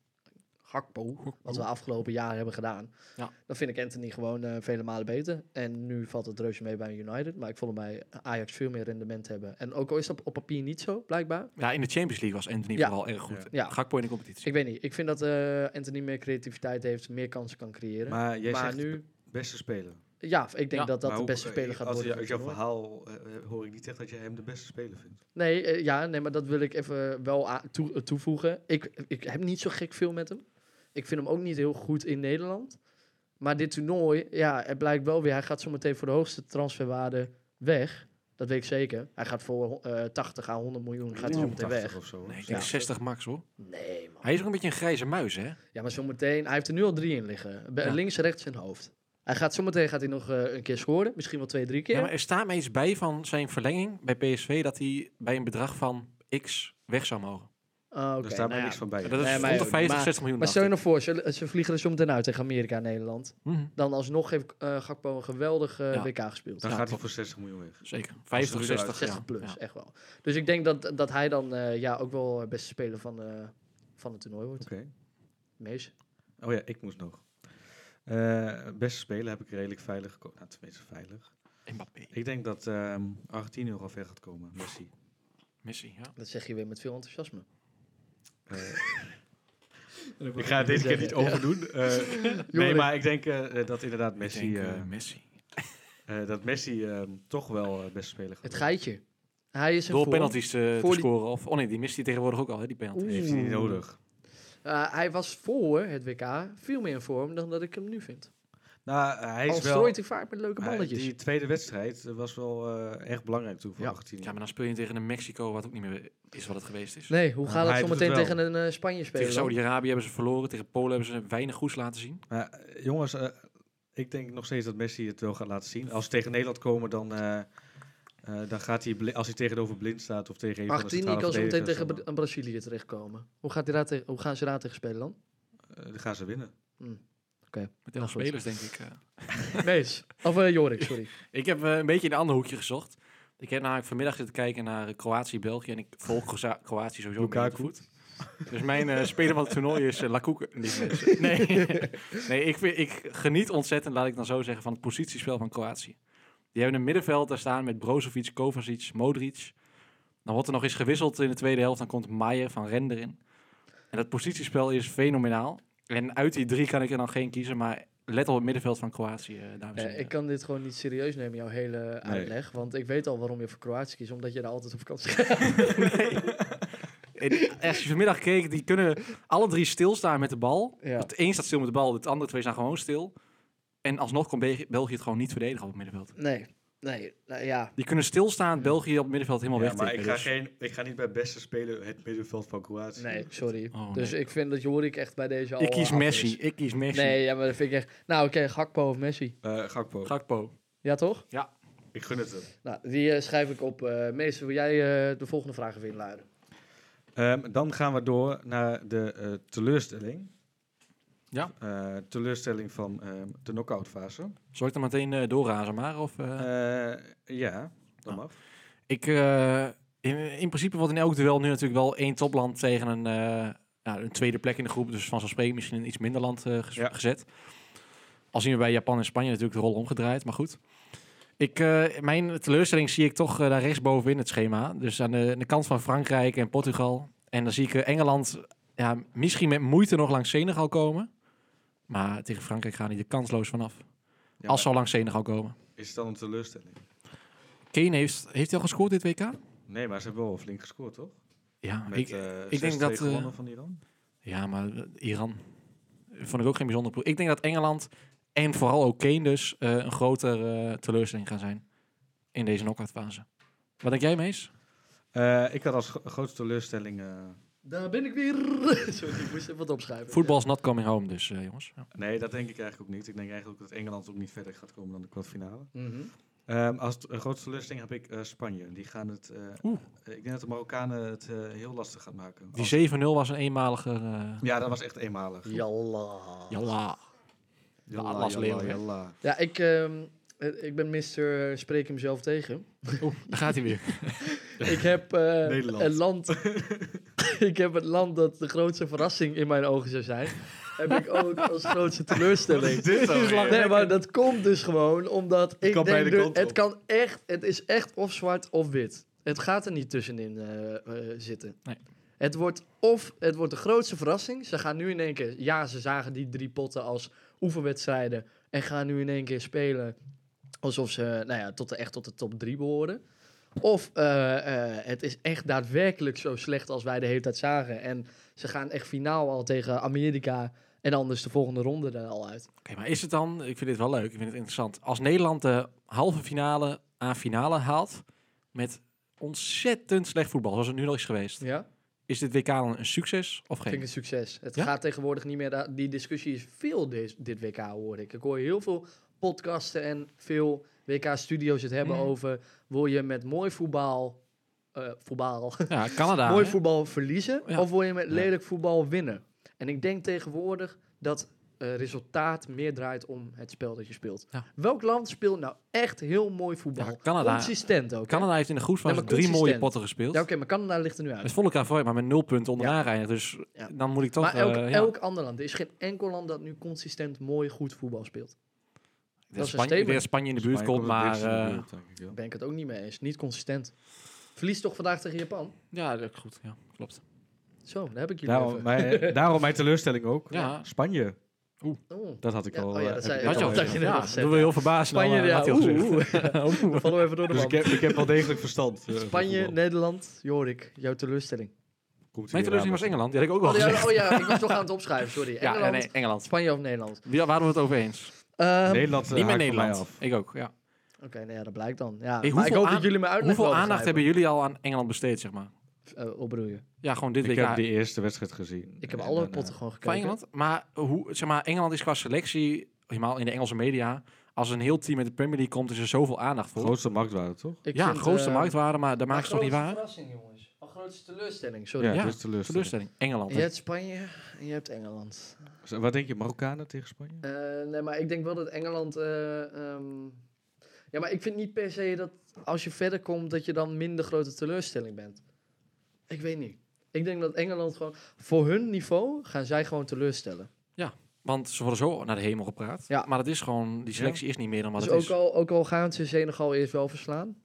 [SPEAKER 3] Gakpo, wat we afgelopen jaar hebben gedaan,
[SPEAKER 2] Oh. Ja.
[SPEAKER 3] dan vind ik Anthony gewoon eh, vele malen beter. En nu valt het reuze mee bij United, maar ik vond hem bij Ajax veel meer rendement hebben. En ook al is dat op papier niet zo, blijkbaar.
[SPEAKER 2] Ja, in de Champions League was Anthony
[SPEAKER 3] Ja.
[SPEAKER 2] vooral erg goed.
[SPEAKER 3] Ja.
[SPEAKER 2] Gakpo in de competitie.
[SPEAKER 3] Ik weet niet, ik vind dat eh, Anthony meer creativiteit heeft, meer kansen kan creëren. Maar,
[SPEAKER 1] Maar jij zegt
[SPEAKER 3] nu,
[SPEAKER 1] beste speler.
[SPEAKER 3] ja, ik denk
[SPEAKER 2] Ja,
[SPEAKER 3] dat dat
[SPEAKER 1] Maar
[SPEAKER 3] de
[SPEAKER 1] hoe-
[SPEAKER 3] beste
[SPEAKER 1] eh,
[SPEAKER 3] speler gaat
[SPEAKER 1] als
[SPEAKER 3] worden.
[SPEAKER 1] je- Uit
[SPEAKER 3] voor
[SPEAKER 1] jouw
[SPEAKER 3] het toernooi.
[SPEAKER 1] verhaal eh, hoor ik niet echt dat jij hem de beste speler vindt.
[SPEAKER 3] Nee, eh, ja, nee, maar dat wil ik even wel a- toe- eh, toevoegen. Ik, ik heb niet zo gek veel met hem. Ik vind hem ook niet heel goed in Nederland. Maar dit toernooi, ja, het blijkt wel weer. Hij gaat zometeen voor de hoogste transferwaarde weg. Dat weet ik zeker. Hij gaat voor eh 80 à 100 miljoen gaat hij
[SPEAKER 1] Oeh,
[SPEAKER 3] zometeen
[SPEAKER 1] 80
[SPEAKER 3] weg.
[SPEAKER 1] Of zo,
[SPEAKER 2] Nee,
[SPEAKER 1] nee.
[SPEAKER 2] ik denk
[SPEAKER 3] Ja.
[SPEAKER 2] 60 max hoor.
[SPEAKER 3] Nee, man.
[SPEAKER 2] Hij is ook een beetje een grijze muis, hè?
[SPEAKER 3] Ja, maar zometeen, hij heeft er nu al drie in liggen. Be-
[SPEAKER 2] Ja.
[SPEAKER 3] Links, rechts en hoofd. Hij gaat zometeen gaat hij nog eh, een keer scoren. Misschien wel twee, drie keer.
[SPEAKER 2] Ja, maar er staat me iets bij van zijn verlenging bij PSV dat hij bij een bedrag van x weg zou mogen.
[SPEAKER 3] Ah, oké,
[SPEAKER 1] Daar staat
[SPEAKER 3] nou
[SPEAKER 1] mij
[SPEAKER 3] ja.
[SPEAKER 1] niks van bij.
[SPEAKER 2] Dat is
[SPEAKER 3] Nee, maar-
[SPEAKER 2] 150,
[SPEAKER 3] maar-
[SPEAKER 2] 60 miljoen.
[SPEAKER 3] Maar stel
[SPEAKER 2] dacht
[SPEAKER 3] je
[SPEAKER 2] ik.
[SPEAKER 3] nou voor, ze, ze vliegen er zometeen uit tegen Amerika en Nederland.
[SPEAKER 2] Mhm,
[SPEAKER 3] dan alsnog heeft eh, Gakpo een geweldig eh,
[SPEAKER 2] Ja.
[SPEAKER 3] WK gespeeld.
[SPEAKER 1] Dan
[SPEAKER 2] Ja,
[SPEAKER 1] gaat hij
[SPEAKER 2] klopt.
[SPEAKER 1] voor 60 miljoen weg.
[SPEAKER 2] Zeker.
[SPEAKER 1] Als het
[SPEAKER 2] 50, 60,
[SPEAKER 3] 60
[SPEAKER 2] ja.
[SPEAKER 3] plus,
[SPEAKER 2] Ja.
[SPEAKER 3] echt wel. Dus ik denk dat, dat hij dan eh, ja, ook wel beste speler van, eh, van het toernooi wordt.
[SPEAKER 1] Oké.
[SPEAKER 3] Mees.
[SPEAKER 1] Oh ja, ik moest nog. Eh, beste speler heb ik redelijk veilig geko- Nou, tenminste veilig.
[SPEAKER 2] Mbappé.
[SPEAKER 1] Ik denk dat ehm Argentinië nog wel ver gaat komen. Messi.
[SPEAKER 2] Messi, ja.
[SPEAKER 3] Dat zeg je weer met veel enthousiasme.
[SPEAKER 1] Eh, ik ga het deze keer niet
[SPEAKER 3] Ja.
[SPEAKER 1] overdoen. Eh, nee,
[SPEAKER 3] Jongen.
[SPEAKER 1] maar ik denk eh, dat inderdaad
[SPEAKER 2] Messi.
[SPEAKER 1] Messi... eh,
[SPEAKER 2] Messi.
[SPEAKER 1] eh, dat Messi ehm, toch wel eh, beste speler gaat
[SPEAKER 3] Het
[SPEAKER 1] worden.
[SPEAKER 3] geitje. Hij is een
[SPEAKER 2] Door penalties eh, te
[SPEAKER 3] voor die-
[SPEAKER 2] scoren. Of, oh nee, die mist hij tegenwoordig ook al, hè, die penalty.
[SPEAKER 1] Heeft hij niet nodig.
[SPEAKER 3] Eh, hij was voor het WK veel meer in vorm dan dat ik hem nu vind.
[SPEAKER 1] Nou, hij
[SPEAKER 3] Al
[SPEAKER 1] is wel...
[SPEAKER 3] strooit hij vaak met leuke
[SPEAKER 1] Maar
[SPEAKER 3] balletjes.
[SPEAKER 1] Die tweede wedstrijd eh, was wel eh, erg belangrijk toen voor
[SPEAKER 3] Ja.
[SPEAKER 1] Argentinië.
[SPEAKER 2] Ja, maar dan speel je tegen een Mexico, wat ook niet meer is wat het geweest is.
[SPEAKER 3] Nee, hoe
[SPEAKER 1] Maar
[SPEAKER 3] gaat het
[SPEAKER 1] hij
[SPEAKER 3] zo
[SPEAKER 1] doet
[SPEAKER 3] meteen
[SPEAKER 1] het wel.
[SPEAKER 3] tegen een eh, Spanje spelen?
[SPEAKER 2] Tegen
[SPEAKER 3] dan?
[SPEAKER 2] Saudi-Arabië hebben ze verloren. Tegen Polen hebben ze weinig goeds laten zien.
[SPEAKER 1] Maar, eh, jongens, eh, ik denk nog steeds dat Messi het wel gaat laten zien. Als ze tegen Nederland komen, dan, eh, eh, dan gaat hij, bli- als hij tegenover blind staat of tegen een van de
[SPEAKER 3] Argentinië
[SPEAKER 1] centrale
[SPEAKER 3] kan zo meteen tegen
[SPEAKER 1] verdedigers,
[SPEAKER 3] Bra- Brazilië terechtkomen. Hoe, gaat hij daar tegen, hoe gaan ze daar tegen spelen dan? Hm.
[SPEAKER 1] dan, eh, dan gaan ze winnen.
[SPEAKER 2] Met elf
[SPEAKER 3] goed.
[SPEAKER 2] spelers, denk ik. eh.
[SPEAKER 3] Mees. Of eh, Jorik, sorry.
[SPEAKER 2] Ik heb eh, een beetje in een ander hoekje gezocht. Ik heb namelijk vanmiddag zitten kijken naar eh, Kroatië-België. En ik volg Kroza- Kroatië sowieso een beetje
[SPEAKER 1] Lukaku.
[SPEAKER 2] goed. Dus mijn eh, speler van het toernooi is eh, Lakoek. Niet mensen. Nee, nee ik, vind- ik geniet ontzettend, laat ik dan zo zeggen, van het positiespel van Kroatië. Die hebben een middenveld daar staan met Brozovic, Kovacic, Modric. Dan wordt er nog eens gewisseld in de tweede helft. Dan komt Maier van Render in. En dat positiespel is fenomenaal. En uit die drie kan ik er dan geen kiezen. Maar let op het middenveld van Kroatië, eh, dames en
[SPEAKER 3] Eh,
[SPEAKER 2] heren.
[SPEAKER 3] ik kan dit gewoon niet serieus nemen, jouw hele uitleg. Want ik weet al waarom je voor Kroatië kiest, omdat je daar altijd op vakantie gaat.
[SPEAKER 2] En eh, als je vanmiddag keek, die kunnen alle drie stilstaan met de bal.
[SPEAKER 3] Ja.
[SPEAKER 2] Het één staat stil met de bal, het andere twee staan gewoon stil. En alsnog kon België België het gewoon niet verdedigen op het middenveld.
[SPEAKER 3] Nee, nee, nou ja.
[SPEAKER 2] Die kunnen stilstaan, België op het middenveld helemaal
[SPEAKER 1] Ja,
[SPEAKER 2] weg. dus-
[SPEAKER 1] maar ik ga, geen, ik ga niet bij beste speler het middenveld van Kroatië.
[SPEAKER 3] Nee, sorry.
[SPEAKER 2] Oh, nee.
[SPEAKER 3] Dus ik vind dat Jorik echt bij deze al
[SPEAKER 2] ik kies
[SPEAKER 3] eh, af
[SPEAKER 2] Messi,
[SPEAKER 3] is.
[SPEAKER 2] ik kies Messi.
[SPEAKER 3] Nee, ja, maar dat vind ik echt... Nou, oké, Gakpo of Messi.
[SPEAKER 1] Eh, Gakpo,
[SPEAKER 2] Gakpo.
[SPEAKER 3] Ja, toch?
[SPEAKER 1] ik gun het hem.
[SPEAKER 3] Nou, die eh, schrijf ik op. eh Mees, wil jij eh, de volgende vraag even inluiden?
[SPEAKER 1] Ehm, dan gaan we door naar de eh, teleurstelling.
[SPEAKER 2] Ja.
[SPEAKER 1] Eh, teleurstelling van ehm, de knock-out fase.
[SPEAKER 2] Zal ik dan meteen eh, doorrazen maar? Of, eh?
[SPEAKER 1] ja, dan
[SPEAKER 2] Ah.
[SPEAKER 1] mag.
[SPEAKER 2] Ik, eh, in, in principe wordt in elk duel nu natuurlijk wel één topland tegen een, eh, nou, een tweede plek in de groep, dus vanzelfsprekend misschien in een iets minder land eh, ges-
[SPEAKER 1] Ja.
[SPEAKER 2] gezet. Al zien we bij Japan en Spanje natuurlijk de rol omgedraaid, maar goed. Ik, eh, mijn teleurstelling zie ik toch eh, daar rechtsboven in het schema. Dus aan de, aan de kant van Frankrijk en Portugal. En dan zie ik eh, Engeland ja, misschien met moeite nog langs Senegal komen. Maar tegen Frankrijk gaan die er kansloos vanaf.
[SPEAKER 1] Ja,
[SPEAKER 2] als
[SPEAKER 1] maar
[SPEAKER 2] ze al langs Senegal komen.
[SPEAKER 1] Is het dan een teleurstelling?
[SPEAKER 2] Kane heeft, heeft hij al gescoord dit WK?
[SPEAKER 1] Nee, maar ze hebben wel flink gescoord, toch?
[SPEAKER 2] Ja,
[SPEAKER 1] Met,
[SPEAKER 2] ik,
[SPEAKER 1] eh,
[SPEAKER 2] ik denk
[SPEAKER 1] 6-2
[SPEAKER 2] dat, eh,
[SPEAKER 1] gewonnen van Iran.
[SPEAKER 2] ja maar eh, Iran vond ik ook geen bijzonder ploeg. Ik denk dat Engeland en vooral ook Kane dus eh, een grotere eh, teleurstelling gaan zijn in deze knock-outfase. Wat denk jij, Mees?
[SPEAKER 1] Eh, ik had als gro- grootste teleurstelling... eh,
[SPEAKER 3] Daar ben ik weer. Sorry, ik moest even wat opschuiven.
[SPEAKER 2] Voetbal is not coming home, dus eh, jongens. Ja.
[SPEAKER 1] nee, dat denk ik eigenlijk ook niet. Ik denk eigenlijk dat Engeland ook niet verder gaat komen dan de kwartfinale.
[SPEAKER 3] Ja. Mhm.
[SPEAKER 1] Ehm, als t- eh, grootste teleurstelling heb ik eh, Spanje. Die gaan het... eh,
[SPEAKER 2] Oeh.
[SPEAKER 1] eh, ik denk dat de Marokkanen het eh, heel lastig gaan maken. Als-
[SPEAKER 2] Die 7-0 was een eenmalige... eh
[SPEAKER 1] ja, dat was echt eenmalig.
[SPEAKER 3] Jalla.
[SPEAKER 2] jalla.
[SPEAKER 1] Jalla,
[SPEAKER 2] Ja, Atlas
[SPEAKER 1] jalla,
[SPEAKER 2] Leeuwen, hè?
[SPEAKER 1] jalla.
[SPEAKER 3] Ja, ik, ehm, eh, ik ben mister spreek hem zelf tegen.
[SPEAKER 2] Oeh, daar gaat hij weer.
[SPEAKER 3] ik heb eh,
[SPEAKER 1] Nederland.
[SPEAKER 3] een land... ik heb het land dat de grootste verrassing in mijn ogen zou zijn. heb ik ook als grootste teleurstelling.
[SPEAKER 1] Dit alweer?
[SPEAKER 3] Nee, maar dat komt dus gewoon omdat ik
[SPEAKER 1] kan
[SPEAKER 3] denk...
[SPEAKER 1] beide
[SPEAKER 3] dus-
[SPEAKER 1] kanten
[SPEAKER 3] het
[SPEAKER 1] op.
[SPEAKER 3] kan echt... Het is echt of zwart of wit. Het gaat er niet tussenin eh, eh, zitten.
[SPEAKER 2] Nee.
[SPEAKER 3] Het wordt of het wordt de grootste verrassing. Ze gaan nu in één keer... Ja, ze zagen die drie potten als oefenwedstrijden. En gaan nu in één keer spelen alsof ze nou ja, tot de, echt tot de top drie behoren. Of eh, eh, het is echt daadwerkelijk zo slecht als wij de hele tijd zagen. En ze gaan echt finaal al tegen Amerika en anders de volgende ronde er al uit.
[SPEAKER 2] Oké, maar is het dan, ik vind dit wel leuk, ik vind het interessant. Als Nederland de halve finale aan finale haalt met ontzettend slecht voetbal, zoals het nu al is geweest.
[SPEAKER 3] Ja?
[SPEAKER 2] Is dit WK dan een succes of
[SPEAKER 3] Vind
[SPEAKER 2] geen?
[SPEAKER 3] ik een succes. Het
[SPEAKER 2] Ja?
[SPEAKER 3] gaat tegenwoordig niet meer. da- Die discussie is veel dis- dit WK, hoor ik. Ik hoor heel veel podcasten en veel WK-studio's het hebben
[SPEAKER 2] Mm.
[SPEAKER 3] over. Wil je met mooi voetbal. eh, voetbal.
[SPEAKER 2] Ja, Canada.
[SPEAKER 3] mooi
[SPEAKER 2] hè?
[SPEAKER 3] voetbal verliezen?
[SPEAKER 2] Ah. Ja.
[SPEAKER 3] Of wil je met
[SPEAKER 2] Ja.
[SPEAKER 3] lelijk voetbal winnen? En ik denk tegenwoordig dat eh, resultaat meer draait om het spel dat je speelt.
[SPEAKER 2] Ja.
[SPEAKER 3] Welk land speelt nou echt heel mooi voetbal?
[SPEAKER 2] Ja, Canada.
[SPEAKER 3] Consistent ook. hè?
[SPEAKER 2] Canada heeft in de groep van
[SPEAKER 3] Nee, maar
[SPEAKER 2] drie mooie
[SPEAKER 3] consistent.
[SPEAKER 2] potten gespeeld.
[SPEAKER 3] Ja, oké, maar Canada ligt er nu uit.
[SPEAKER 2] Het volle elkaar voor, maar met nul punten onderaan rijden. Dus
[SPEAKER 3] Ja.
[SPEAKER 2] dan moet ik toch...
[SPEAKER 3] maar elk,
[SPEAKER 2] eh, ja.
[SPEAKER 3] elk ander land. Er is geen enkel land dat nu consistent mooi goed voetbal speelt.
[SPEAKER 2] Ik denk
[SPEAKER 3] is een
[SPEAKER 2] Spanje, ik denk dat Spanje in de buurt
[SPEAKER 1] Spanje
[SPEAKER 2] komt,
[SPEAKER 1] het
[SPEAKER 2] maar...
[SPEAKER 1] dichtst in de
[SPEAKER 2] eh,
[SPEAKER 1] buurt, denk ik, ja.
[SPEAKER 3] Daar ben ik het ook niet mee eens. Niet consistent. Verlies toch vandaag tegen Japan?
[SPEAKER 2] ja, dat is goed. Ja, klopt.
[SPEAKER 3] Zo, daar heb ik jullie
[SPEAKER 2] Nou,
[SPEAKER 1] Daarom
[SPEAKER 3] even.
[SPEAKER 1] mijn, eh, daarom mijn teleurstelling ook.
[SPEAKER 2] Ja.
[SPEAKER 1] Spanje.
[SPEAKER 3] Oh,
[SPEAKER 1] Dat had ik
[SPEAKER 3] Ja,
[SPEAKER 1] al.
[SPEAKER 3] oh ja,
[SPEAKER 1] eh,
[SPEAKER 3] dat
[SPEAKER 1] heb
[SPEAKER 3] zei
[SPEAKER 1] ik
[SPEAKER 3] je
[SPEAKER 2] Had je
[SPEAKER 1] al
[SPEAKER 2] al
[SPEAKER 1] gezegd.
[SPEAKER 3] dat je
[SPEAKER 2] gezegd.
[SPEAKER 3] net
[SPEAKER 2] Ja,
[SPEAKER 3] al
[SPEAKER 2] dat
[SPEAKER 3] gezegd,
[SPEAKER 2] wil heel verbaasd. nou,
[SPEAKER 3] Spanje,
[SPEAKER 2] eh,
[SPEAKER 3] ja,
[SPEAKER 2] had hij al
[SPEAKER 3] oeh,
[SPEAKER 2] gezegd. Oeh.
[SPEAKER 3] vallen we even door de
[SPEAKER 1] Dus ik
[SPEAKER 3] man.
[SPEAKER 1] heb, ik heb wel degelijk verstand. eh, van
[SPEAKER 3] Spanje,
[SPEAKER 1] voetbal.
[SPEAKER 3] Nederland, Jorik, jouw teleurstelling.
[SPEAKER 1] Komt
[SPEAKER 2] Mijn
[SPEAKER 1] hier aan
[SPEAKER 2] teleurstelling was
[SPEAKER 1] met-
[SPEAKER 2] Engeland. Die had ik ook al
[SPEAKER 3] Oh ja,
[SPEAKER 2] gezegd.
[SPEAKER 3] oh ja, ik was nog aan het opschrijven, sorry.
[SPEAKER 2] Ja,
[SPEAKER 3] Engeland,
[SPEAKER 2] nee, Engeland.
[SPEAKER 3] Spanje of Nederland?
[SPEAKER 2] Waar waren we het over eens?
[SPEAKER 3] Ehm,
[SPEAKER 1] Nederland eh,
[SPEAKER 2] Niet met
[SPEAKER 1] haakt van mij
[SPEAKER 2] Nederland.
[SPEAKER 1] af.
[SPEAKER 2] Ik ook, ja.
[SPEAKER 3] Oké, nou ja, dat blijkt dan. Ja.
[SPEAKER 2] Hey,
[SPEAKER 3] maar ik
[SPEAKER 2] hoeveel
[SPEAKER 3] hoop
[SPEAKER 2] aan-
[SPEAKER 3] dat jullie me uitleggen.
[SPEAKER 2] Hoeveel aandacht hebben jullie al aan Engeland besteed, zeg maar?
[SPEAKER 3] jullie? Eh, opbroeien.
[SPEAKER 2] Ja, gewoon dit
[SPEAKER 1] Ik
[SPEAKER 2] WK.
[SPEAKER 1] heb die eerste wedstrijd gezien.
[SPEAKER 3] Ik heb
[SPEAKER 1] En
[SPEAKER 3] alle
[SPEAKER 1] daarna-
[SPEAKER 3] potten gewoon gekeken.
[SPEAKER 2] nou, Van Engeland. Maar, hoe, zeg maar Engeland is qua selectie, helemaal in de Engelse media, als een heel team met de Premier League komt, is er zoveel aandacht voor.
[SPEAKER 1] Grootste marktwaarde, toch?
[SPEAKER 3] Ik
[SPEAKER 2] ja,
[SPEAKER 3] vind,
[SPEAKER 2] grootste
[SPEAKER 3] eh,
[SPEAKER 2] marktwaarde, maar daar
[SPEAKER 3] maar
[SPEAKER 2] maakt ze toch niet
[SPEAKER 3] grootste
[SPEAKER 2] waar?
[SPEAKER 3] verrassing, jongens. Al grootste teleurstelling, sorry.
[SPEAKER 1] Ja,
[SPEAKER 2] Ja,
[SPEAKER 1] dus teleurstelling.
[SPEAKER 2] Teleurstelling. Engeland.
[SPEAKER 3] Je hebt Spanje en je hebt Engeland.
[SPEAKER 1] Z- Wat denk je, Marokkanen tegen Spanje?
[SPEAKER 3] Eh, nee, maar ik denk wel dat Engeland. eh, ehm, Ja, maar ik vind niet per se dat als je verder komt, dat je dan minder grote teleurstelling bent. Ik weet niet. Ik denk dat Engeland gewoon. Voor hun niveau gaan zij gewoon teleurstellen.
[SPEAKER 2] Want ze worden zo naar de hemel gepraat.
[SPEAKER 3] Ja.
[SPEAKER 2] Maar dat is gewoon, die selectie is niet meer dan wat
[SPEAKER 3] dus
[SPEAKER 2] het
[SPEAKER 3] ook
[SPEAKER 2] is.
[SPEAKER 3] al, ook al gaan ze Senegal eerst wel verslaan,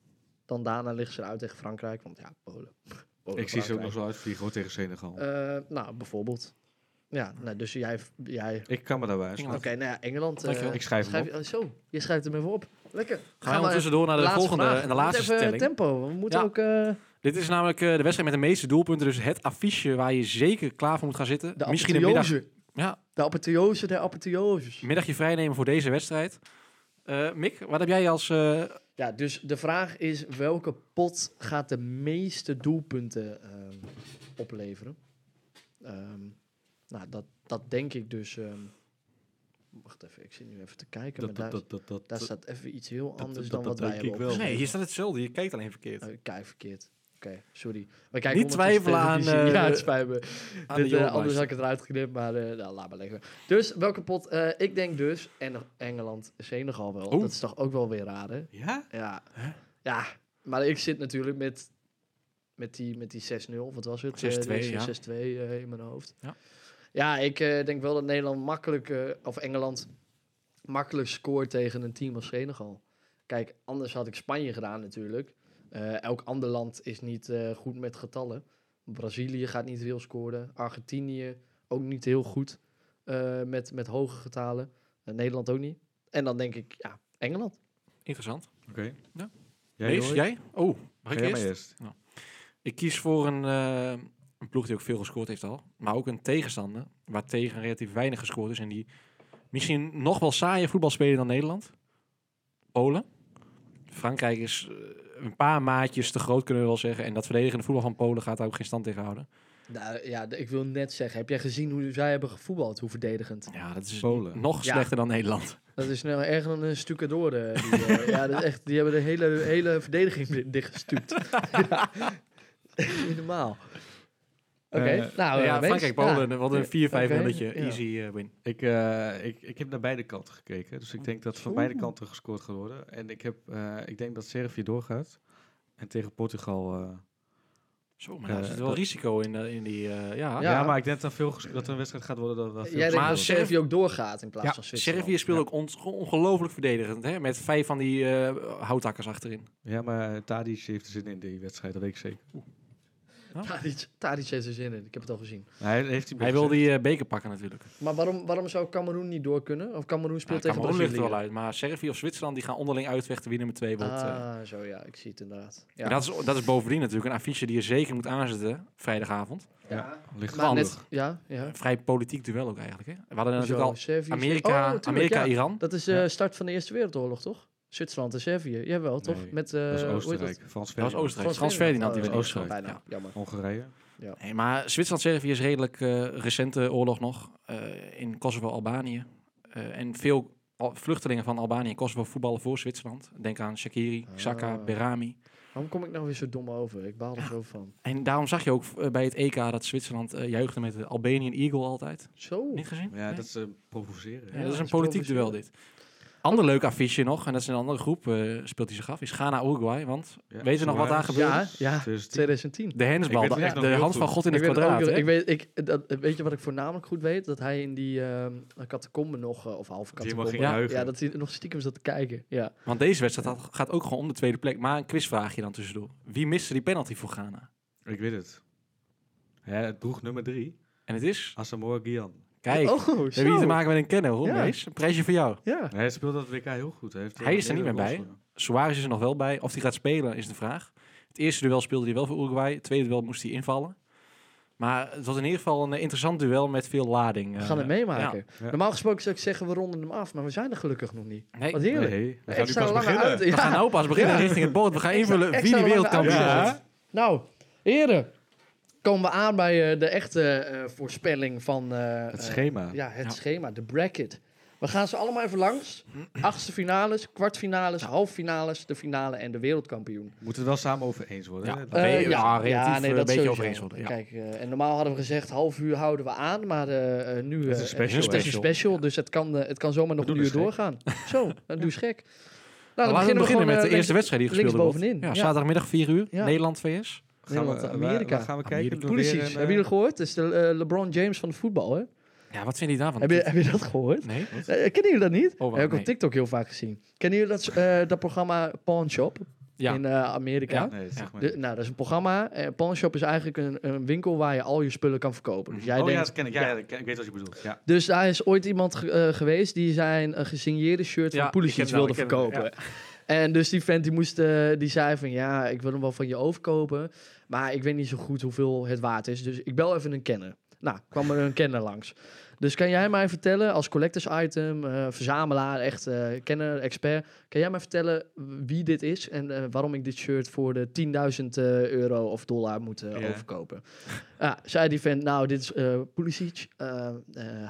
[SPEAKER 3] dan daarna liggen ze eruit tegen Frankrijk. Want ja, Polen. Polen,
[SPEAKER 1] ik zie ze ook nog
[SPEAKER 3] Frankrijk.
[SPEAKER 1] zo uitvliegen hoor, tegen Senegal.
[SPEAKER 3] Oh, Eh, nou, bijvoorbeeld. Ja, nou, dus jij. jij...
[SPEAKER 1] ik kan me daarbij
[SPEAKER 3] Oké,
[SPEAKER 1] aansluiten.
[SPEAKER 3] nou ja, Engeland. eh,
[SPEAKER 2] Dankjewel.
[SPEAKER 1] Ah. Ik schrijf hem
[SPEAKER 3] je- zo, je schrijft hem even op. Lekker.
[SPEAKER 2] Gaan we ondertussen door naar de
[SPEAKER 3] Laatste
[SPEAKER 2] volgende
[SPEAKER 3] vraag.
[SPEAKER 2] en de
[SPEAKER 3] We
[SPEAKER 2] laatste
[SPEAKER 3] moeten even eh,
[SPEAKER 2] stelling.
[SPEAKER 3] tempo. We moeten
[SPEAKER 2] Ja.
[SPEAKER 3] ook eh,
[SPEAKER 2] Dit is namelijk eh, de wedstrijd met de meeste doelpunten. Dus het affiche waar je zeker klaar voor moet gaan zitten.
[SPEAKER 3] de
[SPEAKER 2] Misschien een middag,
[SPEAKER 3] apotheose.
[SPEAKER 2] ja,
[SPEAKER 3] De apotheose der apotheoses.
[SPEAKER 2] een middagje vrijnemen voor deze wedstrijd. Eh, Mick, wat heb jij als... eh,
[SPEAKER 3] Ja, dus de vraag is welke pot gaat de meeste doelpunten ehm, opleveren? Ehm, nou, dat, dat denk ik dus... ehm, wacht even, ik zit nu even te kijken.
[SPEAKER 1] Dat,
[SPEAKER 3] maar
[SPEAKER 1] dat,
[SPEAKER 3] daar,
[SPEAKER 1] dat, dat, dat,
[SPEAKER 3] daar staat even iets heel anders
[SPEAKER 1] dat-
[SPEAKER 3] dan
[SPEAKER 1] dat
[SPEAKER 3] wat wij
[SPEAKER 1] denk ik
[SPEAKER 3] hebben
[SPEAKER 1] wel.
[SPEAKER 3] opgeschreven.
[SPEAKER 2] Nee, hier staat hetzelfde. Je kijkt alleen verkeerd.
[SPEAKER 3] Oh, ik kijk verkeerd. Oké, sorry. We kijken
[SPEAKER 2] Niet
[SPEAKER 3] ondertussen
[SPEAKER 2] twijfelen aan,
[SPEAKER 3] televisie.
[SPEAKER 2] eh,
[SPEAKER 3] ja, het spijt me.
[SPEAKER 2] aan
[SPEAKER 3] Dit,
[SPEAKER 2] de
[SPEAKER 3] eh,
[SPEAKER 2] Johan
[SPEAKER 3] anders
[SPEAKER 2] Buis.
[SPEAKER 3] had ik het eruit geknipt, maar eh, nou, laat maar liggen. Dus welke pot? Eh, ik denk dus, en Engeland, Senegal wel.
[SPEAKER 2] Oeh.
[SPEAKER 3] Dat is toch ook wel weer raar, hè?
[SPEAKER 1] ja?
[SPEAKER 3] Ja. Ja, maar ik zit natuurlijk met Met die, met die 6-0, wat was het?
[SPEAKER 2] 6-2,
[SPEAKER 3] Eh,
[SPEAKER 2] ja.
[SPEAKER 3] 6-2 eh, in mijn hoofd.
[SPEAKER 2] Ja.
[SPEAKER 3] Ja, ik eh, denk wel dat Nederland makkelijk, eh, of Engeland makkelijk scoort tegen een team als Senegal. Kijk, anders had ik Spanje gedaan natuurlijk. Eh, elk ander land is niet eh, goed met getallen. Brazilië gaat niet veel scoren. Argentinië ook niet heel goed eh, met, met hoge getalen. Eh, Nederland ook niet. En dan denk ik, ja, Engeland.
[SPEAKER 2] Interessant.
[SPEAKER 1] Oké.
[SPEAKER 2] Ja.
[SPEAKER 1] Jij,
[SPEAKER 2] Mees,
[SPEAKER 1] Jorik?
[SPEAKER 2] jij? Oh, mag ik
[SPEAKER 1] Ga jij
[SPEAKER 2] eerst?
[SPEAKER 1] maar eerst.
[SPEAKER 2] Ik kies voor een, eh, een ploeg die ook veel gescoord heeft al. Maar ook een tegenstander waar tegen relatief weinig gescoord is. En die misschien nog wel saaier voetbal spelen dan Nederland. Polen. Frankrijk is eh, een paar maatjes te groot, kunnen we wel zeggen. En dat verdedigende voetbal van Polen gaat daar ook geen stand tegen houden.
[SPEAKER 3] Nou ja, d- ik wil net zeggen, heb jij gezien hoe zij hebben gevoetbald, hoe verdedigend?
[SPEAKER 2] Ja, dat is
[SPEAKER 1] Polen.
[SPEAKER 2] nog
[SPEAKER 3] Ja.
[SPEAKER 2] slechter dan Nederland.
[SPEAKER 3] Dat is nou erger dan een stucador. eh, Die, eh, ja, dat is echt, die hebben de hele, hele verdediging di- dichtgestuurd. ja. Echt niet normaal. Oké,
[SPEAKER 1] Eh,
[SPEAKER 3] nou, eh,
[SPEAKER 2] ja,
[SPEAKER 3] Mees.
[SPEAKER 2] Frankrijk-Polen, wat een 4-5
[SPEAKER 3] Oké,
[SPEAKER 2] runnetje.
[SPEAKER 3] ja.
[SPEAKER 2] Easy eh, win.
[SPEAKER 1] Ik, eh, ik, ik heb naar beide kanten gekeken. Dus ik denk dat van beide kanten gescoord gaat worden. En ik, heb, eh, ik denk dat Servië doorgaat. En tegen Portugal... eh,
[SPEAKER 2] Zo, maar daar
[SPEAKER 1] Eh,
[SPEAKER 2] zit wel
[SPEAKER 1] dat-
[SPEAKER 2] risico in, eh, in die... eh,
[SPEAKER 1] ja.
[SPEAKER 2] ja.
[SPEAKER 3] Ja.
[SPEAKER 1] maar ik denk dat, veel ges- dat er een wedstrijd gaat worden dat er wel veel
[SPEAKER 3] Jij denkt
[SPEAKER 1] gescoord
[SPEAKER 2] eh, Maar
[SPEAKER 3] dat
[SPEAKER 1] wordt.
[SPEAKER 2] Servië-
[SPEAKER 3] Servië ook doorgaat in plaats
[SPEAKER 2] Ja,
[SPEAKER 3] van Zwitserland.
[SPEAKER 2] Servië speelt ook on- ongelooflijk verdedigend. Hè? Met vijf van die eh, houthakkers achterin.
[SPEAKER 1] Ja, maar Tadic heeft er zin in die wedstrijd, dat weet ik zeker.
[SPEAKER 3] Tadic, Tadic heeft er zin in, ik heb het al gezien.
[SPEAKER 1] Hij, heeft die
[SPEAKER 2] Hij wil die eh, beker pakken natuurlijk.
[SPEAKER 3] Maar waarom, waarom zou Cameroen niet door kunnen? Of Cameroen
[SPEAKER 2] Ja,
[SPEAKER 3] speelt tegen
[SPEAKER 2] Cameroen ligt er
[SPEAKER 3] Brazilië.
[SPEAKER 2] wel uit. Maar Servië of Zwitserland die gaan onderling uit weg te winnen met twee. wordt, eh.
[SPEAKER 3] Ah, zo ja, ik zie het inderdaad. Ja.
[SPEAKER 2] En dat, is, dat is bovendien natuurlijk een affiche die je zeker moet aanzetten vrijdagavond.
[SPEAKER 3] ja.
[SPEAKER 1] ligt
[SPEAKER 3] Maar
[SPEAKER 1] handig.
[SPEAKER 3] net, ja, ja.
[SPEAKER 2] Een vrij politiek duel ook eigenlijk. Hè? We hadden
[SPEAKER 3] Zo,
[SPEAKER 2] natuurlijk al
[SPEAKER 3] Servië-
[SPEAKER 2] Amerika,
[SPEAKER 3] Oh, tuurlijk,
[SPEAKER 2] Amerika
[SPEAKER 3] ja.
[SPEAKER 2] Iran.
[SPEAKER 3] Dat is de start van de Eerste Wereldoorlog, toch? Zwitserland en Servië. Jawel, toch?
[SPEAKER 1] Nee,
[SPEAKER 3] Met, eh,
[SPEAKER 1] Dat was
[SPEAKER 3] hoe heet
[SPEAKER 1] Oostenrijk. Frans
[SPEAKER 2] Dat was
[SPEAKER 1] Ferdinand.
[SPEAKER 2] Oostenrijk. Frans Ferdinand die
[SPEAKER 3] Oh,
[SPEAKER 2] werd
[SPEAKER 1] was Oostenrijk.
[SPEAKER 3] Bijna,
[SPEAKER 2] Ja.
[SPEAKER 3] jammer.
[SPEAKER 1] Hongarije.
[SPEAKER 2] Nee, maar Zwitserland-Servië is redelijk eh, recente oorlog nog. eh, in Kosovo-Albanië. Eh, en veel al- vluchtelingen van Albanië en Kosovo voetballen voor Zwitserland. Denk aan Shakiri, Xhaka,
[SPEAKER 3] Ah.
[SPEAKER 2] Berami.
[SPEAKER 3] Waarom kom ik nou weer zo dom over? Ik baal er zo van.
[SPEAKER 2] En daarom zag je ook eh, bij het EK dat Zwitserland eh, juichte met de Albanian Eagle altijd.
[SPEAKER 3] Zo.
[SPEAKER 2] Niet gezien?
[SPEAKER 1] Ja,
[SPEAKER 2] Nee?
[SPEAKER 1] dat is eh, provoceren.
[SPEAKER 2] Ja,
[SPEAKER 1] hè?
[SPEAKER 2] dat is
[SPEAKER 3] dat
[SPEAKER 2] een
[SPEAKER 3] is
[SPEAKER 2] politiek duel dit. Ander leuk affiche nog, en dat is een andere groep, eh, speelt hij zich af, is Ghana-Uruguay. Want
[SPEAKER 1] Ja,
[SPEAKER 2] weet je nog wat
[SPEAKER 1] Uruguay.
[SPEAKER 2] daar gebeurde?
[SPEAKER 3] Ja, ja.
[SPEAKER 1] 2010.
[SPEAKER 3] 2010.
[SPEAKER 2] De hensbal,
[SPEAKER 1] Ik weet
[SPEAKER 2] de,
[SPEAKER 1] het echt nog
[SPEAKER 2] de
[SPEAKER 1] heel
[SPEAKER 2] hand van
[SPEAKER 1] goed.
[SPEAKER 2] God in het
[SPEAKER 3] ik weet
[SPEAKER 2] kwadraat.
[SPEAKER 3] ook,
[SPEAKER 2] hè?
[SPEAKER 3] ik weet, ik, dat, weet je wat ik voornamelijk goed weet? Dat hij in die ehm catacombe nog, eh, of halve
[SPEAKER 1] Die helemaal ging
[SPEAKER 3] catacombe,
[SPEAKER 2] Ja.
[SPEAKER 1] juichen.
[SPEAKER 3] ja, dat hij nog stiekem zat te kijken. Ja.
[SPEAKER 2] Want deze wedstrijd had- gaat ook gewoon om de tweede plek. Maar een quizvraagje dan tussendoor. Wie miste die penalty voor Ghana?
[SPEAKER 1] Ik weet het. Ja, het droeg nummer drie.
[SPEAKER 2] En het is,
[SPEAKER 1] Asamoah Gyan.
[SPEAKER 2] kijk,
[SPEAKER 3] oh,
[SPEAKER 2] we hebben hier
[SPEAKER 3] zo.
[SPEAKER 2] te maken met een kenner hoor,
[SPEAKER 3] Ja.
[SPEAKER 2] Mees. Een prijsje voor jou.
[SPEAKER 3] Ja.
[SPEAKER 1] Hij speelde dat WK heel goed. Hij, heeft, eh,
[SPEAKER 2] Hij is er niet
[SPEAKER 1] meerdere
[SPEAKER 2] meer
[SPEAKER 1] goals
[SPEAKER 2] Suarez is er nog wel bij. Of hij gaat spelen is de vraag. Het eerste duel speelde hij wel voor Uruguay. Het tweede duel moest hij invallen. Maar het was in ieder geval een eh, interessant duel met veel lading.
[SPEAKER 3] We
[SPEAKER 2] eh.
[SPEAKER 3] gaan het meemaken.
[SPEAKER 1] Ja.
[SPEAKER 3] Normaal gescoord zou ik zeggen, we ronden hem af, maar we zijn er gelukkig nog niet.
[SPEAKER 2] Nee,
[SPEAKER 3] Wat
[SPEAKER 1] gewonnen.
[SPEAKER 3] heerlijk.
[SPEAKER 1] Nee, we gaan nu
[SPEAKER 3] Extra
[SPEAKER 1] pas
[SPEAKER 3] lange
[SPEAKER 1] beginnen.
[SPEAKER 3] uit-
[SPEAKER 2] we gaan
[SPEAKER 3] ja.
[SPEAKER 2] nou pas beginnen
[SPEAKER 3] Ja.
[SPEAKER 2] richting het bord. We gaan invullen wie
[SPEAKER 3] extra
[SPEAKER 2] de
[SPEAKER 3] lange
[SPEAKER 2] wereldkampioen
[SPEAKER 1] uitzending.
[SPEAKER 2] is.
[SPEAKER 1] Ja.
[SPEAKER 3] Nou, heren, komen we aan bij eh, de echte eh, voorspelling van eh,
[SPEAKER 1] Het
[SPEAKER 3] eh,
[SPEAKER 1] schema.
[SPEAKER 3] ja, het
[SPEAKER 2] Ja.
[SPEAKER 3] schema, de bracket. We gaan ze allemaal even langs. Achtste finales, kwartfinales, halffinales, de finale en de wereldkampioen.
[SPEAKER 1] Moeten we het wel samen over eens worden.
[SPEAKER 2] Ja.
[SPEAKER 1] hè?
[SPEAKER 2] Dat weet
[SPEAKER 3] Eh,
[SPEAKER 2] je, ja, relatief, eh, een beetje
[SPEAKER 3] sowieso.
[SPEAKER 2] over eens worden, ja.
[SPEAKER 3] Kijk, eh, en normaal hadden we gezegd half uur houden we aan, maar eh, eh, nu eh,
[SPEAKER 1] Het is een special,
[SPEAKER 3] het is een
[SPEAKER 2] hè?
[SPEAKER 3] special, dus het kan, eh, het kan zomaar nog
[SPEAKER 1] We
[SPEAKER 3] een
[SPEAKER 1] doen dus
[SPEAKER 3] uur
[SPEAKER 1] gek.
[SPEAKER 3] doorgaan. Zo, dan doe eens gek. Nou,
[SPEAKER 2] Laten we beginnen,
[SPEAKER 3] gewoon,
[SPEAKER 2] met
[SPEAKER 3] eh,
[SPEAKER 2] de
[SPEAKER 3] links-
[SPEAKER 2] eerste wedstrijd die gespeeld wordt.
[SPEAKER 3] linksbovenin,
[SPEAKER 2] Ja,
[SPEAKER 3] ja.
[SPEAKER 2] Zaterdagmiddag 4 uur,
[SPEAKER 3] Ja.
[SPEAKER 2] Nederland-VS.
[SPEAKER 1] Gaan we,
[SPEAKER 3] Nederland,
[SPEAKER 1] waar-
[SPEAKER 3] Amerika.
[SPEAKER 1] waar gaan we
[SPEAKER 2] Amerika.
[SPEAKER 1] kijken? Doen we weer
[SPEAKER 3] Pulisic,
[SPEAKER 1] een, eh,
[SPEAKER 3] hebben jullie gehoord? Dat is de eh, LeBron James van het voetbal, hè?
[SPEAKER 2] Ja, wat vind je daarvan?
[SPEAKER 3] Heb je, heb je dat gehoord?
[SPEAKER 2] Nee?
[SPEAKER 3] Eh, kennen jullie dat niet?
[SPEAKER 2] Oh,
[SPEAKER 3] heb ik
[SPEAKER 2] nee.
[SPEAKER 3] op TikTok heel vaak gezien. Kennen jullie dat, eh, dat programma Pawn Shop
[SPEAKER 2] Ja.
[SPEAKER 3] in eh, Amerika?
[SPEAKER 2] Ja.
[SPEAKER 1] Nee, dat is echt maar
[SPEAKER 3] De-
[SPEAKER 1] niet.
[SPEAKER 3] nou, dat is een programma. eh Pawn Shop is eigenlijk een, een winkel waar je al je spullen kan verkopen. Dus jij
[SPEAKER 1] Oh ja,
[SPEAKER 3] denkt,
[SPEAKER 1] dat ken ik. Ja, ja, ik ken- ik weet wat je bedoelt. Ja.
[SPEAKER 3] Dus daar is ooit iemand ge- eh, geweest die zijn eh, gesigneerde shirt
[SPEAKER 2] Ja,
[SPEAKER 3] van
[SPEAKER 2] ik
[SPEAKER 3] Pulisic
[SPEAKER 2] ken het wel,
[SPEAKER 3] wilde
[SPEAKER 2] ik ken het wel,
[SPEAKER 3] verkopen. En dus die vent die, moest, eh, die zei van ja, ik wil hem wel van je overkopen. Maar ik weet niet zo goed hoeveel het waard is. Dus ik bel even een kenner. Nou, kwam er een kenner langs. Dus kan jij mij vertellen, als collectors item, eh, verzamelaar, echt eh, kenner, expert. Kan jij mij vertellen wie dit is en eh, waarom ik dit shirt voor de 10.000 eh, euro of dollar moet eh,
[SPEAKER 1] Ja.
[SPEAKER 3] overkopen? Ja, zei die vent, nou, dit is eh Pulisic. Eh, eh,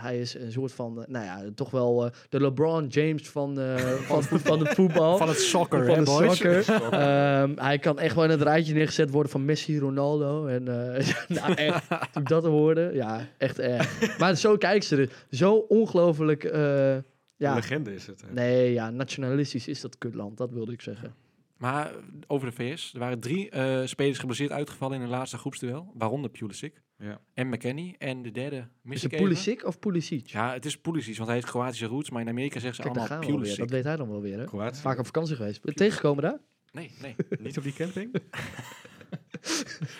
[SPEAKER 3] hij is een soort van, eh, nou ja, toch wel eh, de LeBron James van, eh, van, van de voetbal.
[SPEAKER 2] Van het soccer,
[SPEAKER 3] Van
[SPEAKER 2] hè,
[SPEAKER 3] de
[SPEAKER 2] boys?
[SPEAKER 3] soccer. Ehm, hij kan echt wel in het rijtje neergezet worden van Messi, Ronaldo. En eh, ja, nou, echt, toen ik dat hoorde, ja, echt erg. Maar zo kijken ze er. Zo ongelooflijk, eh,
[SPEAKER 1] Een
[SPEAKER 3] ja.
[SPEAKER 1] legende is het. hè.
[SPEAKER 3] Nee, ja, nationalistisch is dat kutland, dat wilde ik zeggen.
[SPEAKER 2] Maar over de VS, er waren drie eh, spelers geblesseerd uitgevallen in de laatste groepsduel. Waaronder Pulisic
[SPEAKER 1] Ja.
[SPEAKER 2] en McKennie. En de derde mis
[SPEAKER 3] Is het
[SPEAKER 2] ik even.
[SPEAKER 3] Pulisic of Pulisic?
[SPEAKER 2] Ja, het is Pulisic, want hij heeft Kroatische roots. Maar in Amerika zeggen ze
[SPEAKER 3] Kijk, daar gaan
[SPEAKER 2] allemaal
[SPEAKER 3] we alweer.
[SPEAKER 2] Pulisic.
[SPEAKER 3] Dat weet hij dan wel weer, hè?
[SPEAKER 1] Kroatië.
[SPEAKER 3] Vaak op vakantie geweest. Ben je tegengekomen daar?
[SPEAKER 2] Nee, nee.
[SPEAKER 1] Niet op die camping?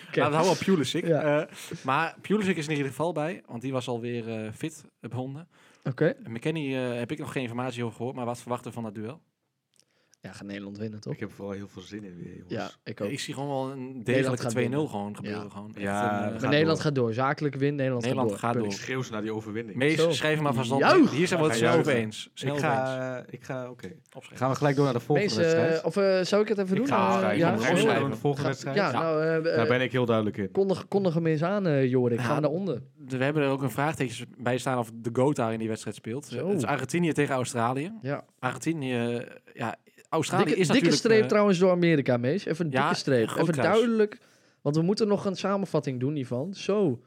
[SPEAKER 3] Oké.
[SPEAKER 2] Maar we houden op Pulisic.
[SPEAKER 3] Ja.
[SPEAKER 2] Eh, maar Pulisic is in ieder geval bij, want die was alweer eh fit begonnen.
[SPEAKER 3] Oké.
[SPEAKER 2] McKennie eh, heb ik nog geen informatie over gehoord, maar wat verwachten we van dat duel?
[SPEAKER 3] Ja, gaat Nederland winnen, toch?
[SPEAKER 1] Ik heb vooral heel veel zin in weer, jongens.
[SPEAKER 3] Ja, ik ook.
[SPEAKER 2] Ik zie gewoon wel een
[SPEAKER 3] Nederland
[SPEAKER 2] degelijke
[SPEAKER 3] gaat
[SPEAKER 2] 2-0
[SPEAKER 3] winnen.
[SPEAKER 2] gewoon gebeuren.
[SPEAKER 3] Ja.
[SPEAKER 2] Gewoon.
[SPEAKER 1] Ja,
[SPEAKER 2] Echt een, eh,
[SPEAKER 1] we
[SPEAKER 3] maar
[SPEAKER 1] gaan
[SPEAKER 3] Nederland
[SPEAKER 1] door.
[SPEAKER 3] gaat door. Zakelijk wint, Nederland,
[SPEAKER 2] Nederland gaat
[SPEAKER 1] Ik
[SPEAKER 2] door.
[SPEAKER 1] schreeuw ze naar die overwinning.
[SPEAKER 2] Mees,
[SPEAKER 3] Zo.
[SPEAKER 2] schrijf hem maar vast
[SPEAKER 3] Juich!
[SPEAKER 2] op. Hier zijn we het
[SPEAKER 1] Ga
[SPEAKER 2] snel over
[SPEAKER 1] juichen.
[SPEAKER 2] eens. Snel
[SPEAKER 1] ik
[SPEAKER 2] over eens.
[SPEAKER 1] ga, eh, ik ga oké.
[SPEAKER 2] Opschrijven.
[SPEAKER 1] Gaan we gelijk door naar de volgende
[SPEAKER 3] Mees, eh,
[SPEAKER 1] wedstrijd?
[SPEAKER 3] of eh, zou ik het even doen?
[SPEAKER 2] ga
[SPEAKER 3] Eh,
[SPEAKER 2] afschrijven.
[SPEAKER 3] ja,
[SPEAKER 2] Ik ga
[SPEAKER 3] sorry.
[SPEAKER 2] afschrijven.
[SPEAKER 1] de volgende
[SPEAKER 3] Ga-
[SPEAKER 1] wedstrijd? Oh,
[SPEAKER 3] Ja, nou, eh, eh,
[SPEAKER 1] Daar ben ik heel duidelijk in.
[SPEAKER 3] kondig, kondig hem eens aan, eh Jorik. Ik Ga
[SPEAKER 2] Ja.
[SPEAKER 3] naar onder.
[SPEAKER 2] We hebben er ook een vraagteken bij staan of de Goat daar in die wedstrijd speelt.
[SPEAKER 3] Zo.
[SPEAKER 2] Het is Argentinië tegen Australië.
[SPEAKER 3] Ja.
[SPEAKER 2] Argentinië, ja, Australië
[SPEAKER 3] Dikke,
[SPEAKER 2] is
[SPEAKER 3] dikke
[SPEAKER 2] natuurlijk...
[SPEAKER 3] streep
[SPEAKER 2] eh,
[SPEAKER 3] trouwens door Amerika, Mees. Even een
[SPEAKER 2] Ja,
[SPEAKER 3] dikke streep.
[SPEAKER 2] groot
[SPEAKER 3] Even
[SPEAKER 2] kruis.
[SPEAKER 3] duidelijk. Want we moeten nog een samenvatting doen hiervan. Zo.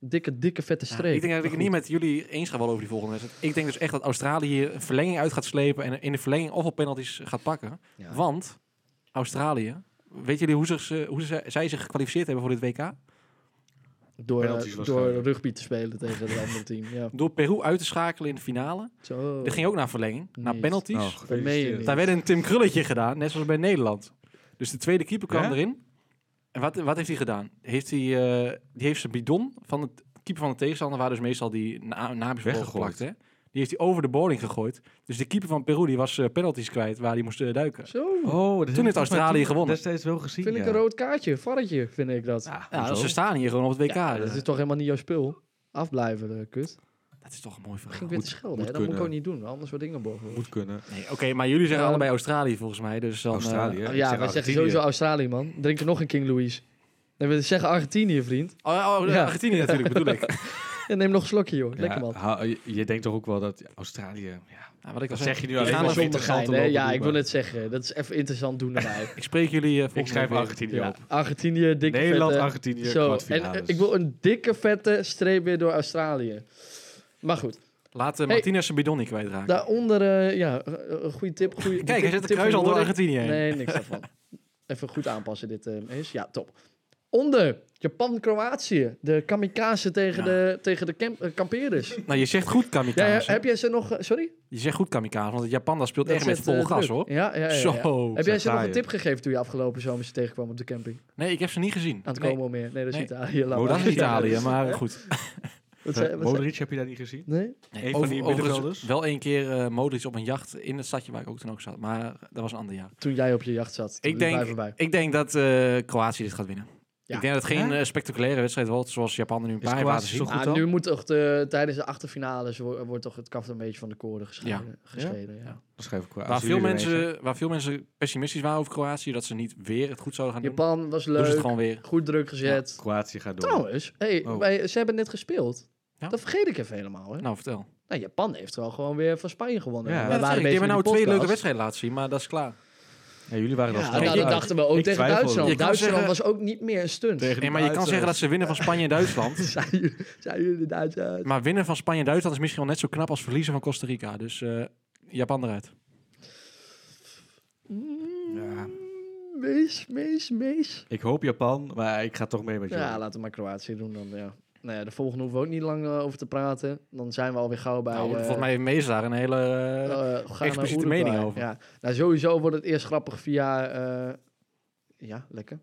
[SPEAKER 3] Dikke, dikke, vette
[SPEAKER 2] Ja,
[SPEAKER 3] streep.
[SPEAKER 2] ik denk dat ik het
[SPEAKER 3] Maar
[SPEAKER 2] niet met jullie eens ga wel over die volgende wedstrijd. Ik denk dus echt dat Australië hier een verlenging uit gaat slepen en in de verlenging of op penalties gaat pakken.
[SPEAKER 3] goed. Ja.
[SPEAKER 2] Want Australië, weet jullie hoe, zich ze, hoe ze, zij zich gekwalificeerd hebben voor dit WK?
[SPEAKER 3] Door,
[SPEAKER 1] Penalties
[SPEAKER 3] eh, door
[SPEAKER 1] waarschijnlijk.
[SPEAKER 3] rugby te spelen tegen het andere team. Ja.
[SPEAKER 2] Door Peru uit te schakelen in de finale.
[SPEAKER 3] Zo.
[SPEAKER 2] Dat ging ook naar verlenging, naar
[SPEAKER 3] Niet.
[SPEAKER 2] penalties.
[SPEAKER 1] Nou, gefeliciteerd.
[SPEAKER 3] niet.
[SPEAKER 2] Daar werd een Tim Krulletje gedaan, net zoals bij Nederland. Dus de tweede keeper kwam
[SPEAKER 1] Ja?
[SPEAKER 2] erin. En wat, wat heeft hij gedaan? Heeft hij, eh, die heeft zijn bidon van de keeper van de tegenstander, waar dus meestal die na naamjes op worden
[SPEAKER 1] Weggegooid.
[SPEAKER 2] geplakt, hè? Die heeft hij over de boarding gegooid. Dus de keeper van Peru die was eh, penalties kwijt waar hij moest eh, duiken.
[SPEAKER 3] Zo.
[SPEAKER 1] Oh, dat heb ik
[SPEAKER 2] heeft Australië
[SPEAKER 1] toen
[SPEAKER 2] gewonnen.
[SPEAKER 1] Destijds wel gezien.
[SPEAKER 3] Vind ik
[SPEAKER 1] ja.
[SPEAKER 3] een rood kaartje. Varretje, vind ik dat.
[SPEAKER 1] Ja,
[SPEAKER 2] Ja,
[SPEAKER 1] hoezo?
[SPEAKER 2] ze staan hier gewoon op het WK.
[SPEAKER 3] Ja,
[SPEAKER 2] dat,
[SPEAKER 3] dat
[SPEAKER 2] is,
[SPEAKER 3] is toch helemaal niet jouw spul? Afblijven, eh, kut.
[SPEAKER 2] toch een mooi verhaal.
[SPEAKER 3] Ging ik weer te
[SPEAKER 1] moet-
[SPEAKER 3] schelden.
[SPEAKER 1] moet
[SPEAKER 3] hè. Dat moet ik
[SPEAKER 1] kunnen.
[SPEAKER 3] ook niet doen. Anders wordt Ingeborg. boven.
[SPEAKER 1] Moet kunnen.
[SPEAKER 2] Nee, Oké, maar jullie zeggen
[SPEAKER 3] Ja.
[SPEAKER 2] allebei Australië volgens mij. Dus dan, eh,
[SPEAKER 1] Australië. ik
[SPEAKER 3] Oh ja,
[SPEAKER 1] zeg
[SPEAKER 3] wij zeggen
[SPEAKER 1] Argentinië.
[SPEAKER 3] sowieso Australië, man. Drink er nog een King Louis. Nee, we zeggen Argentinië, vriend.
[SPEAKER 2] oh, ja, oh,
[SPEAKER 3] Ja.
[SPEAKER 2] Argentinië natuurlijk bedoel ik.
[SPEAKER 3] En neem nog een slokje, joh.
[SPEAKER 1] Ja,
[SPEAKER 3] Lekker, man.
[SPEAKER 1] hou- je, je denkt toch ook wel dat Australië... Ja,
[SPEAKER 2] Ja, wat ik al
[SPEAKER 1] dat
[SPEAKER 2] zei.
[SPEAKER 1] zeg je nu
[SPEAKER 2] Die
[SPEAKER 1] alleen
[SPEAKER 2] gaan
[SPEAKER 1] maar
[SPEAKER 2] nog
[SPEAKER 1] om te
[SPEAKER 3] Zondigheid,
[SPEAKER 1] geld te
[SPEAKER 3] hè?
[SPEAKER 1] lopen
[SPEAKER 3] Ja,
[SPEAKER 1] doen,
[SPEAKER 3] ik
[SPEAKER 1] maar-
[SPEAKER 3] wil het zeggen. Dat is even interessant doen naar mij.
[SPEAKER 2] Ik spreek jullie
[SPEAKER 1] Ik
[SPEAKER 2] eh, volgende
[SPEAKER 1] schrijf
[SPEAKER 2] week weer.
[SPEAKER 1] Argentinië
[SPEAKER 3] ja,
[SPEAKER 1] op.
[SPEAKER 3] Argentinië, dikke
[SPEAKER 1] Nederland,
[SPEAKER 3] vette.
[SPEAKER 1] Argentinië,
[SPEAKER 3] Zo,
[SPEAKER 1] kwartfinales.
[SPEAKER 3] en eh, ik wil een dikke vette streep weer door Australië. Maar goed,
[SPEAKER 2] Laat eh,
[SPEAKER 3] Hey.
[SPEAKER 2] Martinez zijn bidon niet kwijtraken.
[SPEAKER 3] daaronder, eh, ja, eh, een goede tip. Goede,
[SPEAKER 2] Kijk, hij
[SPEAKER 3] tip-
[SPEAKER 2] zet het
[SPEAKER 3] tip
[SPEAKER 2] kruis
[SPEAKER 3] van
[SPEAKER 2] al door
[SPEAKER 3] Jorik.
[SPEAKER 2] Argentinië heen.
[SPEAKER 3] Nee, niks daarvan. Even goed aanpassen dit eh, eens. Ja, top. Onder Japan-Kroatië. De kamikaze tegen
[SPEAKER 2] Ja.
[SPEAKER 3] de, tegen de camp, eh, kampeerders.
[SPEAKER 2] Nou, je zegt goed
[SPEAKER 3] Ja,
[SPEAKER 2] kamikaze.
[SPEAKER 3] he- heb jij ze nog... eh, Sorry?
[SPEAKER 2] Je zegt goed kamikaze, want Japan daar speelt
[SPEAKER 3] Dat
[SPEAKER 2] echt met
[SPEAKER 3] zet,
[SPEAKER 2] vol
[SPEAKER 3] eh,
[SPEAKER 2] gas
[SPEAKER 3] druk.
[SPEAKER 2] hoor.
[SPEAKER 3] Ja, ja, ja, ja.
[SPEAKER 2] Zo.
[SPEAKER 3] Heb jij ze nog
[SPEAKER 1] taaien.
[SPEAKER 3] een tip gegeven toen je afgelopen zomer ze tegenkwam op de camping?
[SPEAKER 2] Nee, ik heb ze niet gezien.
[SPEAKER 3] Aan het
[SPEAKER 2] Nee.
[SPEAKER 3] komen al meer. Nee, dat is
[SPEAKER 2] Nee.
[SPEAKER 3] Italië. laat
[SPEAKER 1] Oh,
[SPEAKER 2] Oh, dat
[SPEAKER 3] maar.
[SPEAKER 2] is Italië, maar
[SPEAKER 3] Hè?
[SPEAKER 2] goed.
[SPEAKER 3] Wat
[SPEAKER 1] Eh,
[SPEAKER 3] zei- wat zei-
[SPEAKER 1] Modric heb je daar niet gezien?
[SPEAKER 3] Nee?
[SPEAKER 1] Eén van die
[SPEAKER 2] overigens
[SPEAKER 1] middenvelders?
[SPEAKER 2] Wel één keer eh Modric op een jacht in het stadje waar ik ook toen ook zat. Maar dat was een ander jaar.
[SPEAKER 3] Toen jij op je jacht zat.
[SPEAKER 2] Ik denk, ik denk dat eh, Kroatië dit gaat winnen.
[SPEAKER 3] Ja.
[SPEAKER 2] Ik denk dat het geen eh, spectaculaire wedstrijd wordt zoals Japan er nu een
[SPEAKER 1] Is
[SPEAKER 2] paar heeft laten
[SPEAKER 1] Kroatië zo
[SPEAKER 2] zien.
[SPEAKER 1] goed
[SPEAKER 3] Ah,
[SPEAKER 1] dan?
[SPEAKER 3] nu moet toch de, tijdens de achterfinales wo- wordt toch het kaft een beetje van de koorden gescheiden. gescheiden ja.
[SPEAKER 2] Ja.
[SPEAKER 1] Dan schrijf ik
[SPEAKER 3] Nou,
[SPEAKER 1] qua-
[SPEAKER 2] Waar
[SPEAKER 1] als
[SPEAKER 2] veel,
[SPEAKER 1] jullie er eentje-
[SPEAKER 2] mensen, waar veel mensen pessimistisch waren over Kroatië, dat ze niet weer het goed zouden gaan doen.
[SPEAKER 3] Japan was
[SPEAKER 2] Doen ze Dus het
[SPEAKER 3] leuk.
[SPEAKER 2] gewoon weer.
[SPEAKER 3] Goed druk gezet.
[SPEAKER 1] Kroatië gaat door.
[SPEAKER 3] Trouwens, hey,
[SPEAKER 1] Oh.
[SPEAKER 3] wij, ze hebben net gespeeld.
[SPEAKER 2] Ja?
[SPEAKER 3] Dat vergeet ik even helemaal. Hè? Nou.
[SPEAKER 2] Nou, vertel.
[SPEAKER 3] Japan heeft wel gewoon weer van Spanje gewonnen.
[SPEAKER 1] Ja.
[SPEAKER 3] Wij
[SPEAKER 1] Ja,
[SPEAKER 2] Ja, dat zeg ik.
[SPEAKER 3] bezig
[SPEAKER 2] Die hebben nou
[SPEAKER 3] met
[SPEAKER 2] twee
[SPEAKER 3] die
[SPEAKER 2] leuke
[SPEAKER 3] podcast.
[SPEAKER 2] wedstrijden laten zien, maar dat is klaar.
[SPEAKER 1] Ja, jullie waren
[SPEAKER 3] Ja,
[SPEAKER 1] al snel
[SPEAKER 3] nou, dat
[SPEAKER 1] uit.
[SPEAKER 3] dachten we ook
[SPEAKER 1] Ik
[SPEAKER 3] tegen
[SPEAKER 1] twijfelde.
[SPEAKER 3] Duitsland.
[SPEAKER 2] Je kan
[SPEAKER 3] Duitsland
[SPEAKER 2] zeggen-
[SPEAKER 3] was ook niet meer een stunt.
[SPEAKER 1] Tegen
[SPEAKER 2] Nee,
[SPEAKER 1] die
[SPEAKER 2] maar je kan
[SPEAKER 1] Duitsers.
[SPEAKER 2] zeggen dat ze winnen van Spanje en Duitsland.
[SPEAKER 3] Zijn jullie, zijn jullie Duitsers?
[SPEAKER 2] maar winnen van Spanje en Duitsland is misschien wel net zo knap als verliezen van Costa Rica. Dus eh, Japan eruit.
[SPEAKER 1] Ja.
[SPEAKER 3] Mm, Mees, mees, mees.
[SPEAKER 1] Ik hoop Japan, maar ik ga toch mee met jullie.
[SPEAKER 3] Ja, laten we maar Kroatië doen dan. Ja. Nou ja, de volgende hoeven we ook niet lang eh, over te praten. Dan zijn we alweer gauw bij...
[SPEAKER 2] nou,
[SPEAKER 3] eh,
[SPEAKER 2] volgens mij heeft Mees daar een hele... eh,
[SPEAKER 3] eh, Ghana,
[SPEAKER 2] expliciete
[SPEAKER 3] Uruguay.
[SPEAKER 2] mening over.
[SPEAKER 3] Ja. Nou, sowieso wordt het eerst grappig via... eh, ja, lekker.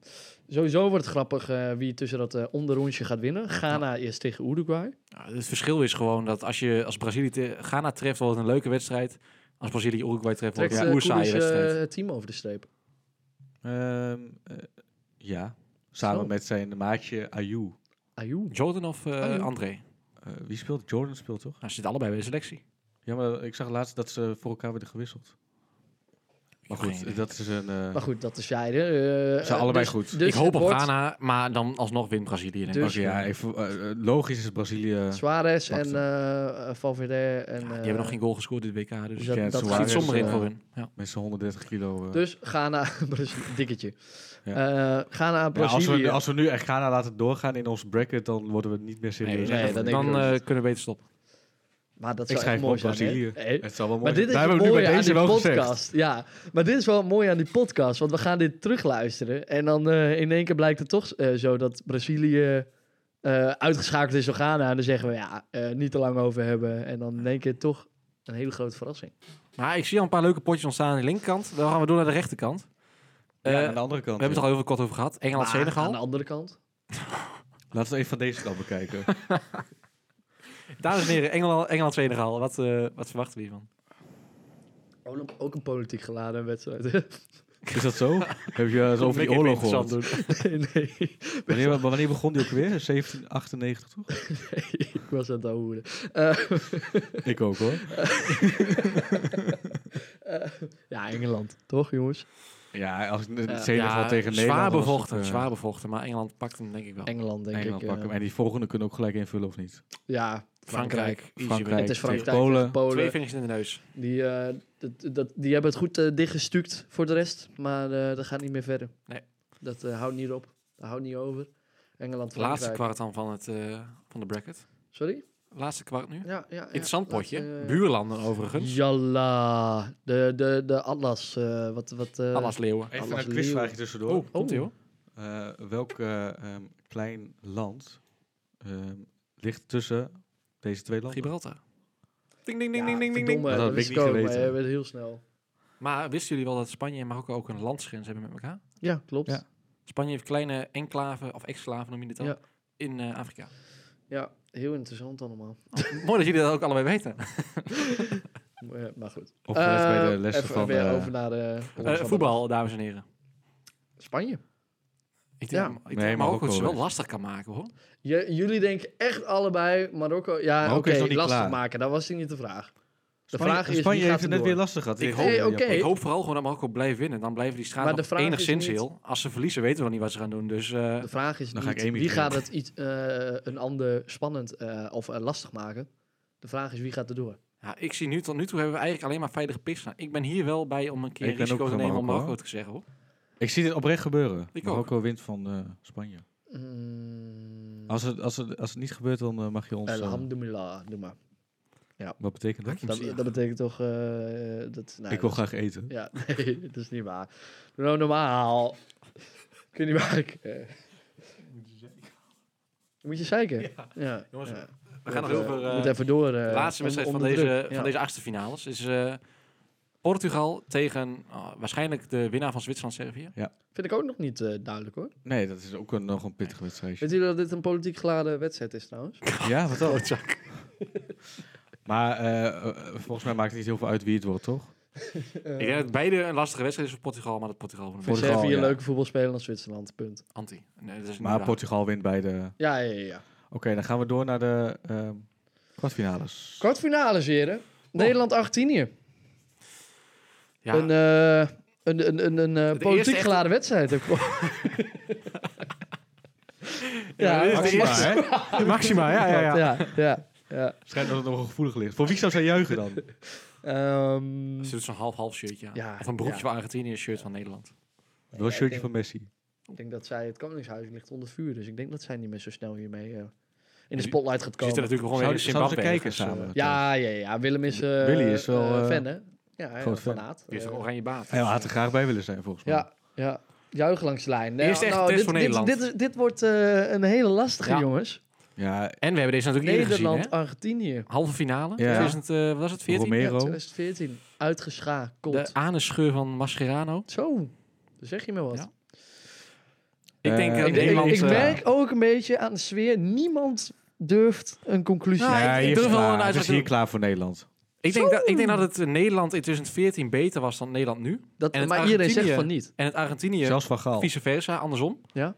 [SPEAKER 3] Sowieso wordt het grappig eh, wie tussen dat eh onderrondje gaat winnen. Ghana eerst tegen Uruguay.
[SPEAKER 2] nou, het verschil is gewoon dat als je als Brazilië te- Ghana treft, wordt het een leuke wedstrijd. Als Brazilië Uruguay treft, wordt
[SPEAKER 3] Trekt
[SPEAKER 2] het
[SPEAKER 3] eh,
[SPEAKER 2] een oerzaaie
[SPEAKER 3] Koeders, eh,
[SPEAKER 2] wedstrijd.
[SPEAKER 3] het team over de streep.
[SPEAKER 1] Ehm, eh, ja. Samen
[SPEAKER 3] Zo.
[SPEAKER 1] met zijn maatje Ayu.
[SPEAKER 3] Ajoe.
[SPEAKER 2] Jordan of eh,
[SPEAKER 3] Oh, ja.
[SPEAKER 2] André?
[SPEAKER 1] Eh, wie speelt? Jordan speelt toch?
[SPEAKER 2] Nou, ze zitten allebei bij de selectie.
[SPEAKER 1] Ja, maar ik zag laatst dat ze voor elkaar werden gewisseld. Maar
[SPEAKER 2] heb geen idee.
[SPEAKER 1] goed, dat is een... eh,
[SPEAKER 3] Maar goed, dat is zijde. eh,
[SPEAKER 1] Ze
[SPEAKER 3] eh,
[SPEAKER 1] allebei
[SPEAKER 3] dus-
[SPEAKER 1] goed.
[SPEAKER 3] dus
[SPEAKER 2] ik hoop
[SPEAKER 3] het
[SPEAKER 2] op
[SPEAKER 3] wordt
[SPEAKER 2] Ghana, maar dan alsnog wint Brazilië. Denk ik.
[SPEAKER 3] Dus-
[SPEAKER 1] oké, ja, ik vo- eh, eh, logisch is Brazilië...
[SPEAKER 3] Suarez en
[SPEAKER 1] Wacht.
[SPEAKER 3] eh eh, Valverde. En,
[SPEAKER 2] Ja, die
[SPEAKER 3] eh,
[SPEAKER 2] hebben nog geen goal gescoord dit WK, dus
[SPEAKER 1] Ja,
[SPEAKER 2] het
[SPEAKER 3] dat, dat
[SPEAKER 1] Suarez,
[SPEAKER 2] schiet
[SPEAKER 3] gaat
[SPEAKER 2] somber in
[SPEAKER 1] eh,
[SPEAKER 2] voor hun. Ja.
[SPEAKER 1] Met z'n 130 kilo. eh.
[SPEAKER 3] Dus Ghana, Brazilië, dikketje.
[SPEAKER 1] Ja.
[SPEAKER 3] Eh, Ghana,
[SPEAKER 1] Ja, als,
[SPEAKER 3] Brazilië.
[SPEAKER 1] we, als we nu echt Ghana laten doorgaan in ons bracket, dan worden we niet meer serieus.
[SPEAKER 3] nee, dat denk ik
[SPEAKER 2] dan
[SPEAKER 3] ook
[SPEAKER 2] eh,
[SPEAKER 3] niet.
[SPEAKER 2] kunnen we beter stoppen.
[SPEAKER 3] Maar dat
[SPEAKER 1] Ik
[SPEAKER 3] zou echt
[SPEAKER 1] schrijf
[SPEAKER 3] mooi
[SPEAKER 1] op
[SPEAKER 3] zijn, hè? Eh,
[SPEAKER 1] Brazilië.
[SPEAKER 3] Hey.
[SPEAKER 1] Het zal wel mooi
[SPEAKER 3] Maar dit is
[SPEAKER 1] zijn.
[SPEAKER 3] het
[SPEAKER 1] Daar hebben we
[SPEAKER 3] mooie
[SPEAKER 1] nu bij
[SPEAKER 3] aan
[SPEAKER 1] deze
[SPEAKER 3] die
[SPEAKER 1] wel gezegd.
[SPEAKER 3] podcast. Ja, maar dit is wel mooi aan die podcast. Want we gaan dit terugluisteren. En dan eh, in één keer blijkt het toch eh, zo dat Brazilië eh, uitgeschakeld is door Ghana. En dan zeggen we, ja, eh, niet te lang over hebben. En dan in één keer toch een hele grote verrassing.
[SPEAKER 2] Maar ik zie al een paar leuke potjes ontstaan aan de linkerkant. Dan gaan we door naar de rechterkant. Eh,
[SPEAKER 1] Ja, aan
[SPEAKER 2] we
[SPEAKER 1] de andere kant. ja.
[SPEAKER 2] hebben het er al heel veel kort over gehad.
[SPEAKER 3] Maar Aan
[SPEAKER 2] Engeland-Senegal.
[SPEAKER 3] de andere kant.
[SPEAKER 1] Laten we even van deze kant bekijken.
[SPEAKER 2] Dames en heren, Engela- Engeland-Senegal. Wat, eh, wat verwachten we hiervan?
[SPEAKER 3] Ook- Ook een politiek geladen wedstrijd.
[SPEAKER 1] Is dat zo? Heb je eh, zo over die
[SPEAKER 2] Vind ik
[SPEAKER 1] oorlog
[SPEAKER 2] even
[SPEAKER 1] gehoord?
[SPEAKER 2] interessant doen.
[SPEAKER 3] nee, nee.
[SPEAKER 1] Wanneer, maar wanneer begon die ook weer? 1798 toch?
[SPEAKER 3] ik was aan het ouwen. Eh,
[SPEAKER 1] Ik ook hoor.
[SPEAKER 3] eh, ja, Engeland. Toch, jongens?
[SPEAKER 1] Ja, als
[SPEAKER 3] Ja.
[SPEAKER 1] Senegal tegen Nederland.
[SPEAKER 2] zwaar
[SPEAKER 1] dan was het,
[SPEAKER 2] bevochten,
[SPEAKER 1] eh,
[SPEAKER 2] zwaar bevochten. Maar Engeland pakt hem denk ik wel.
[SPEAKER 3] Engeland, denk
[SPEAKER 1] Engeland
[SPEAKER 3] ik. eh,
[SPEAKER 1] pakken. En die volgende kunnen ook gelijk invullen of niet?
[SPEAKER 3] ja,
[SPEAKER 2] Frankrijk. easy
[SPEAKER 1] Frankrijk.
[SPEAKER 2] win.
[SPEAKER 3] Het is eh,
[SPEAKER 1] tegen
[SPEAKER 3] Frankrijk tegen
[SPEAKER 1] Polen.
[SPEAKER 2] Twee
[SPEAKER 3] Polen.
[SPEAKER 2] vingers in de neus.
[SPEAKER 3] Die, eh, dat, dat, die hebben het goed eh, dichtgestuukt voor de rest. Maar eh, dat gaat niet meer verder.
[SPEAKER 2] Nee.
[SPEAKER 3] Dat eh, houdt niet op. Dat houdt niet over. Engeland,
[SPEAKER 2] Het laatste
[SPEAKER 3] Frankrijk.
[SPEAKER 2] kwart dan van, het, eh, van de bracket.
[SPEAKER 3] Sorry?
[SPEAKER 2] Laatste kwart nu.
[SPEAKER 3] Ja, ja, ja.
[SPEAKER 2] Interessant potje.
[SPEAKER 3] Laatste, eh,
[SPEAKER 2] Buurlanden overigens.
[SPEAKER 3] Jalla. De, de, de Atlas. eh, wat, wat, eh,
[SPEAKER 2] Alles Leeuwen.
[SPEAKER 3] Alles
[SPEAKER 1] Even een
[SPEAKER 3] leeuw.
[SPEAKER 1] quizvraagje tussendoor.
[SPEAKER 2] Oh, komt ie hoor.
[SPEAKER 1] Eh, welk eh, ehm, klein land ehm, ligt tussen deze twee landen?
[SPEAKER 2] Gibraltar. Ding, ding,
[SPEAKER 3] Ja,
[SPEAKER 2] ding, ding, ding, ding, ding.
[SPEAKER 3] verdomme,
[SPEAKER 1] Dat
[SPEAKER 3] dat
[SPEAKER 1] had
[SPEAKER 3] wist
[SPEAKER 1] ik
[SPEAKER 3] ik
[SPEAKER 1] niet
[SPEAKER 3] ook, maar
[SPEAKER 1] geweten.
[SPEAKER 3] je werd heel snel.
[SPEAKER 2] Maar wisten jullie wel dat Spanje en Marokko ook een landsgrens hebben met elkaar?
[SPEAKER 3] Ja, klopt.
[SPEAKER 1] Ja.
[SPEAKER 3] Ja.
[SPEAKER 2] Spanje heeft kleine enclaven, of exclaven noem je dit dan,
[SPEAKER 3] Ja.
[SPEAKER 2] in eh, Afrika.
[SPEAKER 3] heel interessant allemaal.
[SPEAKER 2] Oh, mooi dat jullie dat ook allebei weten.
[SPEAKER 3] Eh, maar goed.
[SPEAKER 1] Of eh, bij de
[SPEAKER 3] Eh,
[SPEAKER 1] lessen
[SPEAKER 3] even
[SPEAKER 1] van...
[SPEAKER 3] weer
[SPEAKER 1] eh,
[SPEAKER 3] over naar de...
[SPEAKER 2] Eh, voetbal, dames en heren.
[SPEAKER 3] Spanje.
[SPEAKER 2] Ik denk,
[SPEAKER 3] Ja.
[SPEAKER 2] ik denk
[SPEAKER 1] Nee,
[SPEAKER 2] Marokko het
[SPEAKER 1] Marokko
[SPEAKER 2] wel
[SPEAKER 1] is-
[SPEAKER 2] lastig kan maken hoor.
[SPEAKER 3] J- jullie denken echt allebei Marokko... Ja,
[SPEAKER 1] Marokko
[SPEAKER 3] oké,
[SPEAKER 1] is nog niet
[SPEAKER 3] lastig
[SPEAKER 1] klaar.
[SPEAKER 3] maken. Dat was niet de vraag. De
[SPEAKER 1] Spanje,
[SPEAKER 3] vraag is,
[SPEAKER 1] Spanje
[SPEAKER 3] wie gaat
[SPEAKER 1] heeft
[SPEAKER 3] er
[SPEAKER 1] het net
[SPEAKER 3] door?
[SPEAKER 1] weer lastig gehad.
[SPEAKER 2] Ik
[SPEAKER 1] tegen
[SPEAKER 2] hoop-
[SPEAKER 1] Japan.
[SPEAKER 3] Hey, oké.
[SPEAKER 2] Ik hoop vooral gewoon dat Marokko blijft winnen. Dan blijven die
[SPEAKER 3] Maar
[SPEAKER 2] straten
[SPEAKER 3] de
[SPEAKER 2] nog
[SPEAKER 3] vraag is
[SPEAKER 2] enigszins
[SPEAKER 3] niet-
[SPEAKER 2] heel. Als ze verliezen weten we nog niet wat ze gaan doen. Dus eh,
[SPEAKER 3] De vraag is
[SPEAKER 1] Dan
[SPEAKER 3] niet
[SPEAKER 1] ga ik Amy
[SPEAKER 3] wie
[SPEAKER 1] vinden.
[SPEAKER 3] gaat het iets, eh, een ander spannend eh, of eh, lastig maken. De vraag is wie gaat er door.
[SPEAKER 2] ja, ik zie nu tot nu toe hebben we eigenlijk alleen maar veilige picks. Nou, ik ben hier wel bij om een keer
[SPEAKER 1] Ik ben
[SPEAKER 2] risico
[SPEAKER 1] ook
[SPEAKER 2] te
[SPEAKER 1] voor
[SPEAKER 2] nemen om
[SPEAKER 1] Marokko,
[SPEAKER 2] Marokko te zeggen hoor.
[SPEAKER 1] Ik zie dit oprecht gebeuren.
[SPEAKER 2] Ik ook.
[SPEAKER 1] Marokko wint van eh, Spanje.
[SPEAKER 3] Mm,
[SPEAKER 1] Als het, als, het, als het niet gebeurt, dan eh, mag je ons... eh,
[SPEAKER 3] Alhamdulillah, doe maar.
[SPEAKER 1] wat betekent dat?
[SPEAKER 3] Dat, dat betekent toch eh, dat... nou,
[SPEAKER 1] ik wil
[SPEAKER 3] dat-
[SPEAKER 1] graag eten.
[SPEAKER 3] Ja, nee, dat is niet waar. Doe nou normaal. Kun je niet maken. Moet je zeiken? Ja. ja.
[SPEAKER 2] Jongens,
[SPEAKER 3] ja.
[SPEAKER 2] We gaan nog
[SPEAKER 3] Eh,
[SPEAKER 2] over
[SPEAKER 3] we
[SPEAKER 2] eh,
[SPEAKER 3] moeten even door. eh,
[SPEAKER 2] de laatste
[SPEAKER 3] on-
[SPEAKER 2] wedstrijd van,
[SPEAKER 3] onder
[SPEAKER 2] deze,
[SPEAKER 3] druk. Ja.
[SPEAKER 2] van deze achtste finales. Is eh, Portugal tegen oh, waarschijnlijk de winnaar van Zwitserland-Servië.
[SPEAKER 3] Vind ik ook nog niet eh, duidelijk hoor.
[SPEAKER 1] Nee, dat is ook een, nog een pittig wedstrijdje.
[SPEAKER 3] Weet jullie dat dit een politiek geladen wedstrijd is trouwens?
[SPEAKER 1] Ja, wat dan? Maar eh, eh, volgens mij maakt het niet heel veel uit wie het wordt, toch?
[SPEAKER 2] Ik denk dat beide een lastige wedstrijd is voor Portugal, maar dat Portugal van
[SPEAKER 1] Voor-
[SPEAKER 2] de
[SPEAKER 1] Portugal,
[SPEAKER 3] Servië
[SPEAKER 1] ja.
[SPEAKER 3] leuke voetbal spelen dan Zwitserland. Punt.
[SPEAKER 2] anti. Nee, dat is niet
[SPEAKER 1] Maar
[SPEAKER 2] waar.
[SPEAKER 1] Portugal wint bij de... Oké,
[SPEAKER 3] Ja, ja, ja, ja.
[SPEAKER 1] dan gaan we door naar de ehm kwartfinales.
[SPEAKER 3] Kwartfinales, heren. Nederland 18 hier.
[SPEAKER 2] Ja,
[SPEAKER 3] Een, eh, een, een, een, een eh,
[SPEAKER 2] eerste
[SPEAKER 3] politiek
[SPEAKER 2] echte-
[SPEAKER 3] geladen wedstrijd. heb ik- ja,
[SPEAKER 2] dit is de
[SPEAKER 3] Maxima,
[SPEAKER 2] eerste.
[SPEAKER 1] hè?
[SPEAKER 2] Maxima, ja, ja, ja.
[SPEAKER 3] ja, ja. ja.
[SPEAKER 1] Schijnt dat het nog gevoelig ligt. Voor wie zou zij juichen dan?
[SPEAKER 3] Ehm,
[SPEAKER 2] Ze doet zo'n half-half shirtje aan.
[SPEAKER 3] Ja,
[SPEAKER 2] Of een broekje
[SPEAKER 3] ja.
[SPEAKER 2] van Argentinië en een shirt van Nederland.
[SPEAKER 1] Wel een shirtje
[SPEAKER 3] ik denk-
[SPEAKER 1] van Messi.
[SPEAKER 3] ik denk dat zij, het Koningshuis ligt onder vuur, dus ik denk dat zij niet meer zo snel hiermee eh, in de
[SPEAKER 2] die-
[SPEAKER 3] spotlight gaat
[SPEAKER 2] Ze zitten
[SPEAKER 3] komen.
[SPEAKER 2] natuurlijk gewoon weer in
[SPEAKER 1] Zouden, zouden ze
[SPEAKER 2] Zimbabwe.
[SPEAKER 1] kijken
[SPEAKER 2] ergens, eh,
[SPEAKER 1] samen?
[SPEAKER 3] Ja, ja, ja. Willem is, eh
[SPEAKER 1] Willy is wel,
[SPEAKER 3] eh,
[SPEAKER 1] eh,
[SPEAKER 3] fan, hè? Ja,
[SPEAKER 1] groot
[SPEAKER 3] groot
[SPEAKER 1] fan.
[SPEAKER 3] fanaat.
[SPEAKER 2] Die is een
[SPEAKER 3] Eh,
[SPEAKER 2] oranje baat.
[SPEAKER 1] Hij had er graag bij willen zijn, volgens mij.
[SPEAKER 3] Ja, ja. Juichen langs de lijn. Nou,
[SPEAKER 2] Hier is de echte test
[SPEAKER 3] dit,
[SPEAKER 2] voor
[SPEAKER 3] dit-
[SPEAKER 2] Nederland.
[SPEAKER 3] Dit, is- dit wordt eh, een hele lastige,
[SPEAKER 2] Ja.
[SPEAKER 3] jongens.
[SPEAKER 1] Ja,
[SPEAKER 2] En we hebben deze natuurlijk eerder gezien, hè?
[SPEAKER 3] Nederland, Argentinië.
[SPEAKER 2] Halve finale.
[SPEAKER 1] Ja.
[SPEAKER 2] 2000, eh, wat was het? 14?
[SPEAKER 1] Romero.
[SPEAKER 3] Ja, 2014. Uitgeschakeld.
[SPEAKER 2] De anusscheur van Mascherano.
[SPEAKER 3] Zo, dan zeg je me wat.
[SPEAKER 2] Ja.
[SPEAKER 1] Eh,
[SPEAKER 2] Ik denk dat
[SPEAKER 1] ik-
[SPEAKER 3] Ik, ik,
[SPEAKER 2] Nederland...
[SPEAKER 3] ik
[SPEAKER 2] eh,
[SPEAKER 3] merk ook een beetje aan de sfeer. Niemand durft een conclusie.
[SPEAKER 2] Nou,
[SPEAKER 3] te
[SPEAKER 1] ja
[SPEAKER 2] ik-
[SPEAKER 1] hier
[SPEAKER 2] ik
[SPEAKER 1] is
[SPEAKER 2] durf wel
[SPEAKER 1] klaar.
[SPEAKER 2] een
[SPEAKER 1] Het is
[SPEAKER 2] uitspraak
[SPEAKER 1] hier
[SPEAKER 2] te
[SPEAKER 1] klaar voor Nederland.
[SPEAKER 2] Ik denk, dat, ik denk dat het eh, Nederland in 2014 beter was dan Nederland nu.
[SPEAKER 3] dat,
[SPEAKER 2] en het
[SPEAKER 3] maar iedereen zegt
[SPEAKER 2] Argentinië-
[SPEAKER 3] van niet.
[SPEAKER 2] En het Argentinië
[SPEAKER 1] Zelfs van Gaal.
[SPEAKER 2] vice versa, andersom.
[SPEAKER 3] Ja.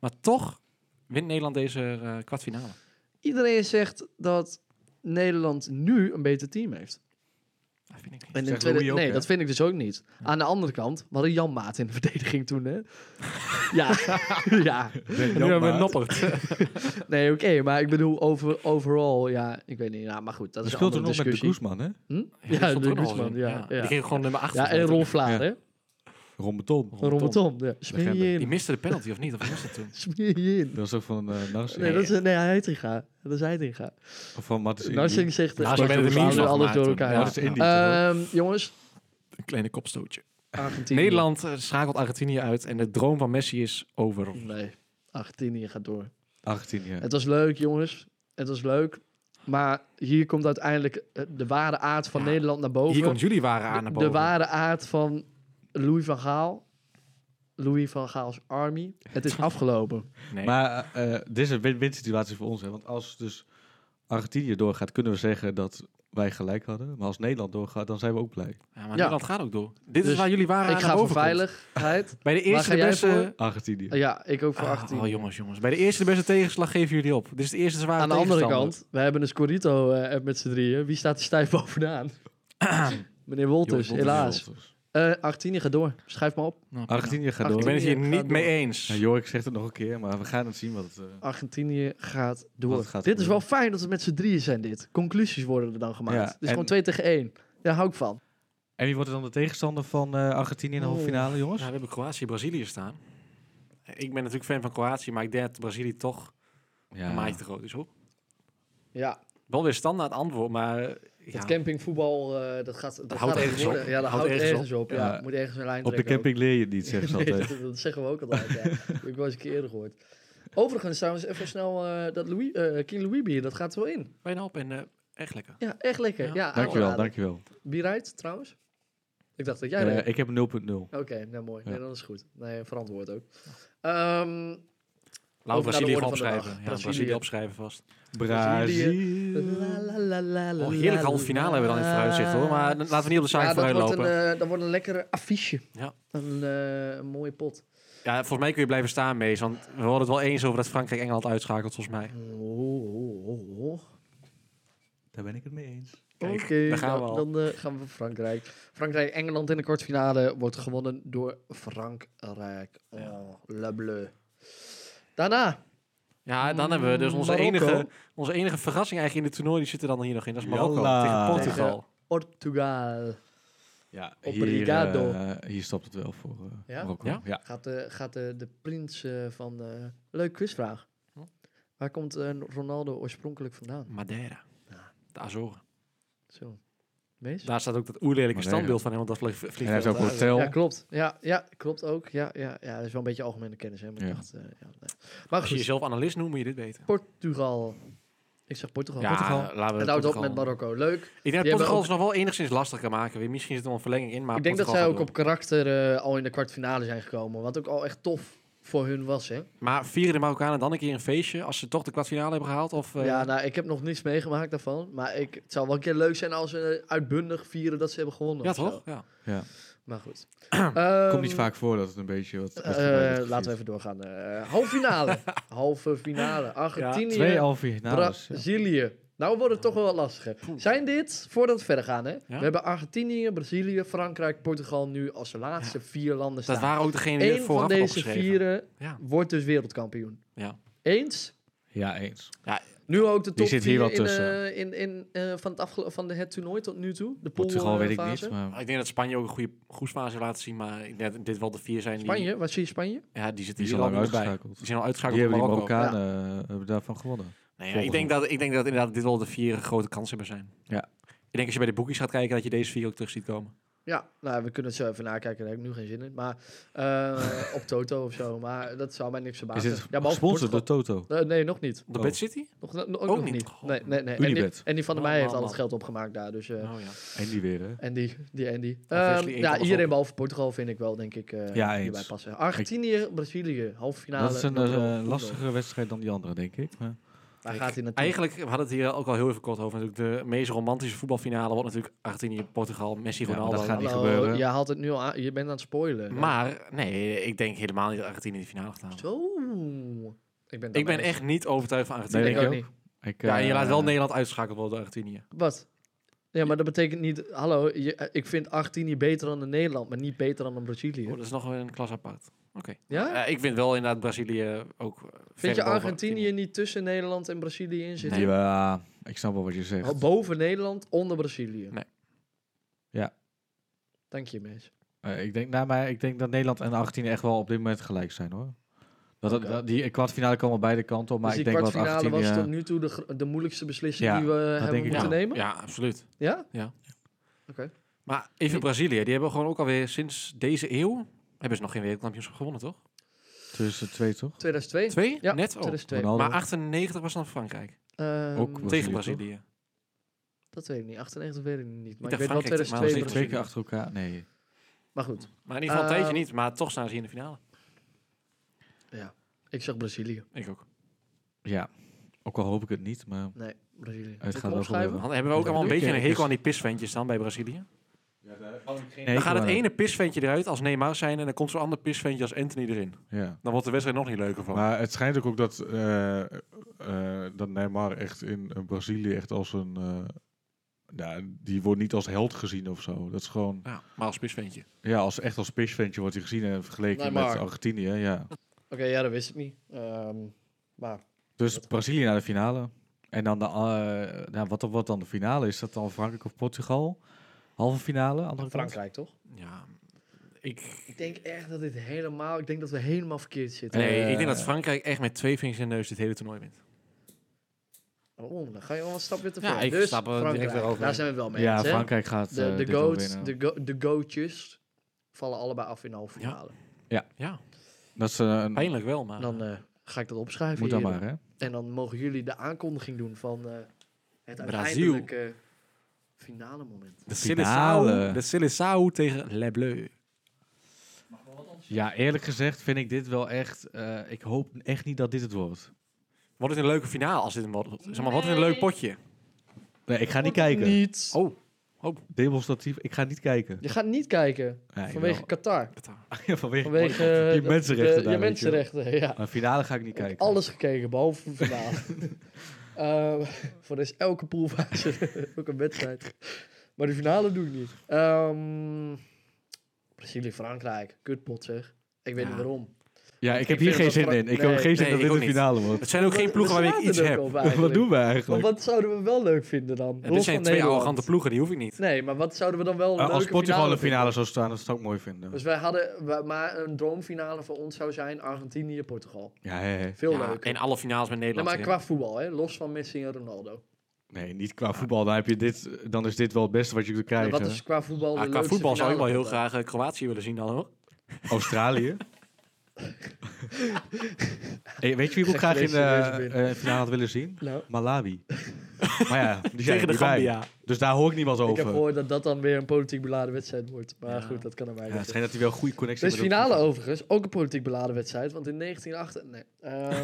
[SPEAKER 2] Maar toch wint Nederland deze eh, kwartfinale.
[SPEAKER 3] Iedereen zegt dat Nederland nu een beter team heeft.
[SPEAKER 2] Dat vind ik niet.
[SPEAKER 3] En in
[SPEAKER 1] Zegt
[SPEAKER 3] tweede-
[SPEAKER 1] Louis ook,
[SPEAKER 3] nee,
[SPEAKER 1] hè?
[SPEAKER 3] dat vind ik dus ook niet. Aan de andere kant, we hadden Jan Maat in de verdediging toen, hè? ja, ja.
[SPEAKER 2] En nu hebben we Noppert.
[SPEAKER 3] Nee, oké, maar ik bedoel, over, overall, ja, ik weet niet. Nou, maar goed, dat
[SPEAKER 1] Dat
[SPEAKER 3] is een
[SPEAKER 1] speelt er
[SPEAKER 3] andere
[SPEAKER 1] nog met de
[SPEAKER 3] discussie.
[SPEAKER 1] Guzman, hè?
[SPEAKER 3] Hm?
[SPEAKER 2] die
[SPEAKER 3] Ja,
[SPEAKER 2] stond er
[SPEAKER 3] de
[SPEAKER 2] ook nog wel
[SPEAKER 3] Guzman,
[SPEAKER 2] in.
[SPEAKER 3] ja.
[SPEAKER 2] Die
[SPEAKER 3] ja.
[SPEAKER 2] ging gewoon nummer 8.
[SPEAKER 3] Ja, en Rolf Vlaar,
[SPEAKER 1] Ja.
[SPEAKER 3] hè?
[SPEAKER 1] Ron Beton.
[SPEAKER 3] Rommetom, ja. Smeer je
[SPEAKER 1] Legende.
[SPEAKER 2] Die
[SPEAKER 3] in.
[SPEAKER 2] miste de penalty, of niet? Of wat was dat toen?
[SPEAKER 3] Smeer je in.
[SPEAKER 1] Dat was ook van eh Narsing.
[SPEAKER 3] Nee, dat is, nee, Heitinga. Dat is Heitinga.
[SPEAKER 1] Of van Matthis
[SPEAKER 3] Narsing
[SPEAKER 1] Narsing.
[SPEAKER 3] zegt...
[SPEAKER 2] Nou,
[SPEAKER 3] eh,
[SPEAKER 2] ze
[SPEAKER 3] we
[SPEAKER 2] hebben er
[SPEAKER 3] halen
[SPEAKER 2] memes van
[SPEAKER 3] alles
[SPEAKER 2] gemaakt
[SPEAKER 3] door
[SPEAKER 2] toen.
[SPEAKER 3] elkaar.
[SPEAKER 2] Ja,
[SPEAKER 1] dat
[SPEAKER 3] ja.
[SPEAKER 1] is Indie. toch?
[SPEAKER 3] Ehm, jongens,
[SPEAKER 2] Een kleine kopstootje.
[SPEAKER 3] Argentinië.
[SPEAKER 2] Nederland eh, schakelt Argentinië uit en de droom van Messi is over.
[SPEAKER 3] Nee, Argentinië gaat door.
[SPEAKER 1] 18 jaar.
[SPEAKER 3] Het was leuk, jongens. Het was leuk. Maar hier komt uiteindelijk eh, de ware aard van
[SPEAKER 2] Ja,
[SPEAKER 3] Nederland naar boven.
[SPEAKER 2] Hier komt jullie waren
[SPEAKER 3] De-
[SPEAKER 2] aan naar
[SPEAKER 3] de,
[SPEAKER 2] boven.
[SPEAKER 3] ware aard van Louis van Gaal. Louis van Gaals army. Het is afgelopen.
[SPEAKER 2] Nee.
[SPEAKER 1] Maar eh, eh, dit is een win-win situatie voor ons. Hè? Want als dus Argentinië doorgaat, kunnen we zeggen dat wij gelijk hadden. Maar als Nederland doorgaat, dan zijn we ook blij.
[SPEAKER 2] ja, maar Nederland gaat ook door. Dit
[SPEAKER 3] Dus
[SPEAKER 2] is waar jullie waren
[SPEAKER 3] ik
[SPEAKER 2] aan naar
[SPEAKER 3] ga voor
[SPEAKER 2] boven komt.
[SPEAKER 3] veiligheid.
[SPEAKER 2] Bij de eerste
[SPEAKER 3] ga
[SPEAKER 2] de
[SPEAKER 3] jij
[SPEAKER 2] beste...
[SPEAKER 1] Argentinië.
[SPEAKER 3] Ja, ik ook voor
[SPEAKER 2] Ah,
[SPEAKER 3] 18.
[SPEAKER 2] oh, jongens, jongens. Bij de eerste de beste tegenslag geven jullie op. Dit is de eerste zware
[SPEAKER 3] Aan de andere
[SPEAKER 2] tegenstander.
[SPEAKER 3] kant, we hebben een Scorito eh, met z'n drieën. Wie staat er stijf bovenaan? Meneer Wolters,
[SPEAKER 2] Joris Wolters.
[SPEAKER 3] helaas. Eh Argentinië gaat door. Schrijf maar op.
[SPEAKER 2] Nou, prima.
[SPEAKER 1] Argentinië gaat
[SPEAKER 2] Ik
[SPEAKER 1] door.
[SPEAKER 2] ben het hier
[SPEAKER 3] Gaat
[SPEAKER 2] niet
[SPEAKER 3] door.
[SPEAKER 2] mee eens.
[SPEAKER 1] Nou, Jorik zegt het nog een keer, maar we gaan het zien wat het... eh,
[SPEAKER 3] Argentinië gaat door.
[SPEAKER 1] Wat gaat
[SPEAKER 3] dit is wel
[SPEAKER 1] gebeuren?
[SPEAKER 3] fijn dat we met z'n drieën zijn dit. Conclusies worden er dan gemaakt.
[SPEAKER 1] Ja,
[SPEAKER 3] het is
[SPEAKER 1] en-
[SPEAKER 3] gewoon 2 tegen 1. Daar hou ik van.
[SPEAKER 1] En wie wordt dan de tegenstander van eh, Argentinië in de halve
[SPEAKER 3] Oh.
[SPEAKER 1] finale, jongens?
[SPEAKER 2] Ja, we hebben Kroatië en Brazilië staan. Ik ben natuurlijk fan van Kroatië, maar ik denk dat Brazilië toch een maatje te groot is. Hoor.
[SPEAKER 3] Ja,
[SPEAKER 2] Wel weer standaard antwoord, maar eh, ja,
[SPEAKER 3] dat campingvoetbal, eh, dat gaat dat,
[SPEAKER 2] houdt
[SPEAKER 3] gaat
[SPEAKER 2] ergens
[SPEAKER 3] worden.
[SPEAKER 2] op.
[SPEAKER 3] Ja, dat houdt ergens op. Ja,
[SPEAKER 1] Ja.
[SPEAKER 3] moet ergens een lijn
[SPEAKER 1] Op de
[SPEAKER 3] trekken ook.
[SPEAKER 1] camping leer je het niet, zeggen ze
[SPEAKER 3] Nee,
[SPEAKER 1] altijd.
[SPEAKER 3] dat, dat zeggen we ook altijd. ja. Dat heb ik wel eens een keer eerder gehoord. Overigens, trouwens, even snel eh, dat Louis, eh, King Louis bier, dat gaat er wel in.
[SPEAKER 2] bijna op en eh, echt lekker.
[SPEAKER 3] Ja, echt lekker.
[SPEAKER 2] Ja.
[SPEAKER 3] Ja,
[SPEAKER 1] Dankjewel,
[SPEAKER 3] aanrader.
[SPEAKER 1] dankjewel.
[SPEAKER 3] Bierheid, trouwens? Ik dacht dat jij...
[SPEAKER 1] Eh,
[SPEAKER 3] dat-
[SPEAKER 1] ik heb een 0.0.
[SPEAKER 3] Oké, nou mooi. Nee,
[SPEAKER 1] Ja.
[SPEAKER 3] dat is goed. Nee, verantwoord ook. Ehm,
[SPEAKER 2] Laten we
[SPEAKER 3] Over naar de
[SPEAKER 2] Brazilië gewoon
[SPEAKER 3] orde van de dag.
[SPEAKER 2] opschrijven. Ja, Brazilië.
[SPEAKER 3] Brazilië.
[SPEAKER 2] opschrijven vast.
[SPEAKER 3] la,
[SPEAKER 1] Brazil.
[SPEAKER 3] la, la, la, la,
[SPEAKER 2] Oh, heerlijk halve finale hebben we dan in het vooruitzicht hoor. Maar dan laten we niet op de zaak
[SPEAKER 3] eh, ja, dat
[SPEAKER 2] vooruit
[SPEAKER 3] wordt,
[SPEAKER 2] lopen.
[SPEAKER 3] een, eh, dat wordt een lekkere affiche.
[SPEAKER 2] Ja.
[SPEAKER 3] Een, eh, een mooie pot.
[SPEAKER 2] Ja, volgens mij kun je blijven staan, Mees. Want we worden het wel eens over dat Frankrijk Engeland uitschakelt, volgens mij.
[SPEAKER 3] Oh, oh, oh, oh.
[SPEAKER 1] Daar ben ik het mee eens.
[SPEAKER 2] Kijk,
[SPEAKER 3] Oké,
[SPEAKER 2] daar gaan we
[SPEAKER 3] nou,
[SPEAKER 2] al.
[SPEAKER 3] dan eh, gaan we voor Frankrijk. Frankrijk-Engeland in de kwartfinale wordt gewonnen door Frankrijk. Oh, le bleu. Daarna.
[SPEAKER 2] Ja, dan hebben we dus onze
[SPEAKER 3] Mm, Marokko.
[SPEAKER 2] enige, onze enige verrassing eigenlijk in het toernooi. Die zit er dan hier nog in. Dat is Marokko
[SPEAKER 1] Jalla.
[SPEAKER 2] tegen Portugal.
[SPEAKER 3] Portugal.
[SPEAKER 1] Ja, hier,
[SPEAKER 3] Obrigado.
[SPEAKER 1] eh, hier stopt het wel voor eh,
[SPEAKER 3] Ja?
[SPEAKER 1] Marokko.
[SPEAKER 2] Ja?
[SPEAKER 3] Gaat de, gaat de, de prins eh, van... eh leuk quizvraag.
[SPEAKER 2] Hm?
[SPEAKER 3] Waar komt eh, Ronaldo oorspronkelijk vandaan?
[SPEAKER 2] Madeira.
[SPEAKER 3] Ja.
[SPEAKER 2] De Azoren.
[SPEAKER 3] Zo. Mees?
[SPEAKER 2] Daar staat ook dat oerlelijke
[SPEAKER 1] Madeira.
[SPEAKER 2] standbeeld van hem. Want dat vlieg- vliegt
[SPEAKER 1] En hij is ook
[SPEAKER 2] wel-
[SPEAKER 1] hotel.
[SPEAKER 3] Ja, klopt. Ja, ja, klopt ook. Ja, ja, ja, dat is wel een beetje algemene kennis. Hè? Maar, ik
[SPEAKER 1] Ja.
[SPEAKER 3] dacht, eh, ja, nee. maar
[SPEAKER 2] Als je
[SPEAKER 3] goed,
[SPEAKER 2] jezelf analist noemt, moet je dit weten.
[SPEAKER 3] Portugal. Ik zeg Portugal.
[SPEAKER 2] Ja,
[SPEAKER 3] Portugal.
[SPEAKER 2] eh, laten we
[SPEAKER 3] Het houdt op
[SPEAKER 2] Portugal-
[SPEAKER 3] met Marokko. Leuk.
[SPEAKER 2] Ik denk dat
[SPEAKER 3] Die
[SPEAKER 2] Portugal
[SPEAKER 3] hebben
[SPEAKER 2] het nog wel enigszins lastig kan maken. Weer. Misschien zit er wel een verlenging in, maar
[SPEAKER 3] ik denk dat zij
[SPEAKER 2] Portugal
[SPEAKER 3] ook
[SPEAKER 2] gaat
[SPEAKER 3] op karakter eh, al in de kwartfinale zijn gekomen. Wat ook al echt tof voor hun was, hè?
[SPEAKER 2] door. Maar vieren de Marokkanen dan een keer een feestje als ze toch de kwartfinale hebben gehaald? Of, eh,
[SPEAKER 3] Ja, nou, ik heb nog niks meegemaakt daarvan. Maar ik, het zou wel een keer leuk zijn als ze uitbundig vieren dat ze hebben gewonnen.
[SPEAKER 2] ja
[SPEAKER 3] of zo.
[SPEAKER 2] toch? Ja.
[SPEAKER 3] Maar goed.
[SPEAKER 1] Komt
[SPEAKER 3] Ehm,
[SPEAKER 1] niet vaak voor dat het een beetje wat...
[SPEAKER 3] eh, laten we even doorgaan. Eh halve finale. halve finale. Argentinië.
[SPEAKER 1] Twee halve finales. ja.
[SPEAKER 3] Brazilië. Nou wordt het toch wel wat lastiger.
[SPEAKER 2] Poeh.
[SPEAKER 3] Zijn dit, voordat we verder gaan, hè? We hebben Argentinië, Brazilië, Frankrijk, Portugal nu als de laatste vier landen
[SPEAKER 2] Dat
[SPEAKER 3] staan.
[SPEAKER 2] waren ook degenen die
[SPEAKER 3] Eén
[SPEAKER 2] het vooraf
[SPEAKER 3] van deze
[SPEAKER 2] opgeschreven.
[SPEAKER 3] vieren
[SPEAKER 2] Ja.
[SPEAKER 3] wordt dus wereldkampioen.
[SPEAKER 2] Ja.
[SPEAKER 3] Eens?
[SPEAKER 1] Ja, eens.
[SPEAKER 3] Nu ook de top
[SPEAKER 1] zit hier
[SPEAKER 3] vier
[SPEAKER 1] wel
[SPEAKER 3] in, eh,
[SPEAKER 1] tussen.
[SPEAKER 3] in, in, eh, van, het afgelo- van de, het toernooi tot nu toe. De
[SPEAKER 1] Portugal weet ik
[SPEAKER 3] poolfase.
[SPEAKER 1] niet, maar...
[SPEAKER 2] Ik denk dat Spanje ook een goede groepsfase laat zien, maar ik denk dat dit wel de vier zijn die...
[SPEAKER 3] Spanje, wat zie je Spanje?
[SPEAKER 2] Ja, die
[SPEAKER 1] Die
[SPEAKER 2] zitten
[SPEAKER 1] is
[SPEAKER 2] hier
[SPEAKER 1] al
[SPEAKER 2] al
[SPEAKER 1] lang
[SPEAKER 2] niet bij.
[SPEAKER 1] uitgeschakeld.
[SPEAKER 2] Die zijn al
[SPEAKER 1] Die
[SPEAKER 2] uitgeschakeld
[SPEAKER 1] hebben die
[SPEAKER 2] door Marokko.
[SPEAKER 1] Marokkanen eh, hebben daarvan gewonnen.
[SPEAKER 2] Nee, Nou ja, ik,
[SPEAKER 1] Volgende.
[SPEAKER 2] denk dat, ik denk dat inderdaad dit wel de vier grote kansen hebben zijn.
[SPEAKER 1] Ja.
[SPEAKER 2] Ik denk als je bij de boekjes gaat kijken, dat je deze vier ook terug ziet komen.
[SPEAKER 3] Ja, nou, we kunnen het zo even nakijken. Daar heb ik nu geen zin in. Maar eh, op Toto of zo. Maar dat zou mij niks
[SPEAKER 1] Is
[SPEAKER 3] verbazen.
[SPEAKER 1] dit
[SPEAKER 3] ja, behalve
[SPEAKER 1] gesponsord door
[SPEAKER 3] Portugal.
[SPEAKER 1] Toto?
[SPEAKER 3] Eh, nee, nog niet.
[SPEAKER 2] De
[SPEAKER 1] Oh.
[SPEAKER 2] Bed City?
[SPEAKER 3] Nog, nog, nog
[SPEAKER 2] Ook niet.
[SPEAKER 3] niet.
[SPEAKER 2] Goh.
[SPEAKER 3] Nee, nee, nee. En die,
[SPEAKER 1] Unibet.
[SPEAKER 3] en die van der
[SPEAKER 2] Man,
[SPEAKER 3] Meij heeft
[SPEAKER 2] man,
[SPEAKER 3] al het
[SPEAKER 2] man.
[SPEAKER 3] geld opgemaakt daar. Dus eh,
[SPEAKER 2] Oh, ja.
[SPEAKER 1] En die weer, hè?
[SPEAKER 3] En die, die Andy.
[SPEAKER 2] Ja,
[SPEAKER 3] Ehm,
[SPEAKER 2] Wesley eet
[SPEAKER 3] ja,
[SPEAKER 2] alles
[SPEAKER 3] iedereen
[SPEAKER 2] op.
[SPEAKER 3] behalve Portugal vind ik wel, denk ik, eh
[SPEAKER 1] Ja, eens.
[SPEAKER 3] hierbij passen. Argentinië, Brazilië, halve finale.
[SPEAKER 1] Dat is een
[SPEAKER 3] en dan
[SPEAKER 1] eh,
[SPEAKER 3] wel
[SPEAKER 1] lastigere wedstrijd dan die andere, denk ik. Maar
[SPEAKER 3] voetbal. Waar gaat hij naartoe?
[SPEAKER 2] Eigenlijk we hadden het hier ook al heel even kort over. Natuurlijk de meest romantische voetbalfinale wordt natuurlijk Argentinië, Portugal, Messi,
[SPEAKER 1] Ja, maar
[SPEAKER 2] Ronaldo.
[SPEAKER 1] dat gaat niet
[SPEAKER 3] Hallo,
[SPEAKER 1] gebeuren.
[SPEAKER 3] Je haalt het nu al aan. Je bent aan het spoilen.
[SPEAKER 2] Maar nee, ik denk helemaal niet dat Argentinië de finale gaat halen.
[SPEAKER 3] Zo. Ik ben,
[SPEAKER 2] Ik ben echt niet overtuigd van Argentinië.
[SPEAKER 1] Nee,
[SPEAKER 3] Ik
[SPEAKER 1] denk
[SPEAKER 3] ook
[SPEAKER 1] je
[SPEAKER 3] niet.
[SPEAKER 1] ik,
[SPEAKER 2] ja, en je
[SPEAKER 1] eh,
[SPEAKER 2] laat wel Nederland uitschakelen worden door Argentinië.
[SPEAKER 3] Wat? Ja, maar dat betekent niet... Hallo, je- eh, ik vind Argentinië beter dan een Nederland, maar niet beter dan een Brazilië.
[SPEAKER 2] Oh, dat is nog een klas apart.
[SPEAKER 3] ja?
[SPEAKER 2] Eh, ik vind wel inderdaad Brazilië ook. eh, ver
[SPEAKER 3] vind je
[SPEAKER 2] boven
[SPEAKER 3] Argentinië niet tussen Nederland en Brazilië in zitten?
[SPEAKER 1] Nee, ja, ik snap wel wat je
[SPEAKER 3] Oh,
[SPEAKER 1] zegt.
[SPEAKER 3] Boven Nederland, onder Brazilië.
[SPEAKER 2] Nee.
[SPEAKER 1] Ja.
[SPEAKER 3] Dank je, mensen.
[SPEAKER 1] Eh, ik, denk, nou, maar ik denk dat Nederland en Argentinië echt wel op dit moment gelijk zijn hoor. Dat, dat-
[SPEAKER 3] Oké.
[SPEAKER 1] dat- die kwartfinale komen beide kanten op, maar
[SPEAKER 3] dus
[SPEAKER 1] ik
[SPEAKER 3] die
[SPEAKER 1] denk dat
[SPEAKER 3] kwartfinale was tot
[SPEAKER 1] Argentinië... eh,
[SPEAKER 3] nu toe de, gr- de moeilijkste beslissing
[SPEAKER 1] Ja,
[SPEAKER 3] die we hebben
[SPEAKER 1] denk ik
[SPEAKER 3] moeten
[SPEAKER 2] ja,
[SPEAKER 1] wel.
[SPEAKER 3] nemen?
[SPEAKER 2] Ja, absoluut.
[SPEAKER 3] Ja?
[SPEAKER 2] Ja.
[SPEAKER 3] Oké.
[SPEAKER 2] Maar even Brazilië, die hebben gewoon ook alweer sinds deze eeuw... hebben ze nog geen wereldkampioenschap gewonnen, toch?
[SPEAKER 1] Tussen de twee toch?
[SPEAKER 3] 2002?
[SPEAKER 2] Twee?
[SPEAKER 3] Ja,
[SPEAKER 2] Net? Oh.
[SPEAKER 3] 2002.
[SPEAKER 1] Ronaldo.
[SPEAKER 2] Maar 98 was dan Frankrijk.
[SPEAKER 3] Ehm,
[SPEAKER 1] Ook Brazilië,
[SPEAKER 2] tegen
[SPEAKER 1] toch?
[SPEAKER 2] Brazilië.
[SPEAKER 3] Dat weet ik niet. 98 weet ik niet. Maar
[SPEAKER 2] dacht
[SPEAKER 3] ik, weet wel
[SPEAKER 2] Frankrijk, maar dat was
[SPEAKER 3] 2002.
[SPEAKER 1] Twee,
[SPEAKER 2] niet
[SPEAKER 1] twee
[SPEAKER 2] Brazilië.
[SPEAKER 1] keer achter elkaar? Nee.
[SPEAKER 3] Maar goed,
[SPEAKER 2] Maar in ieder geval een
[SPEAKER 3] Eh,
[SPEAKER 2] tijdje niet. Maar toch staan ze in de finale.
[SPEAKER 3] ik zag Brazilië.
[SPEAKER 2] Ik ook.
[SPEAKER 1] Ja, ook al hoop ik het niet, maar
[SPEAKER 3] Nee, Brazilië.
[SPEAKER 1] het
[SPEAKER 3] Zal ik
[SPEAKER 1] gaat
[SPEAKER 3] hem
[SPEAKER 1] wel
[SPEAKER 3] opschrijven?
[SPEAKER 1] gebeuren.
[SPEAKER 2] Dan hebben we ook allemaal een
[SPEAKER 1] Oké, dus-
[SPEAKER 2] beetje een
[SPEAKER 1] ik
[SPEAKER 2] hekel
[SPEAKER 1] is-
[SPEAKER 2] aan die pisventjes dan bij Brazilië.
[SPEAKER 1] Nee,
[SPEAKER 2] Dan gaat het
[SPEAKER 1] maar-
[SPEAKER 2] ene pisventje eruit als Neymar zijn en dan komt zo'n ander pisventje als Anthony erin.
[SPEAKER 1] Ja.
[SPEAKER 2] Dan wordt de wedstrijd nog niet leuker van.
[SPEAKER 5] Maar het schijnt ook, ook dat, eh, eh, dat Neymar echt in eh, Brazilië echt als een... eh, ja, die wordt niet als held gezien of zo. Dat is gewoon...
[SPEAKER 2] Ja, maar als pisventje.
[SPEAKER 5] Ja, als, echt als pitchventje wordt hij gezien en vergeleken met
[SPEAKER 3] Neymar.
[SPEAKER 5] Argentinië. Ja.
[SPEAKER 3] Oké, ja, dat wist ik niet. Ehm, maar
[SPEAKER 1] Dus Brazilië naar de finale. En dan de, eh, nou, wat, wat dan de finale? Is dat dan Frankrijk of Portugal? Halve finale? Andere kant?
[SPEAKER 3] Frankrijk toch?
[SPEAKER 2] Ja, ik,
[SPEAKER 3] Ik denk echt dat dit helemaal... Ik denk dat we helemaal verkeerd zitten.
[SPEAKER 2] nee,
[SPEAKER 1] Eh,
[SPEAKER 2] ik denk dat Frankrijk echt met twee vingers in de neus dit hele toernooi wint.
[SPEAKER 3] Oh, dan ga je wel een stapje te ver.
[SPEAKER 2] Ja, ik
[SPEAKER 3] dus
[SPEAKER 2] stap er direct
[SPEAKER 3] Frankrijk,
[SPEAKER 2] weer overheen.
[SPEAKER 3] Daar zijn we het wel mee
[SPEAKER 1] Ja,
[SPEAKER 3] eens, hè?
[SPEAKER 1] Frankrijk gaat
[SPEAKER 3] De,
[SPEAKER 1] eh,
[SPEAKER 3] de,
[SPEAKER 1] dit wel
[SPEAKER 3] goats,
[SPEAKER 1] winnen.
[SPEAKER 3] de, go de goatjes vallen allebei af in de halve
[SPEAKER 2] Ja.
[SPEAKER 3] finale.
[SPEAKER 2] Ja,
[SPEAKER 1] Dat is eh, een...
[SPEAKER 2] pijnlijk wel, maar
[SPEAKER 3] Dan eh, ga ik dat opschrijven
[SPEAKER 1] Moet dan
[SPEAKER 3] hier.
[SPEAKER 1] maar, hè?
[SPEAKER 3] En dan mogen jullie de aankondiging doen van eh, het
[SPEAKER 2] Brazil.
[SPEAKER 3] uiteindelijke finale moment.
[SPEAKER 1] finale.
[SPEAKER 2] de Silissau de Silissau tegen Le Bleu.
[SPEAKER 1] Ja, eerlijk gezegd vind ik dit wel echt... eh, ik hoop echt niet dat dit het wordt.
[SPEAKER 2] Wat is een leuke finale als dit een wat, zeg maar, wat is een leuk potje.
[SPEAKER 1] Nee, ik ga niet kijken.
[SPEAKER 3] Niet.
[SPEAKER 2] Oh,
[SPEAKER 1] Demonstratief, ik ga niet kijken.
[SPEAKER 3] Je gaat niet kijken
[SPEAKER 1] Nee,
[SPEAKER 3] vanwege
[SPEAKER 1] wel.
[SPEAKER 3] Qatar.
[SPEAKER 1] Vanwege,
[SPEAKER 3] Vanwege eh,
[SPEAKER 1] die
[SPEAKER 3] de-
[SPEAKER 1] mensenrechten
[SPEAKER 3] de-
[SPEAKER 1] daar,
[SPEAKER 3] Je
[SPEAKER 1] weet je wel.
[SPEAKER 3] mensenrechten, ja.
[SPEAKER 1] Maar finale ga ik niet kijken.
[SPEAKER 3] Alles gekeken, behalve de finale. Ehm, voor dus elke poolfase ook een wedstrijd. Maar de finale doe ik niet. Ehm, Brazilië-Frankrijk, kutpot zeg. Ik weet
[SPEAKER 2] Ja.
[SPEAKER 3] niet waarom.
[SPEAKER 1] Ja, ik heb
[SPEAKER 3] vind
[SPEAKER 1] hier geen
[SPEAKER 3] dat
[SPEAKER 1] zin
[SPEAKER 3] Fran-
[SPEAKER 1] in. Ik
[SPEAKER 3] Nee.
[SPEAKER 1] heb geen zin
[SPEAKER 2] Nee,
[SPEAKER 1] dat
[SPEAKER 2] ik
[SPEAKER 1] dit
[SPEAKER 2] ook
[SPEAKER 1] de
[SPEAKER 2] niet.
[SPEAKER 1] pinaal wordt.
[SPEAKER 2] het zijn ook geen
[SPEAKER 3] We-
[SPEAKER 2] ploegen
[SPEAKER 3] we
[SPEAKER 2] waarmee ik
[SPEAKER 3] slaan
[SPEAKER 2] iets
[SPEAKER 3] er ook
[SPEAKER 2] heb.
[SPEAKER 3] op
[SPEAKER 1] Wat
[SPEAKER 3] eigenlijk.
[SPEAKER 1] doen we
[SPEAKER 3] Maar
[SPEAKER 1] eigenlijk?
[SPEAKER 3] wat zouden we wel leuk vinden dan?
[SPEAKER 2] En
[SPEAKER 3] Los
[SPEAKER 2] dit zijn
[SPEAKER 3] van
[SPEAKER 2] twee
[SPEAKER 3] Nederland.
[SPEAKER 2] arrogante ploegen, die hoef ik niet.
[SPEAKER 3] Nee, maar wat zouden we dan wel een
[SPEAKER 1] Eh, als
[SPEAKER 3] leuke
[SPEAKER 1] Portugal in de
[SPEAKER 3] vinden?
[SPEAKER 1] finale zou staan, dat zou ik mooi vinden.
[SPEAKER 3] Dus wij hadden, wij- maar een droomfinale voor ons zou zijn Argentinië-Portugal.
[SPEAKER 1] ja, hè, hè.
[SPEAKER 3] Veel
[SPEAKER 2] Ja,
[SPEAKER 3] leuker.
[SPEAKER 2] en alle finales met
[SPEAKER 3] Nee,
[SPEAKER 2] Nederland.
[SPEAKER 3] maar
[SPEAKER 2] erin.
[SPEAKER 3] qua voetbal, hè? los van Messi en Ronaldo.
[SPEAKER 1] Nee, niet qua voetbal. Dan, heb je dit, dan is dit wel het beste wat je kunt
[SPEAKER 3] En
[SPEAKER 1] krijgen.
[SPEAKER 3] wat is qua voetbal
[SPEAKER 2] Ah,
[SPEAKER 3] de
[SPEAKER 2] qua
[SPEAKER 3] leukste
[SPEAKER 2] voetbal zou ik wel
[SPEAKER 3] finale
[SPEAKER 2] heel
[SPEAKER 3] dan?
[SPEAKER 2] graag eh, Kroatië willen zien dan hoor.
[SPEAKER 1] Australië. Hey, weet je wie ik ook
[SPEAKER 3] Zeg
[SPEAKER 1] graag in
[SPEAKER 3] deze- deze
[SPEAKER 1] de
[SPEAKER 3] binnen.
[SPEAKER 1] eh, finale had willen zien?
[SPEAKER 3] Nou,
[SPEAKER 1] Malawi. maar ja, die zijn
[SPEAKER 2] Tegen
[SPEAKER 1] er
[SPEAKER 2] de
[SPEAKER 1] niet bij.
[SPEAKER 2] Gambia.
[SPEAKER 1] Dus daar hoor ik niemand
[SPEAKER 3] ik heb
[SPEAKER 1] over.
[SPEAKER 3] gehoord dat dat dan weer een politiek beladen wedstrijd wordt. Maar
[SPEAKER 2] Ja.
[SPEAKER 3] goed, dat kan er mij
[SPEAKER 1] Ja,
[SPEAKER 3] niet.
[SPEAKER 1] het schijnt dat hij wel een goede connectie
[SPEAKER 3] dus
[SPEAKER 1] heeft.
[SPEAKER 3] finale overigens, ook een politiek beladen wedstrijd. Want in 1908... Nee. ehm,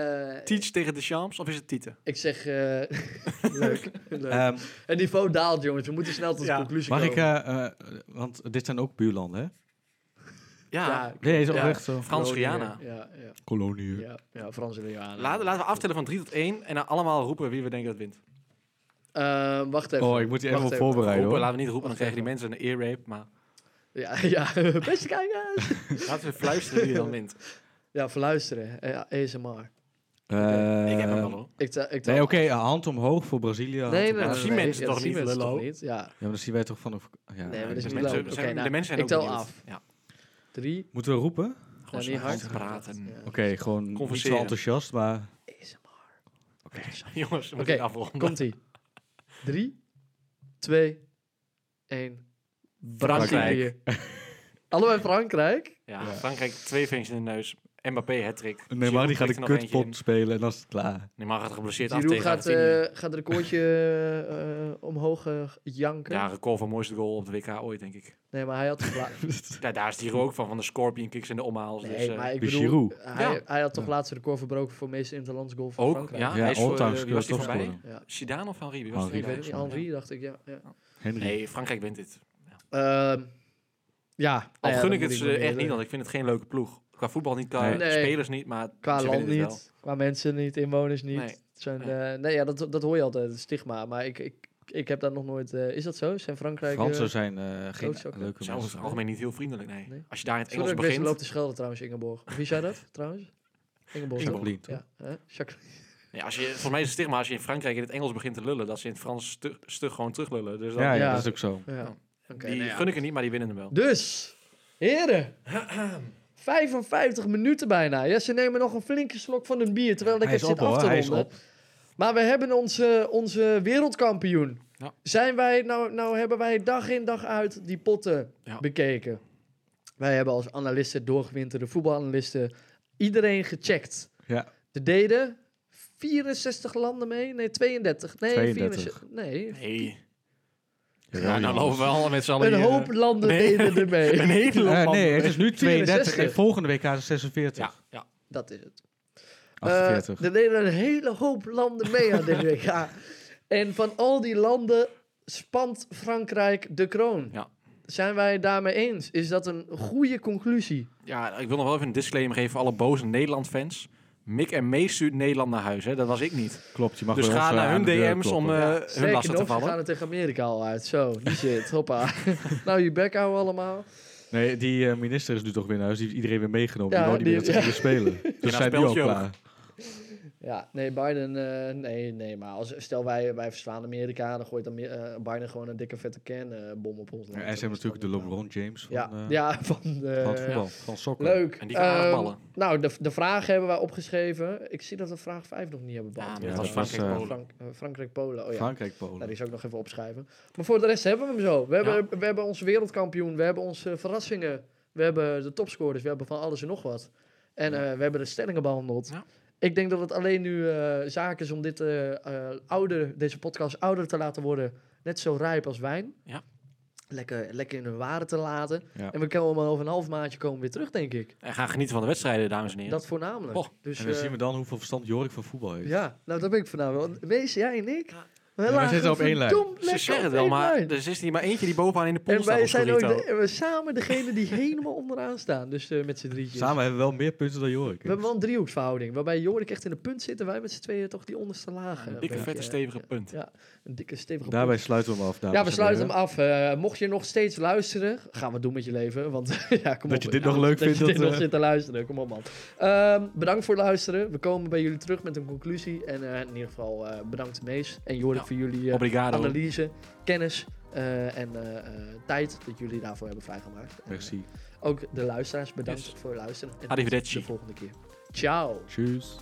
[SPEAKER 3] eh,
[SPEAKER 2] Teach tegen de Champs of is het Tieten?
[SPEAKER 3] ik zeg... eh, leuk.
[SPEAKER 1] Eh,
[SPEAKER 3] leuk. het niveau daalt, jongens. We moeten snel tot de
[SPEAKER 2] Ja.
[SPEAKER 3] conclusie
[SPEAKER 1] Ehm, mag ik...
[SPEAKER 3] komen.
[SPEAKER 1] eh, eh, want dit zijn ook buurlanden, hè? eh,
[SPEAKER 2] Ja,
[SPEAKER 1] Nee, is
[SPEAKER 3] Ja.
[SPEAKER 1] oprecht
[SPEAKER 2] Ah,
[SPEAKER 1] zo.
[SPEAKER 2] Frans-Guyana.
[SPEAKER 3] Ja, ja,
[SPEAKER 5] Kolonie.
[SPEAKER 3] ja, ja Frans-Guyana.
[SPEAKER 2] Laten, laten we aftellen van 3 tot 1 en dan allemaal roepen wie we denken dat wint.
[SPEAKER 3] Eh, wacht even.
[SPEAKER 1] Oh, ik moet die even
[SPEAKER 3] Wacht
[SPEAKER 1] op
[SPEAKER 3] even.
[SPEAKER 1] voorbereiden,
[SPEAKER 2] roepen,
[SPEAKER 1] hoor.
[SPEAKER 2] laten we niet roepen, dan krijgen die mensen een ear rape. Maar
[SPEAKER 3] Ja, ja, beste kijkers.
[SPEAKER 2] laten we fluisteren wie dan wint.
[SPEAKER 3] Ja, verluisteren. Eh, Ja, ASMR.
[SPEAKER 2] ik heb hem
[SPEAKER 1] Eh,
[SPEAKER 2] wel hoor.
[SPEAKER 3] Ik ta- ik ta-
[SPEAKER 1] Nee, oké, eh, hand omhoog voor Brazilië. hand
[SPEAKER 3] Nee, nee,
[SPEAKER 1] omhoog.
[SPEAKER 3] nee,
[SPEAKER 2] zien
[SPEAKER 3] nee,
[SPEAKER 2] mensen
[SPEAKER 3] ja,
[SPEAKER 2] toch
[SPEAKER 3] dat zien
[SPEAKER 2] niet,
[SPEAKER 3] mensen
[SPEAKER 2] lullo?
[SPEAKER 3] toch niet? Ja.
[SPEAKER 1] Ja, maar dat zien wij toch van... Of, ja,
[SPEAKER 3] Nee, maar dat is
[SPEAKER 1] ik
[SPEAKER 2] Dus
[SPEAKER 1] ben-
[SPEAKER 3] niet
[SPEAKER 2] mensen,
[SPEAKER 3] leuk.
[SPEAKER 2] zijn-
[SPEAKER 3] Oké, nou,
[SPEAKER 2] de mensen zijn
[SPEAKER 3] ik
[SPEAKER 2] ook
[SPEAKER 3] tel
[SPEAKER 2] benieuwd.
[SPEAKER 3] af.
[SPEAKER 2] Ja,
[SPEAKER 3] Drie.
[SPEAKER 1] Moeten we roepen? Oké,
[SPEAKER 2] gewoon
[SPEAKER 3] Ja,
[SPEAKER 2] zo
[SPEAKER 3] niet hard.
[SPEAKER 2] praten.
[SPEAKER 3] Ja.
[SPEAKER 1] gewoon niet zo
[SPEAKER 2] Converseren.
[SPEAKER 1] enthousiast, maar...
[SPEAKER 3] ASMR.
[SPEAKER 2] Jongens, we
[SPEAKER 3] Oké,
[SPEAKER 2] moeten afronden.
[SPEAKER 3] Komt-ie. Drie, twee, één.
[SPEAKER 2] Frankrijk.
[SPEAKER 3] Brazilië. Allebei Frankrijk?
[SPEAKER 2] Ja, Frankrijk twee vingers in de neus. Mbappé, hat-trick.
[SPEAKER 1] Nee, maar die gaat een kutpot
[SPEAKER 2] kutpot.
[SPEAKER 1] spelen en dan is het klaar.
[SPEAKER 2] Neymar gaat geblesseerd af
[SPEAKER 3] Giroud
[SPEAKER 2] tegen
[SPEAKER 3] gaat,
[SPEAKER 2] Argentinië.
[SPEAKER 3] eh, gaat een recordje eh, omhoog eh, janken.
[SPEAKER 2] Ja, record van mooiste goal op de WK ooit, denk ik.
[SPEAKER 3] Nee, maar hij had... toch la-
[SPEAKER 2] Ja, daar is die ook van, van de Scorpion kicks en de omhaals.
[SPEAKER 3] Nee,
[SPEAKER 2] dus, eh,
[SPEAKER 3] maar ik
[SPEAKER 1] de
[SPEAKER 3] bedoel...
[SPEAKER 1] Giroud.
[SPEAKER 3] Hij,
[SPEAKER 2] Ja.
[SPEAKER 3] hij had toch laatst het record verbroken voor meeste interlands goal van
[SPEAKER 2] ook,
[SPEAKER 3] Frankrijk?
[SPEAKER 2] ja,
[SPEAKER 1] Ja,
[SPEAKER 2] hij is voor,
[SPEAKER 1] all-time
[SPEAKER 2] eh, wie was die
[SPEAKER 1] scorer,
[SPEAKER 2] voorbij?
[SPEAKER 1] topscorer.
[SPEAKER 3] Ja.
[SPEAKER 2] Zidane of Henri? Wie was
[SPEAKER 1] Henri.
[SPEAKER 2] die
[SPEAKER 3] Ik weet het niet,
[SPEAKER 2] voorbij?
[SPEAKER 3] Henri dacht ik, ja. ja.
[SPEAKER 1] Henry.
[SPEAKER 2] Nee, Frankrijk wint dit.
[SPEAKER 3] Ehm, ja.
[SPEAKER 2] Al
[SPEAKER 3] nou
[SPEAKER 2] gun
[SPEAKER 3] ja, dan
[SPEAKER 2] ik het
[SPEAKER 3] moet
[SPEAKER 2] ze
[SPEAKER 3] nog
[SPEAKER 2] echt
[SPEAKER 3] doen.
[SPEAKER 2] niet, want ik vind het geen leuke ploeg. Qua voetbal niet, qua
[SPEAKER 3] Nee.
[SPEAKER 2] spelers niet, maar
[SPEAKER 3] Qua
[SPEAKER 2] ze
[SPEAKER 3] land
[SPEAKER 2] winnen dit wel.
[SPEAKER 3] niet, qua mensen niet, inwoners niet.
[SPEAKER 2] Nee.
[SPEAKER 3] Het Zijn,
[SPEAKER 2] Nee.
[SPEAKER 3] eh, nee, ja, dat, dat hoor je altijd, het stigma. Maar ik, ik, ik heb daar nog nooit... eh, is dat zo? Zijn Frankrijk... eh,
[SPEAKER 1] Fransen zijn eh, geen
[SPEAKER 3] grootzakken.
[SPEAKER 1] leuke
[SPEAKER 2] Ze zijn over
[SPEAKER 1] mensen.
[SPEAKER 2] het algemeen niet heel vriendelijk, nee.
[SPEAKER 3] Nee.
[SPEAKER 2] Als je daar in het
[SPEAKER 3] Sorry
[SPEAKER 2] Engels
[SPEAKER 3] dat ik best
[SPEAKER 2] begint...
[SPEAKER 3] loop te schelden trouwens, Ingeborg. Wie zei dat trouwens? Ingeborg. toch?
[SPEAKER 1] Jacqueline, toch?
[SPEAKER 3] Ja, hè? Jacqueline.
[SPEAKER 2] Nee, als je, volgens mij is het stigma als je in Frankrijk in het Engels begint te lullen, dat ze in het Frans stug, stug gewoon teruglullen. Dus dan,
[SPEAKER 1] Ja, ja,
[SPEAKER 3] Ja.
[SPEAKER 1] dat is ook zo.
[SPEAKER 3] Ja. Oké,
[SPEAKER 2] die
[SPEAKER 3] nou ja.
[SPEAKER 2] gun ik er niet, maar die winnen hem wel.
[SPEAKER 3] Dus, heren. 55 minuten bijna. Ja, ze nemen nog een flinke slok van hun bier, terwijl ik
[SPEAKER 1] Hij
[SPEAKER 3] het
[SPEAKER 1] is
[SPEAKER 3] zit
[SPEAKER 1] op,
[SPEAKER 3] af
[SPEAKER 1] hoor.
[SPEAKER 3] te
[SPEAKER 1] Hij is
[SPEAKER 3] ronden.
[SPEAKER 1] op.
[SPEAKER 3] Maar we hebben onze, onze wereldkampioen.
[SPEAKER 2] Ja.
[SPEAKER 3] Zijn wij, nou, nou hebben wij dag in dag uit die potten
[SPEAKER 2] Ja.
[SPEAKER 3] bekeken. Wij hebben als analisten, doorgewinterde voetbalanalisten, iedereen gecheckt.
[SPEAKER 1] Ja.
[SPEAKER 3] Er deden 64 landen mee. Nee, 32. Nee,
[SPEAKER 1] 32.
[SPEAKER 3] 64. Nee,
[SPEAKER 2] Nee.
[SPEAKER 1] Jawel,
[SPEAKER 2] nou, nou
[SPEAKER 1] jongens.
[SPEAKER 2] lopen we allemaal met z'n allen
[SPEAKER 3] een
[SPEAKER 2] hier,
[SPEAKER 3] hoop
[SPEAKER 2] eh,
[SPEAKER 3] landen
[SPEAKER 2] nee.
[SPEAKER 3] deden er mee.
[SPEAKER 2] Een hele hoop
[SPEAKER 1] Eh,
[SPEAKER 2] landen.
[SPEAKER 1] nee, het is nu 32 en
[SPEAKER 3] 64.
[SPEAKER 1] volgende WK is het 46.
[SPEAKER 2] Ja, ja.
[SPEAKER 3] Dat is het. Eh,
[SPEAKER 1] 48.
[SPEAKER 3] er deden een hele hoop landen mee aan dit WK. En van al die landen spant Frankrijk de kroon.
[SPEAKER 2] Ja.
[SPEAKER 3] Zijn wij het daarmee eens? Is dat een goede conclusie?
[SPEAKER 2] ja, ik wil nog wel even een disclaimer geven voor alle boze Nederland-fans. Mick en Mees stuurt Nederland naar huis, hè. dat was ik niet.
[SPEAKER 1] Klopt, je mag
[SPEAKER 2] dus
[SPEAKER 1] bij ons,
[SPEAKER 2] ga
[SPEAKER 1] eh,
[SPEAKER 2] naar
[SPEAKER 1] aan
[SPEAKER 2] hun
[SPEAKER 1] de deur
[SPEAKER 2] DM's
[SPEAKER 1] kloppen.
[SPEAKER 2] om eh hun
[SPEAKER 3] Zeker
[SPEAKER 2] lastig te
[SPEAKER 3] nog, we gaan
[SPEAKER 2] vallen.
[SPEAKER 3] het tegen Amerika al uit. Zo, die shit, hoppa. nou, je bek houden allemaal.
[SPEAKER 1] Nee, die eh, minister is nu toch weer naar huis. Die heeft iedereen weer meegenomen.
[SPEAKER 3] Ja,
[SPEAKER 1] die wou niet meer dat ze
[SPEAKER 3] die-
[SPEAKER 1] gingen spelen. Dus
[SPEAKER 2] dat
[SPEAKER 1] zijn die ook
[SPEAKER 2] spelletje ook.
[SPEAKER 1] klaar.
[SPEAKER 3] Ja, nee, Biden, eh, nee, nee, maar als, stel wij, wij verslaan Amerika, dan gooit Amer- eh, Biden gewoon een dikke vette kernbom op ons.
[SPEAKER 1] en ze hebben natuurlijk de LeBron James van,
[SPEAKER 3] Ja,
[SPEAKER 1] eh,
[SPEAKER 3] ja, van de...
[SPEAKER 1] van het voetbal. Van sokken.
[SPEAKER 3] Leuk.
[SPEAKER 2] En die kan
[SPEAKER 3] Ehm,
[SPEAKER 2] aanballen.
[SPEAKER 3] Nou, de, de vragen hebben wij opgeschreven. Ik zie dat we vraag 5 nog niet hebben beantwoord.
[SPEAKER 2] Ja,
[SPEAKER 1] maar dat
[SPEAKER 3] Eh,
[SPEAKER 1] was dus, Frankrijk-Polen.
[SPEAKER 3] Frank- eh, Frankrijk-Polen. Oh ja,
[SPEAKER 1] Frankrijk, Polen.
[SPEAKER 3] Nou, die zou ik nog even opschrijven. Maar voor de rest hebben we hem zo. We hebben, we hebben onze wereldkampioen, we hebben onze verrassingen, we hebben de topscorers, we hebben van alles en nog wat. En eh, we hebben de stellingen behandeld.
[SPEAKER 2] Ja.
[SPEAKER 3] Ik denk dat het alleen nu eh, zaak is om dit, eh, eh, ouder, deze podcast ouder te laten worden. Net zo rijp als wijn.
[SPEAKER 2] Ja.
[SPEAKER 3] Lekker, lekker in hun waarde te laten.
[SPEAKER 1] Ja.
[SPEAKER 3] En we komen maar over een half maandje komen weer terug, denk ik.
[SPEAKER 2] En ga genieten van de wedstrijden, dames en heren.
[SPEAKER 3] Dat voornamelijk.
[SPEAKER 2] Oh,
[SPEAKER 3] dus,
[SPEAKER 1] en dan
[SPEAKER 3] eh,
[SPEAKER 1] zien we dan hoeveel verstand Jorik van voetbal heeft.
[SPEAKER 3] Ja, nou dat ben ik vanavond. Want Wees, jij en ik. We
[SPEAKER 1] wij
[SPEAKER 3] lagen
[SPEAKER 1] zitten op één lijn.
[SPEAKER 3] verdomd
[SPEAKER 2] Ze
[SPEAKER 3] lekker
[SPEAKER 2] zeggen het
[SPEAKER 3] op
[SPEAKER 2] wel,
[SPEAKER 3] één
[SPEAKER 2] maar
[SPEAKER 3] lijn.
[SPEAKER 2] er is niet maar eentje die bovenaan in de pool
[SPEAKER 3] En
[SPEAKER 2] staat.
[SPEAKER 3] wij
[SPEAKER 2] op
[SPEAKER 3] zijn ook
[SPEAKER 2] Scorito.
[SPEAKER 3] de- en we samen degene die helemaal onderaan staan. Dus eh, met z'n drietjes.
[SPEAKER 1] Samen hebben we wel meer punten dan Jorik.
[SPEAKER 3] We hebben wel een driehoeksverhouding. Waarbij Jorik echt in de punt zit en wij met z'n tweeën toch die onderste lagen.
[SPEAKER 2] Een
[SPEAKER 3] een
[SPEAKER 2] dikke,
[SPEAKER 3] beetje,
[SPEAKER 2] vette,
[SPEAKER 3] eh,
[SPEAKER 2] stevige punt.
[SPEAKER 3] ja. Een dikke stevige
[SPEAKER 1] Daarbij
[SPEAKER 3] punt.
[SPEAKER 1] sluiten we hem af. dames
[SPEAKER 3] Ja, we
[SPEAKER 1] en
[SPEAKER 3] sluiten hem
[SPEAKER 1] heren.
[SPEAKER 3] af. Eh, mocht je nog steeds luisteren, gaan we het doen met je leven. Want ja, kom
[SPEAKER 1] Dat
[SPEAKER 3] op.
[SPEAKER 1] je dit
[SPEAKER 3] Ja,
[SPEAKER 1] nog leuk
[SPEAKER 3] dat
[SPEAKER 1] vindt,
[SPEAKER 3] je dit
[SPEAKER 1] dat,
[SPEAKER 3] nog
[SPEAKER 1] eh.
[SPEAKER 3] zit te luisteren. Kom op, man. Ehm, bedankt voor het luisteren. We komen bij jullie terug met een conclusie. En eh, in ieder geval eh, bedankt Mees en Jorik
[SPEAKER 2] Ja.
[SPEAKER 3] voor jullie eh,
[SPEAKER 2] Obrigado.
[SPEAKER 3] analyse, kennis eh, en eh, eh, tijd dat jullie daarvoor hebben vrijgemaakt. En,
[SPEAKER 1] Merci.
[SPEAKER 3] eh, ook de luisteraars, bedankt
[SPEAKER 2] Yes.
[SPEAKER 3] voor het luisteren. En tot
[SPEAKER 2] Arrivederci.
[SPEAKER 3] de volgende keer. Ciao.
[SPEAKER 1] Tjus.